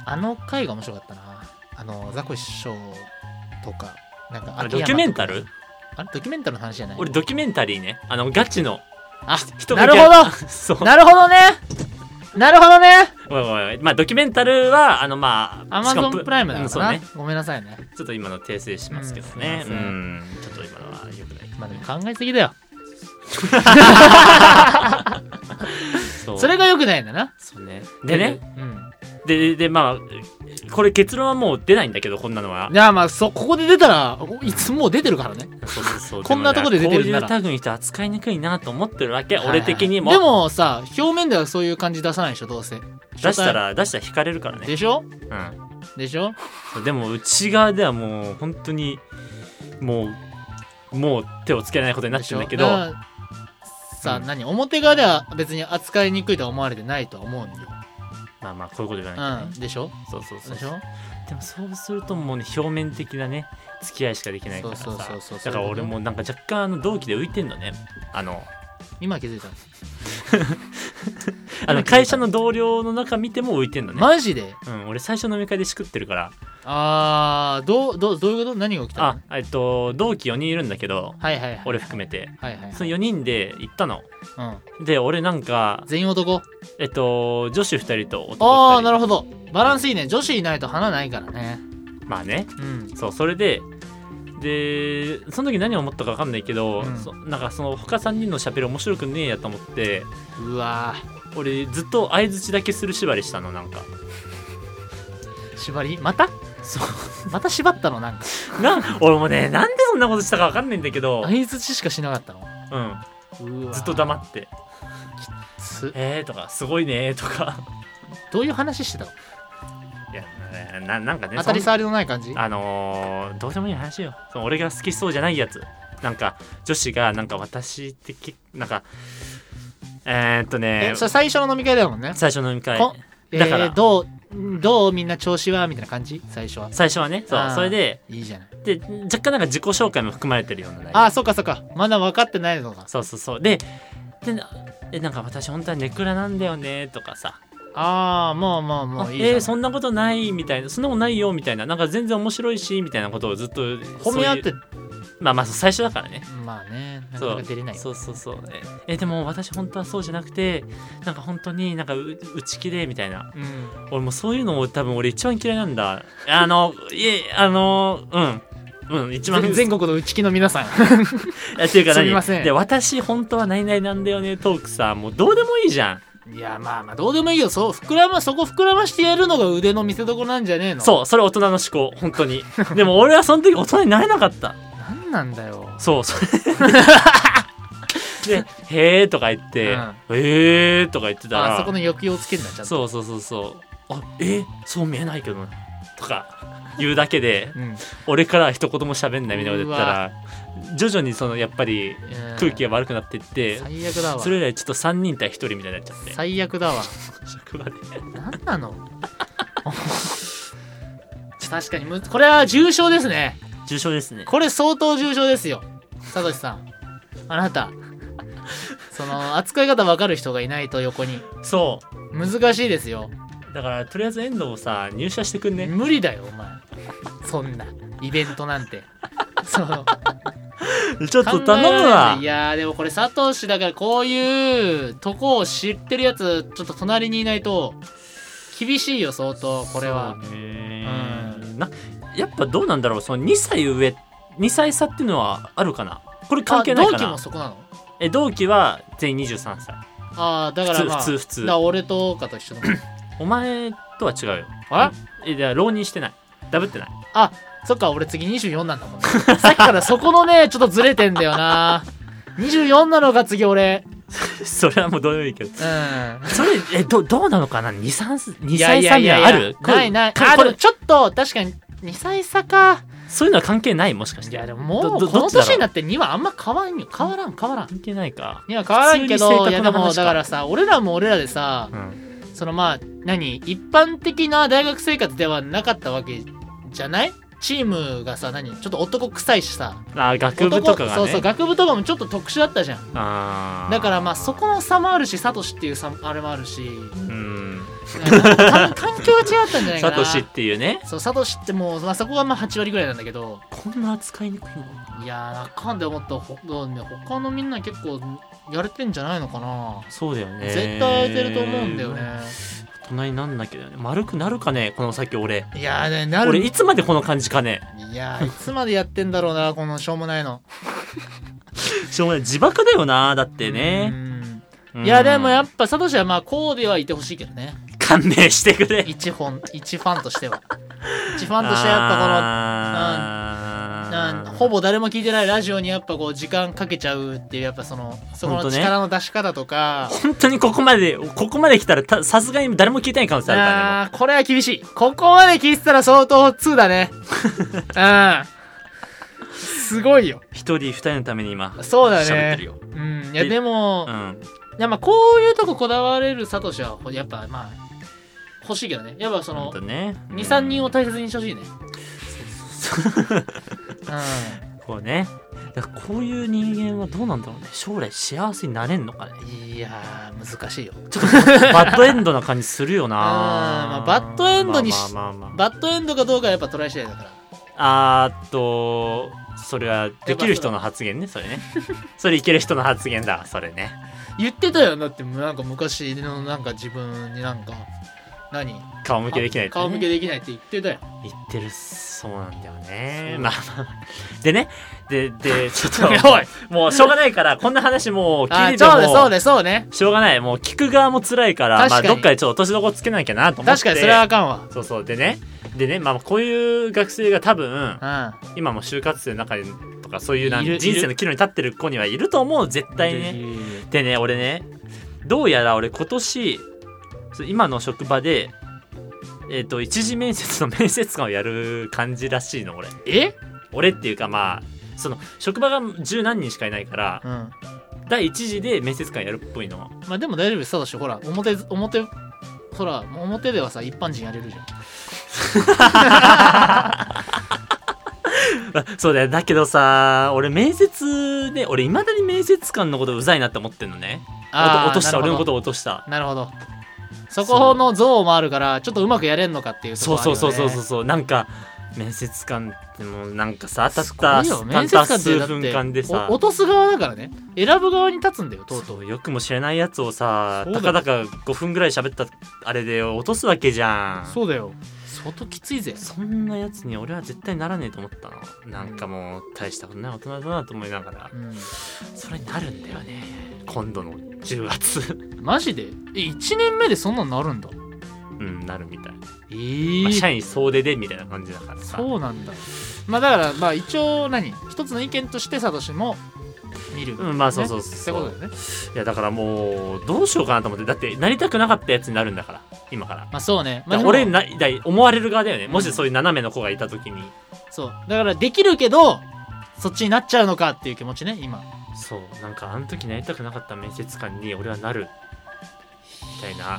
B: あの回が面白かったな。あの、ザコシショウとか、なんか
A: あれ
B: 秋山と
A: ド
B: か
A: キュメンタル
B: あれ、ドキュメンタルの話じゃない
A: 俺ドキュメンタリーね。あの、ガチ
B: *laughs*
A: の。
B: あ、
A: 人
B: な
A: だ
B: る
A: け
B: ほ
A: そう
B: ど。なるほどねなるほどね
A: おいおいおいまあドキュメンタルはあのまあ
B: アマ
A: し
B: ゾ
A: かも
B: ンプライムだ
A: う
B: か
A: んそう
B: らな、
A: ね
B: ごめんなさいね。
A: ちょっと今の訂正しますけどね
B: う
A: うん
B: すいません
A: んちょっと今のはよくない
B: まあでも考えすぎだよ。
A: そ
B: それが良くないんだな。
A: そうねでね
B: うん。
A: でででまあこれ結論はもう出ないんだけどこんなのはい
B: や、まあ、そう、ここで出たら、いつもう出てるからね。
A: そうそうそう
B: *laughs* こんなとこで出てるなら
A: こういうタグにして扱いにくいなと思ってるわけ俺的に
B: はい
A: も
B: はいでもさ、表面ではそういう感じ出さないでしょ、どうせ。
A: 出したら出したら引かれるからね
B: でしょ
A: うん
B: でしょ
A: そうでも内側ではもう本当にもうもう手をつけないことになってるんだけど
B: でしょだからさあ、
A: うん
B: 何表側では別に扱いにくいとは思われてないとは思うんよ、
A: まあまあこういうことじゃない、
B: うん、でしょ
A: そうそうそう
B: でしょ
A: でもそうするともうね表面的なね付き合いしかできないからさ
B: そうそうそうそう
A: だから俺もなんか若干あの同期で浮いてんのねあの
B: 今気づいたの
A: あの会社の同僚の中見ても浮いてんのね、
B: マジで
A: うん、俺最初飲み会でしくってるから
B: あーどうどうどういうこと何が起きた
A: あ
B: の
A: えっと同期4人いるんだけど
B: はいはいはい
A: 俺含めて
B: はいはい、
A: その4人で行ったの
B: うん、
A: で俺なんか
B: 全員男
A: えっと女子2人と男2人
B: ああなるほどバランスいいね女子いないと花ないからね
A: まあね
B: うん
A: そうそれででその時何を思ったか分かんないけど、
B: うん
A: そなんかその他3人のしゃべり面白くねえやと思って
B: うわ
A: 俺ずっと相づちだけする縛りしたのなんか
B: ー縛りまた
A: そ
B: また縛ったのなんか
A: うなん俺もねなんでそんなことしたか分かんないんだけど
B: 相、づちしかしなかったの
A: うん、
B: うわー
A: ずっと黙って
B: す
A: 「えー」とか「すごいね」とか
B: どういう話してたの
A: いやななんかね
B: 当たり
A: そん
B: 障りのない感じ
A: あのーどうでもいい話よその俺が好きそうじゃないやつなんか女子がなんか私ってけなんかえー、っとね
B: えそれ最初の飲み会だもんね
A: 最初の飲み会
B: こえ
A: だから
B: ー、どうどうみんな調子はみたいな感じ最初は
A: 最初はねそ
B: あ
A: う
B: ー
A: それで
B: いいじゃない
A: で若干なんか自己紹介も含まれてるような内容
B: ああそっかそっかまだ分かってないのか
A: そうそうそうででなでなんか私本当はネクラなんだよねとかさ
B: ああもうもうも
A: あ
B: う
A: え
B: いいじゃん、
A: ーそんなことないみたいなそんなことないよみたいななんか全然面白いしみたいなことをずっと
B: 褒め合って
A: そういうまあまあそう最初だからね
B: まあねな
A: そ
B: かな
A: う
B: か出れないよ
A: そうそうそうええでも私本当はそうじゃなくてなんか本当になんかう内気でみたいな
B: うん
A: 俺もうそういうのを多分俺一番嫌いなんだあのいえあのうんうん一番
B: 全全国の内気の皆さん
A: *laughs* えっていうか
B: す
A: 何
B: みません
A: で私本当は何々なんだよねトークさもうどうでもいいじゃん
B: いやまあまあどうでもいいよそう膨らまそこ膨らましてやるのが腕の見せ所なんじゃねえの
A: そうそれ大人の思考本当に *laughs* でも俺はその時大人になれなかった
B: なんなんだよ *laughs*
A: そうそれで「へえ」とか言って
B: うん
A: 「へえ」とか言ってたら
B: あそこの抑揚をつけんだちゃんと
A: そうそうそうそうあえそう見えないけどなとか言うだけで
B: うん、
A: 俺からは一言も喋んないみたいなこと言ったら徐々にそのやっぱり空気が
B: が
A: 悪くなっていって
B: 最悪だわ
A: それ以来ちょっと3人対1人みたいになっちゃって
B: 最悪だわ
A: 職場で
B: なんなの *laughs* 確かにむこれは重症ですね
A: 重症ですね
B: これ相当重症ですよサトシさんあなた *laughs* その扱い方分かる人がいないと横に
A: そう
B: 難しいですよ、
A: だからとりあえず遠藤をさ入社してくんね、
B: 無理だよお前そんなイベントなんてその
A: ちょっと頼むわ
B: いやーでもこれサトシだからこういうとこを知ってるやつちょっと隣にいないと厳しいよ相当これは
A: そうねなやっぱどうなんだろうその2歳上2歳差っていうのはあるかなこれ関係ないか
B: あ同期
A: な
B: もそこなの
A: え同期は全員23歳
B: ああだから、まあ、
A: 普通普通普通
B: だから俺とかと一緒だもん
A: *laughs* お前とは違うよ
B: あ
A: えだから浪人してないダブってない
B: *laughs* あそっか俺次24なんだもんさっきからそこのねちょっとずれてんだよな24なのか次俺
A: それはもうどうでもいいけど
B: うん
A: それえどどうなのかな2三二
B: いや
A: 歳
B: い
A: 差
B: やい
A: に
B: や
A: はあるこれ
B: ないない
A: か
B: あ
A: こ
B: で
A: れ
B: もちょっと確かに2歳差か
A: そういうのは関係ないもしかし
B: い
A: て
B: やでも
A: ど
B: もう
A: ど
B: こ
A: ど
B: の
A: っちだろう
B: 年になって2はあんま変わんよ変わらん変わらん
A: 関係ないか
B: 2は変わらんけ
A: 普通に性格
B: ど
A: の
B: いやでも
A: 話か
B: だからさ俺らも俺らでさ
A: うん
B: そのまあ何一般的な大学生活ではなかったわけじゃないチームがさ何ちょっと男臭いしさ
A: あ学部とかがね
B: 男そうそう学部とかもちょっと特殊だったじゃん
A: あー
B: だからまあそこの差もあるしサトシっていう差もあれもあるし
A: うん
B: なんか環環境が違ったんじゃない
A: サ
B: かな
A: トシっていうね
B: そうサトシってもう、まあ、そこがまあ8割ぐらいなんだけど
A: こんな扱いにくいの
B: いやーあかんで思ったほどね他のみんな結構やれてんじゃないのかな、
A: そうだよね
B: 絶対やれてると思うんだよね
A: 大人になんなきゃだよね丸くなるかねこの先俺
B: いやーねなる
A: 俺いつまでこの感じかね
B: いやーいつまでやってんだろうなこのしょうもないの
A: しょうがない自爆だよなだってね
B: うんいやでもやっぱサトシはまあこうではいてほしいけどね
A: ぱ勘弁してくれ
B: 一
A: *laughs*
B: 本一ファンとしては一ファンとしてはやっぱこのなん
A: あー
B: ほぼ誰も聞いてないラジオにやっぱこう時間かけちゃうっていうやっぱそのそこ
A: ほん
B: の
A: とね
B: 力の出し方とか、
A: 本当にここまでここまで来たらたさすがに誰も聞いてない可能性あるからねもう
B: あーこれは厳しいここまで聞いてたら相当2
A: *laughs*
B: だねうんすごいよ
A: 一人二人のために今
B: そうだ
A: 喋ってる
B: ね
A: よ、
B: うんいや
A: で
B: でも、
A: うん、
B: いやまあこういうとここだわれるサトシはやっぱまあ欲しいけどねやっぱそ
A: ほん
B: の
A: とね
B: 23人
A: を
B: を大切にしてほしいね
A: こうねだからこういう人間はどうなんだろうね将来幸せになれんの
B: *laughs*
A: かね
B: うんいやー難しいよ
A: バッドエンドな感じするよな
B: うん *laughs* まあバッドエンドにし
A: まあまあまあま
B: バッドエンドかどうかはやっぱトライ次第だから
A: ああーっとそれはできる人の発言ねそ
B: *laughs*
A: れねそれいける人の発言だそれね
B: 言ってたよだってなんか昔のなんか自分になんか何
A: 顔向けできないってね
B: 顔向けできないって言ってたよ
A: 言ってるそうなんだよね
B: そう
A: まあまあまあでねで
B: *laughs*
A: でちょっと
B: やばい
A: もうしょうがないからこんな話もう聞
B: あ
A: いてて
B: そうねそう
A: も
B: ねそうね
A: しょうがないもう聞く側も辛いからま
B: 確か
A: あ
B: に
A: どっかでちょっと落としどころつけなきゃなと思って
B: 確かにそれはあかんわ
A: そうそうでねでねまあこういう学生が多分
B: う
A: 今も就活生の中でとかそういうなん
B: いる
A: 人生の岐路に立ってる子にはいると思う絶
B: ん
A: 対ねでね俺ねどうやら俺今年そう今の職場でえっ、と一次面接の面接官をやる感じらしいの俺
B: え
A: 俺っていうかまあその職場が十何人しかいないから
B: うん
A: 第一次で面接官やるっぽいの
B: まあでも大丈夫ですサトシほら表表ほら表ではさ一般人やれるじゃん
A: あそうだよだけどさ俺面接で俺いまだに面接官のことうざいなって思ってんのね
B: ー
A: おと落とした
B: な
A: 俺
B: る
A: のこ
B: ほど
A: とを落とした
B: なるほどそこの像もあるからちょっとうまくやれんのかっていう
A: そうそうそうそうそう
B: う
A: そうなんか面接官ってもうなんかさたっ
B: すご
A: た
B: いよ
A: た
B: 面
A: っ
B: 接
A: た
B: 官って
A: 数
B: だって
A: 分間でさ
B: お落とす側だからね選ぶ側に立つんだよと
A: そうう
B: とう
A: そうよくも知れないやつをさ
B: そうだ
A: た
B: よ
A: かだか5分ぐらい喋ったあれで落とすわけじゃん
B: そうだよ相当きついぜ
A: そんなやつに俺は絶対ならねえと思ったのなんかもう大したことない大人だなと思いながら
B: うん
A: それになるんだよね今度の10月
B: マジでえ1年目でそんなんなるんだ
A: *laughs* うんなるみたい、
B: ええ
A: まあ、社員総出でみたいな感じだからさ
B: そうなんだまあだからまあ一応何一つの意見としてサトシも見る、
A: うんまあそうそう
B: ね
A: そう
B: ってことだよね
A: いやだからもうどうしようかなと思ってだってなりたくなかったやつになるんだから今から
B: まあそうね、ま
A: だ
B: あ、
A: か
B: で
A: ら
B: も
A: 俺なだい思われる側だよね、も
B: う
A: し
B: ん
A: そういう斜めの子がいた時に
B: そうだからできるけどそっちになっちゃうのかっていう気持ちね今
A: そうなんかあの時なりたくなかった面接官に俺はなるみたいな
B: だ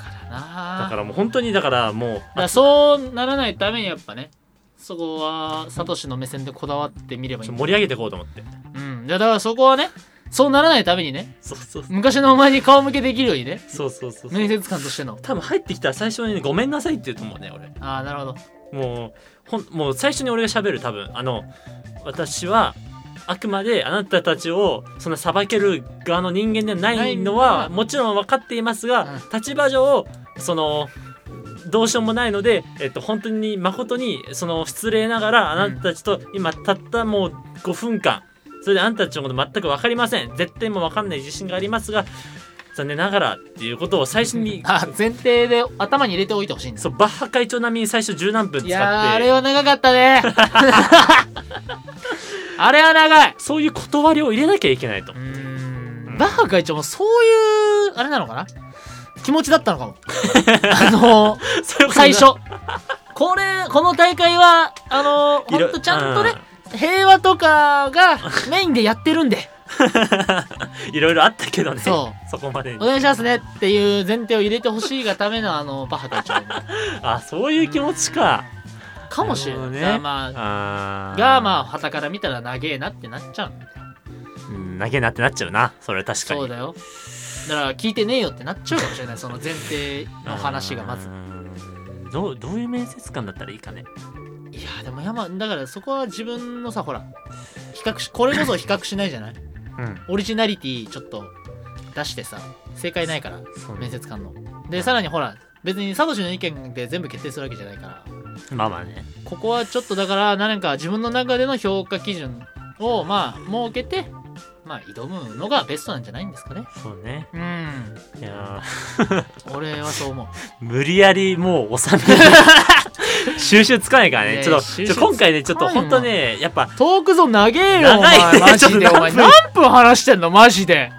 B: からな
A: だ
B: だ
A: か
B: から
A: もう本当にだからもう
B: らそうならないためにやっぱねそこはサトシの目線でこだわってみればいい
A: ちょ
B: んだ
A: 盛り上げていこうと思って
B: うんいやだからそこはねそうならないためにね
A: そうそう
B: 昔のお前に顔向けできるようにね
A: そうそうそうそう
B: 面接官としての
A: 多分入ってきたら最初に、ね「ごめんなさい」って言うと思うね俺
B: ああなるほど
A: もうほんもう最初に俺が喋る多分あの私はあくまであなたたちをそんな裁ける側の人間ではないの
B: ない
A: は
B: のは
A: もちろん分かっていますが、
B: う
A: 立場上そのどうしようもないので、えっと、本当に誠にその失礼ながらあなたたちと今たったもう5分間それであなたたちのこと全く分かりません絶対もう分かんない自信がありますが残念ながらっていうことを最初に
B: あ前提で頭に入れておいてほしいんだ
A: そうバッハ会長並みに最初十何分使って
B: いやーあれは長かったね *laughs* あれは長い
A: そういう断りを入れなきゃいけないと
B: うーんバッハ会長もそういうあれなのかな気持ちだったのかも *laughs* あの
A: そういうこと
B: 最初これこの大会はあの
A: いろ
B: 本当ちゃんとね平和とかがメインでやってるんで
A: うんいろいろあったけどね
B: そ
A: こまで
B: お
A: に
B: 願いしますねっていう前提を入れてほしいがためのあのバッハ会長
A: あそういう気持ちか
B: かもしれな
A: なる
B: い
A: ほどね
B: だからま
A: あ
B: あ
A: ー
B: がまあ旗から見たら長えなってなっちゃうんだよ
A: うん投げなってなっちゃうなそれは確かに
B: そうだよだから聞いてねえよってなっちゃうかもしれないその前提の話がまず
A: うーんどうどういう面接官だったらいいかね
B: いやでも山だからそこは自分のさほら比較しこれこそ比較しないじゃない
A: うん
B: オリジナリティちょっと出してさ正解ないから
A: そう
B: 面接官のでさらにほら別にサトシの意見で全部決定するわけじゃないから
A: まあまあね
B: ここはちょっとだから何か自分の中での評価基準をまあ設けてまあ挑むのがベストなんじゃないんですかね
A: そうね
B: うん
A: いや
B: 俺はそう思う
A: ー無理やりもう収め
B: *laughs*
A: る収集つかないからね
B: ね
A: ちょっと
B: 収集
A: ちょ
B: つかない
A: 今回ねちょっと本当ねやっぱ
B: トークゾーン長えよ、お
A: 長いね
B: 前。マ
A: *laughs*
B: ジ
A: ち
B: で、
A: ょっと
B: お前。何分話してんの、マジで。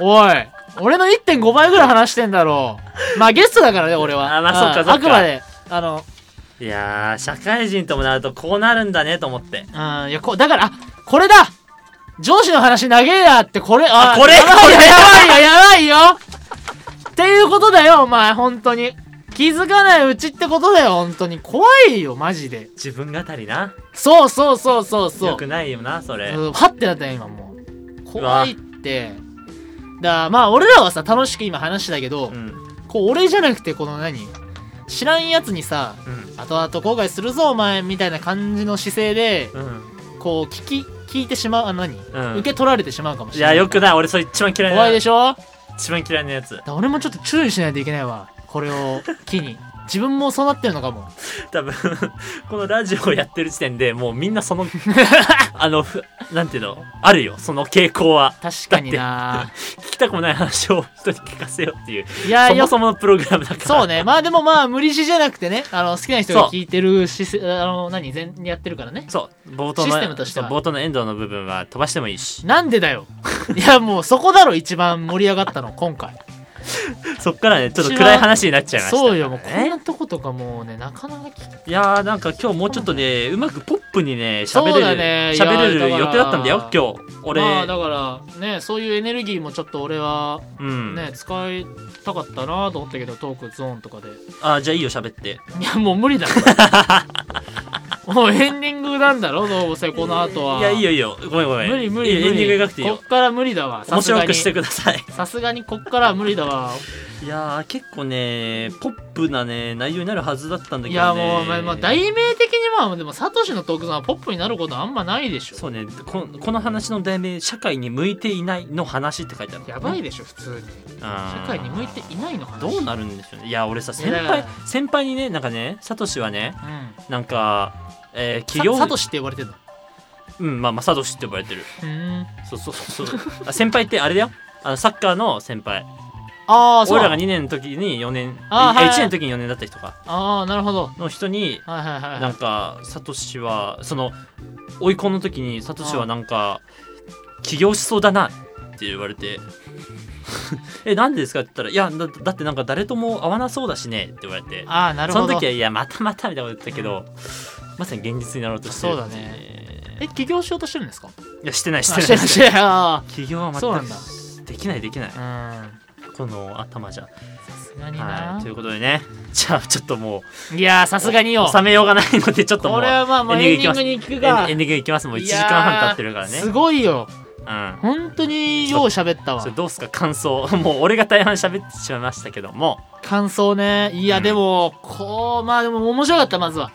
B: おい。俺の1.5倍ぐらい話してんだろう。まあ、ゲストだからね、俺は。
A: あまあそっかそ
B: ん
A: っか
B: あくまで、あの、
A: いやー社会人ともなるとこうなるんだねと思って
B: うん、いや、こだから、あ、これだ上司の話長えやって、これ、あ
A: あこれ
B: やば
A: これ
B: いよ、やばいよ、やばいよっていうことだよ、お前、本当に。気づかないうちってことだよ、本当に。怖いよ、マジで。
A: 自分語りな
B: そうそうそうそうそう。
A: よくないよなそれ、
B: うんはってなったよ今もう怖いってだからまあ俺らはさ楽しく今話したけど、
A: うん
B: こう俺じゃなくてこの何知らんやつにさ
A: うん
B: 後々後悔するぞお前みたいな感じの姿勢で
A: うん
B: こう聞き聞いてしまうあ何、
A: うん
B: 受け取られてしまうかもし
A: い
B: れな
A: や
B: い
A: よくない俺それ一番嫌いな
B: 怖いでしょだか
A: 一番嫌いなやつ
B: ら俺もちょっと注意しないといけないわこれを機に自分もそうなってるのかも
A: 多分 *laughs* このラジオをやってる時点でもうみんなそ
B: *laughs*
A: のあのふなんていうのあるよその傾向は
B: 確かにな
A: 聞きたくもない話を人に聞かせようっていう
B: いや
A: そ
B: よ
A: もそものプログラムだから
B: そ
A: *laughs*
B: うね。まあでもまあ、無理しじゃなくてね、あの、好きな人
A: そ
B: が
A: う
B: 聞いてるし、あの、何、全やってるからね。
A: そう冒頭の
B: システムとしては
A: そう冒頭のエンドの部分は飛ばしてもいいし
B: なんでだよ。 *laughs* いや、もうそこだろ、一番盛り上がったの、今回。
A: そっからねちょっと暗い話になっちゃいました
B: そうよ、もうこん
A: ね
B: なとことかもうね、なかなか聞
A: いやーなんか今日もうちょっとねうまくポップにね喋
B: そうだ
A: れ
B: ね
A: る
B: いや
A: 喋、
B: ー
A: れる予定だったんだよ
B: だから
A: 今日俺、
B: まあだから、ね、そういうエネルギーもちょっと俺は
A: うん、
B: ね、使いたかったなと思ったけど、トークゾーンとかで。
A: あじゃあいいよ喋って
B: いや、もう無理だろ。
A: *laughs*
B: もうエンディングなんだろ、どうせこの後は。
A: いやいいよいいよごめんごめん
B: 無理無
A: いい
B: 理
A: よ
B: 無理。
A: エンディングがなくていいよ
B: こっから無理だわ。
A: 面
B: さすが
A: 白
B: に
A: くしてください
B: さすがにこっからは無理だわ。
A: いやー結構ねポップなね内容になるはずだったんだ
B: い
A: けど
B: や
A: ね
B: もう、まあまあ、題名的にまあでもサトシのトークゾーンはポップになることあんまないでしょ
A: そうねここの話の題名「社会に向いていないの話」って書いてある
B: やばい
A: で
B: でしょ普通に
A: 社
B: 社会に向いていないの話
A: どう
B: な
A: なるんでしょうねいや俺さ
B: い
A: 先
B: やだから
A: 輩先輩にねなんかねサトシはね
B: うん
A: なんか、えー、企
B: さ
A: 業
B: サトシって呼ばれてるの
A: うんまあまあサトシって呼ばれてる
B: うん
A: そうそうそう *laughs* そうあ先輩ってあれだよあのサッカーの先輩
B: ああそう
A: 俺ら
B: な
A: が
B: の
A: 2年の時に4年
B: あー
A: え
B: は
A: 1
B: い
A: 年の時に4年だった人か
B: ああなるほど
A: の人に
B: はいはいはい
A: なんかサトシはその追い込んの時にサトシはなんか起業しそうだなって言われ
B: *laughs*
A: て「えなんでですか?」って言ったら「いやだだってなんか誰とも会わなそうだしね」って言われて
B: ああなる
A: そ
B: ほ
A: の
B: ど
A: 時は「いやまたまた」みたいなこと言ったけど、まさに現実になろうとしてる
B: そうだねえ起業しようとしてるんですか
A: いやしてないしてない
B: あしてるしてる *laughs* あ
A: 起業は全
B: そうなんだ
A: くできないできない
B: あうん
A: この頭じゃ
B: さすがに
A: はい
B: な
A: ということでねじゃあちょっとも
B: いやーさ
A: う
B: すがによ
A: 収めようがないのでちょっとも
B: こ
A: う
B: れはまあまあ
A: エ
B: エ
A: ンデ
B: ン
A: ィ
B: ディ
A: ン
B: ン
A: グ
B: グ
A: い
B: に行く
A: エン
B: が
A: エンディングいきますもう1
B: い
A: 時
B: やー
A: 間半経ってるからね
B: すごいよ
A: うん
B: 本当によう喋ったわ
A: それどうすか感想 *laughs* もう俺が大半喋ってしまいましたけども
B: 感想ねいや
A: うん
B: でも、こうまあでも面白かったまずは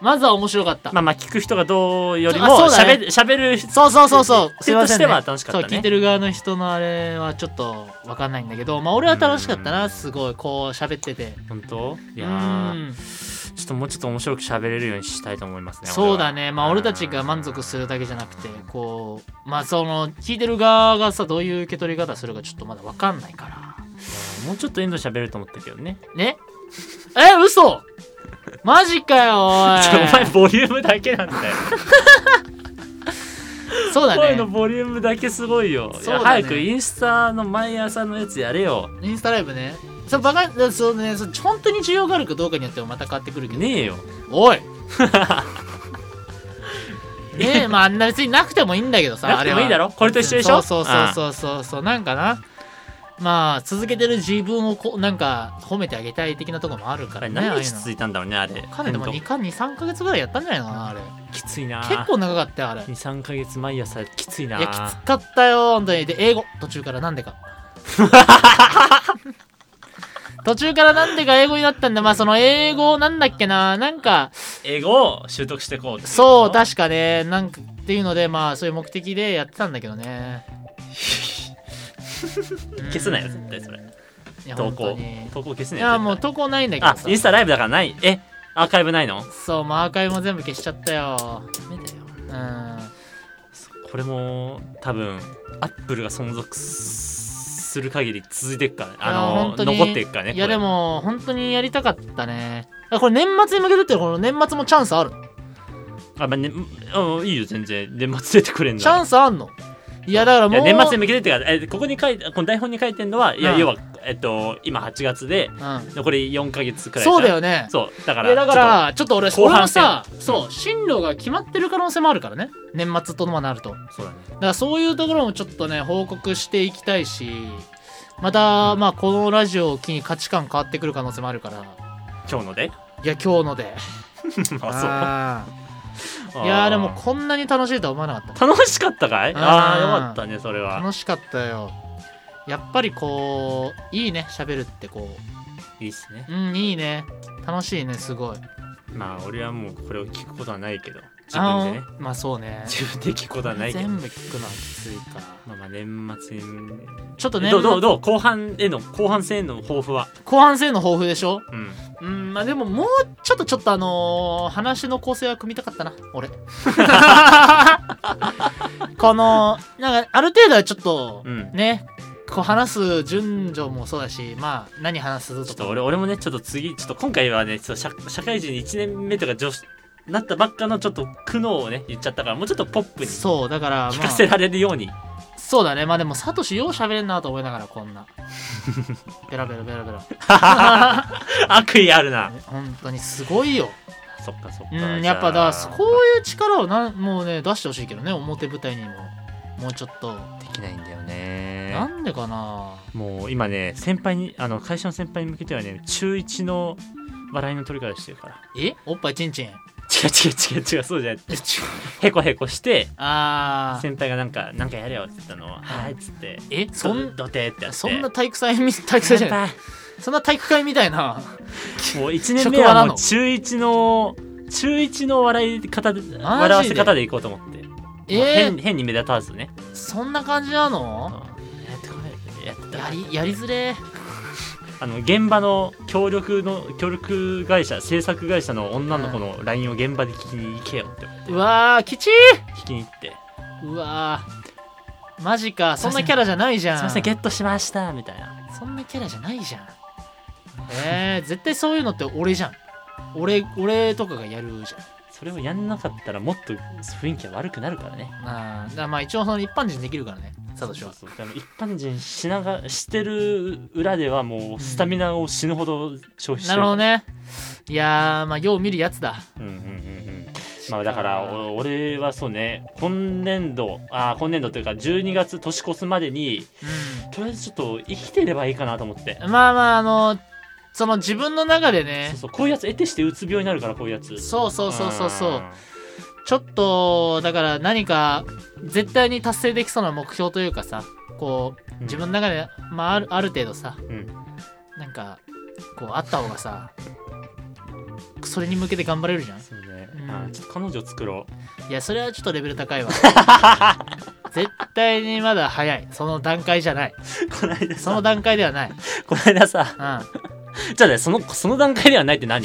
B: まずは面白かった、
A: まあまあ聞く人がどうよりも
B: あそうだね
A: 喋喋る人
B: そうそうそうそう
A: 人
B: すいませ
A: とし
B: ん、ね、
A: ては楽しかったね
B: そう聞いてる側の人のあれはちょっとわかんないんだけどまあ俺は楽しかったなすごいこう喋ってて
A: 本当いや
B: う
A: ー
B: ん
A: ちょっともうちょっと面白く喋れるようにしたいと思いますね
B: そうだねまあ俺たちが満足するだけじゃなくてこうまあその聞いてる側がさどういう受け取り方するかちょっとまだわかんないから
A: もうちょっとエンド喋ると思ったけどね
B: ねえ嘘マジかよお
A: *laughs*
B: い
A: ちょお前ボリュームだけなんだよ
B: そうだ
A: 声
B: ね
A: のボリュームだけすごいよ。い
B: そうだ
A: や
B: ね
A: 早くインスタの毎朝のやつやれよ。
B: インスタライブねそうバカそうねそう本当に需要があるかどうかによってもまた変わってくるけど
A: ねえよ。
B: おいねえまああんな別になくてもいいんだけどさ
A: なくても
B: あれはい
A: いだろこれと一緒でしょ
B: そうそうそうそうそうそうなんかなまあ続けてる自分をこうなんか褒めてあげたい的なとこもあるか
A: あ
B: ら
A: れ
B: ねああ
A: 何
B: い
A: 日
B: うの
A: 続いたんだろうね、あれ。
B: かなりでも
A: ほんと
B: 2か23か月ぐらいやったんじゃないのかなあれ
A: きついな。
B: 結構長かったよあれい
A: 2、3ヶ月毎朝きついな。
B: やきつかったよ本当にで英語途中からなん
A: *laughs*
B: でか途中からなんでか英語になったんでまあその英語なんだっけななんか
A: 英語を習得していこうってい
B: そう
A: だし
B: 確かねなんかっていうのでまあそういう目的でやってたんだけどね
A: *laughs* 消すなよ絶対それ
B: いや
A: 投
B: 本当
A: 稿
B: に
A: 投稿消す
B: い
A: ね
B: やもう
A: 絶対
B: 投稿ないんだけ
A: あ
B: どさ
A: インスタライブだからないえアーカイブないの
B: そうもうアーカイブも全部消しちゃったようんあ
A: これも多分アップルが存続する限り続いていくからねあの残っていくからね
B: いや
A: これ
B: でも本当にやりたかったねあこれ年末に向けてってこの年末もチャンスある
A: あ、まあね、うんいいよ全然年末出てくれんの
B: チャンスあんのいやだからも
A: い
B: う
A: や年末に
B: に
A: 向けてってかえここに書いてこの台本に書いてんのは、いや
B: うん
A: 要はえっと今8月で
B: う
A: 残り4か月くら
B: ん
A: いじゃん
B: そうだよね
A: そうだか
B: いや
A: ら
B: だからちょっと俺
A: 後
B: 俺も
A: 半戦
B: さそう進路が決まってる可能性もあるからね年末ともなると
A: ちょっとそうだね
B: だからそういうところもちょっとね報告していきたいしまた、まあ、このラジオを機に価値観変わってくる可能性もあるから
A: 今日ので
B: いや今日ので *laughs*
A: あそううん
B: いやーでもこんなに楽しいとは思わなかっ
A: 楽しかったかい
B: うん
A: ああよかったねそれ
B: た
A: は
B: 楽しかったよやっぱりこういいね喋るってこ
A: いいっすね
B: ううんいいね楽しいねすごい
A: まあ俺はもうこれを聞くことはないけど自分でね
B: あーまあそうね
A: 自分で聞くことはないけど
B: 全部聞くのはきついか
A: まあまあ年末に
B: ちょっとね
A: どうどうどう後半への後半戦への抱負は
B: 後半戦の抱負でしょ
A: うん
B: うんまあでももうちょっとちょっとあのー話の構成は組みたかったな
A: *laughs*
B: 俺このなんかある程度はちょっと
A: うん
B: ねこう話す順序もそうだしまあ何話す
A: ちょ
B: と
A: っと
B: か
A: 俺俺もねちょっと次ちょっと今回はねちょっと社社会人1年目とか女子なったばっかのちょっと苦悩をね言っちゃったからもうちょっとポップに聞
B: そうだから、ま
A: かせ
B: あ、
A: られるように、
B: そうだねまあでもサトシよう喋れんなと思いながらこ
A: *laughs*
B: んなベラベラベラベラ
A: *laughs* 悪意あるな
B: 本当にすごいよ
A: そっかそっ
B: う
A: か
B: ん
A: じゃ
B: や
A: あ
B: っぱだからこういう力をなんもうね出してほしいけどね表舞台にももうちょっと
A: できないんだよね
B: なんでかな
A: もう今ね先輩にあの会社の先輩に向けてはね中1の笑いの取り方してるから
B: えおっぱいちんちん
A: 違う違う違う違うそうじゃない *laughs* へこへこして
B: あー
A: 先輩がなんか「なんかやれよ」って言ったのを「はい」っつって
B: え
A: そ
B: そ
A: ん
B: ん
A: どてーってやって
B: そんな体育祭み体育祭じゃ
A: 先
B: ない
A: 輩
B: そんな体育会みたいな
A: もう1年目は
B: 職場な
A: も
B: の
A: う中1の中1の笑い方で笑わせ方でいこうと思って、
B: え
A: まあ変
B: ー、
A: 変に目立たずね、
B: そんな感じな
A: うん
B: の
A: やってこないやって
B: や
A: た
B: りやりづれー
A: あの現場の協力の協力会社制作会社の女の子の LINE を現場で聞きに行けよって
B: うわーきち
A: 聞きに行って
B: ーうわーマジかそんなキャラじゃない
A: 「
B: じ
A: す
B: ゃ
A: い
B: ん
A: ませんゲットしました」みたいな
B: そんなキャラじゃないじゃんえー、絶対そういうのって俺じゃん俺俺とかがやるじゃん
A: それをやんなかったらもっと雰囲気が悪くなるからね
B: あーだからまあ一応その一般人できるからねサトシは
A: そうそうでも一般人しながしてる裏ではもうスタミナを死ぬほど消費して
B: な
A: るか
B: るほ
A: ら
B: どねいやーまあよう見るやつだ
A: うんうんうんうんまあだからお俺はそうね今年度あー今年度というか12月年越すまでにとりあえずちょっと生きてればいいかなと思って
B: うんまあまああのその自分の中でね
A: そうそうこういうやつ得てしてうつ病になるからこういうやつ
B: そうそうそうそうそうんちょっとだから何か絶対に達成できそうな目標というかさこう自分の中で、まあ、あるある程度さ
A: うん
B: なんかこうあった方がさそれに向けて頑張れるじゃん
A: そうね
B: うん
A: あーちょっと彼女作ろ
B: いやそれはちょっとレベル *laughs* 高いわ絶対にまだ早いその段階じゃないう
A: *laughs* この間
B: そ
A: さ
B: の段階ではない、うん、
A: この間さじゃあねそのその段階ではないって何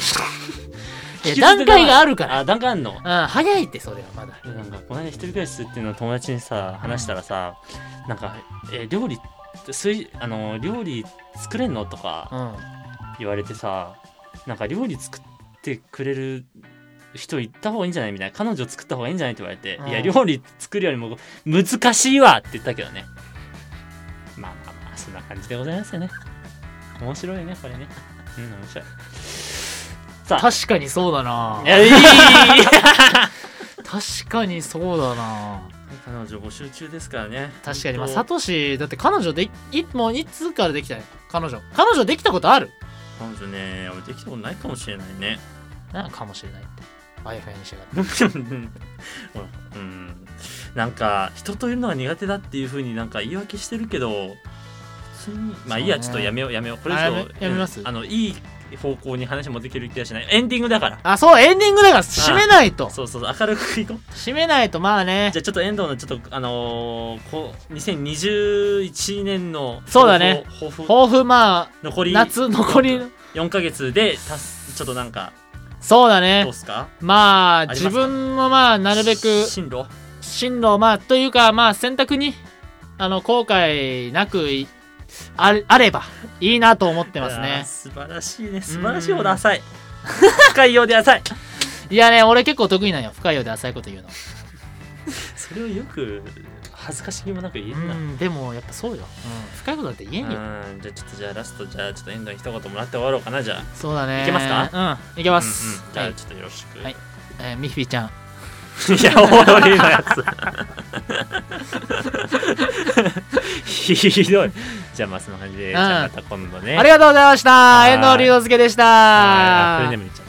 B: いや段階があるから
A: あ段階あんの
B: うん、早いってそれはまだ。
A: でなんかこの間一人暮らしするっていうのを友達にさ話したらさ、なんか、えー料理水あのー料理作れんのとか
B: うん。
A: 言われてさなんか料理作ってくれる人行った方がいいんじゃないみたいな彼女作った方がいいんじゃないって言われて、
B: うん
A: いや料理作るよりも難しいわって言ったけどねまあまあまあそんな感じでございますよね面白いねこれねうん面白い
B: 確かにそうだない
A: やいい
B: 確かにそうだな
A: *laughs* 彼女募集中ですからね
B: 確かにまあ
A: 本
B: サトシだって彼女でいもういつからできたよ彼女彼女できたことある
A: 当彼女ね俺できたことないかもしれないね
B: なのかもしれないって w i f i にしやがっ
A: *laughs* う
B: て
A: んうんなんか人といるのは苦手だっていうふうになんか言い訳してるけど普通にまあいいや、
B: そうね
A: ちょっとやめようやめようこれ以
B: あ
A: 上
B: やめやめます
A: うんあのいい方向に話持っていける気がしないエンディングだから
B: あそうエンディングだから締めないと
A: そうそうそう明るくい
B: *laughs*
A: こう
B: 締めないとまあね
A: じゃあちょっと遠藤のちょっとあのー、こう2021年の
B: そうだね
A: 抱負抱負
B: 抱負まあ
A: 残り
B: 夏残り
A: 4か月で達すちょっとなんか
B: そうだ
A: どう
B: ね
A: っすか
B: まあ
A: ありますか
B: 自分もまあなるべく
A: 進路
B: 進路まあというかまあ選択にあの後悔なくいあれあれば *laughs* いいなと思ってます
A: いやー
B: ね
A: 素晴らしいね素晴らしいほど浅い深いようで浅い
B: いやね俺結構得意なんよ深いようで浅いこと言うの
A: それをよく恥ずかしげもなく言え
B: う
A: るな、うん
B: んでもやっぱそうよ、うん、深いことだって言えんよ
A: じゃあちょっとじゃあラストじゃあちょっと遠藤に一言もらって終わろうかなじゃあ
B: そうだね
A: いけます
B: かうんいけます
A: うんうん、じ
B: は
A: ゃ
B: い
A: あちょっとよろしく、
B: はい
A: い、
B: えーミッフィーちゃん
A: や俺のやつ *laughs* ひどいじゃあまあその感じで、
B: ん
A: じゃあまた今度ね
B: ありがとうございました
A: い
B: 遠藤龍之介でし
A: はいラ
B: た
A: フルネームに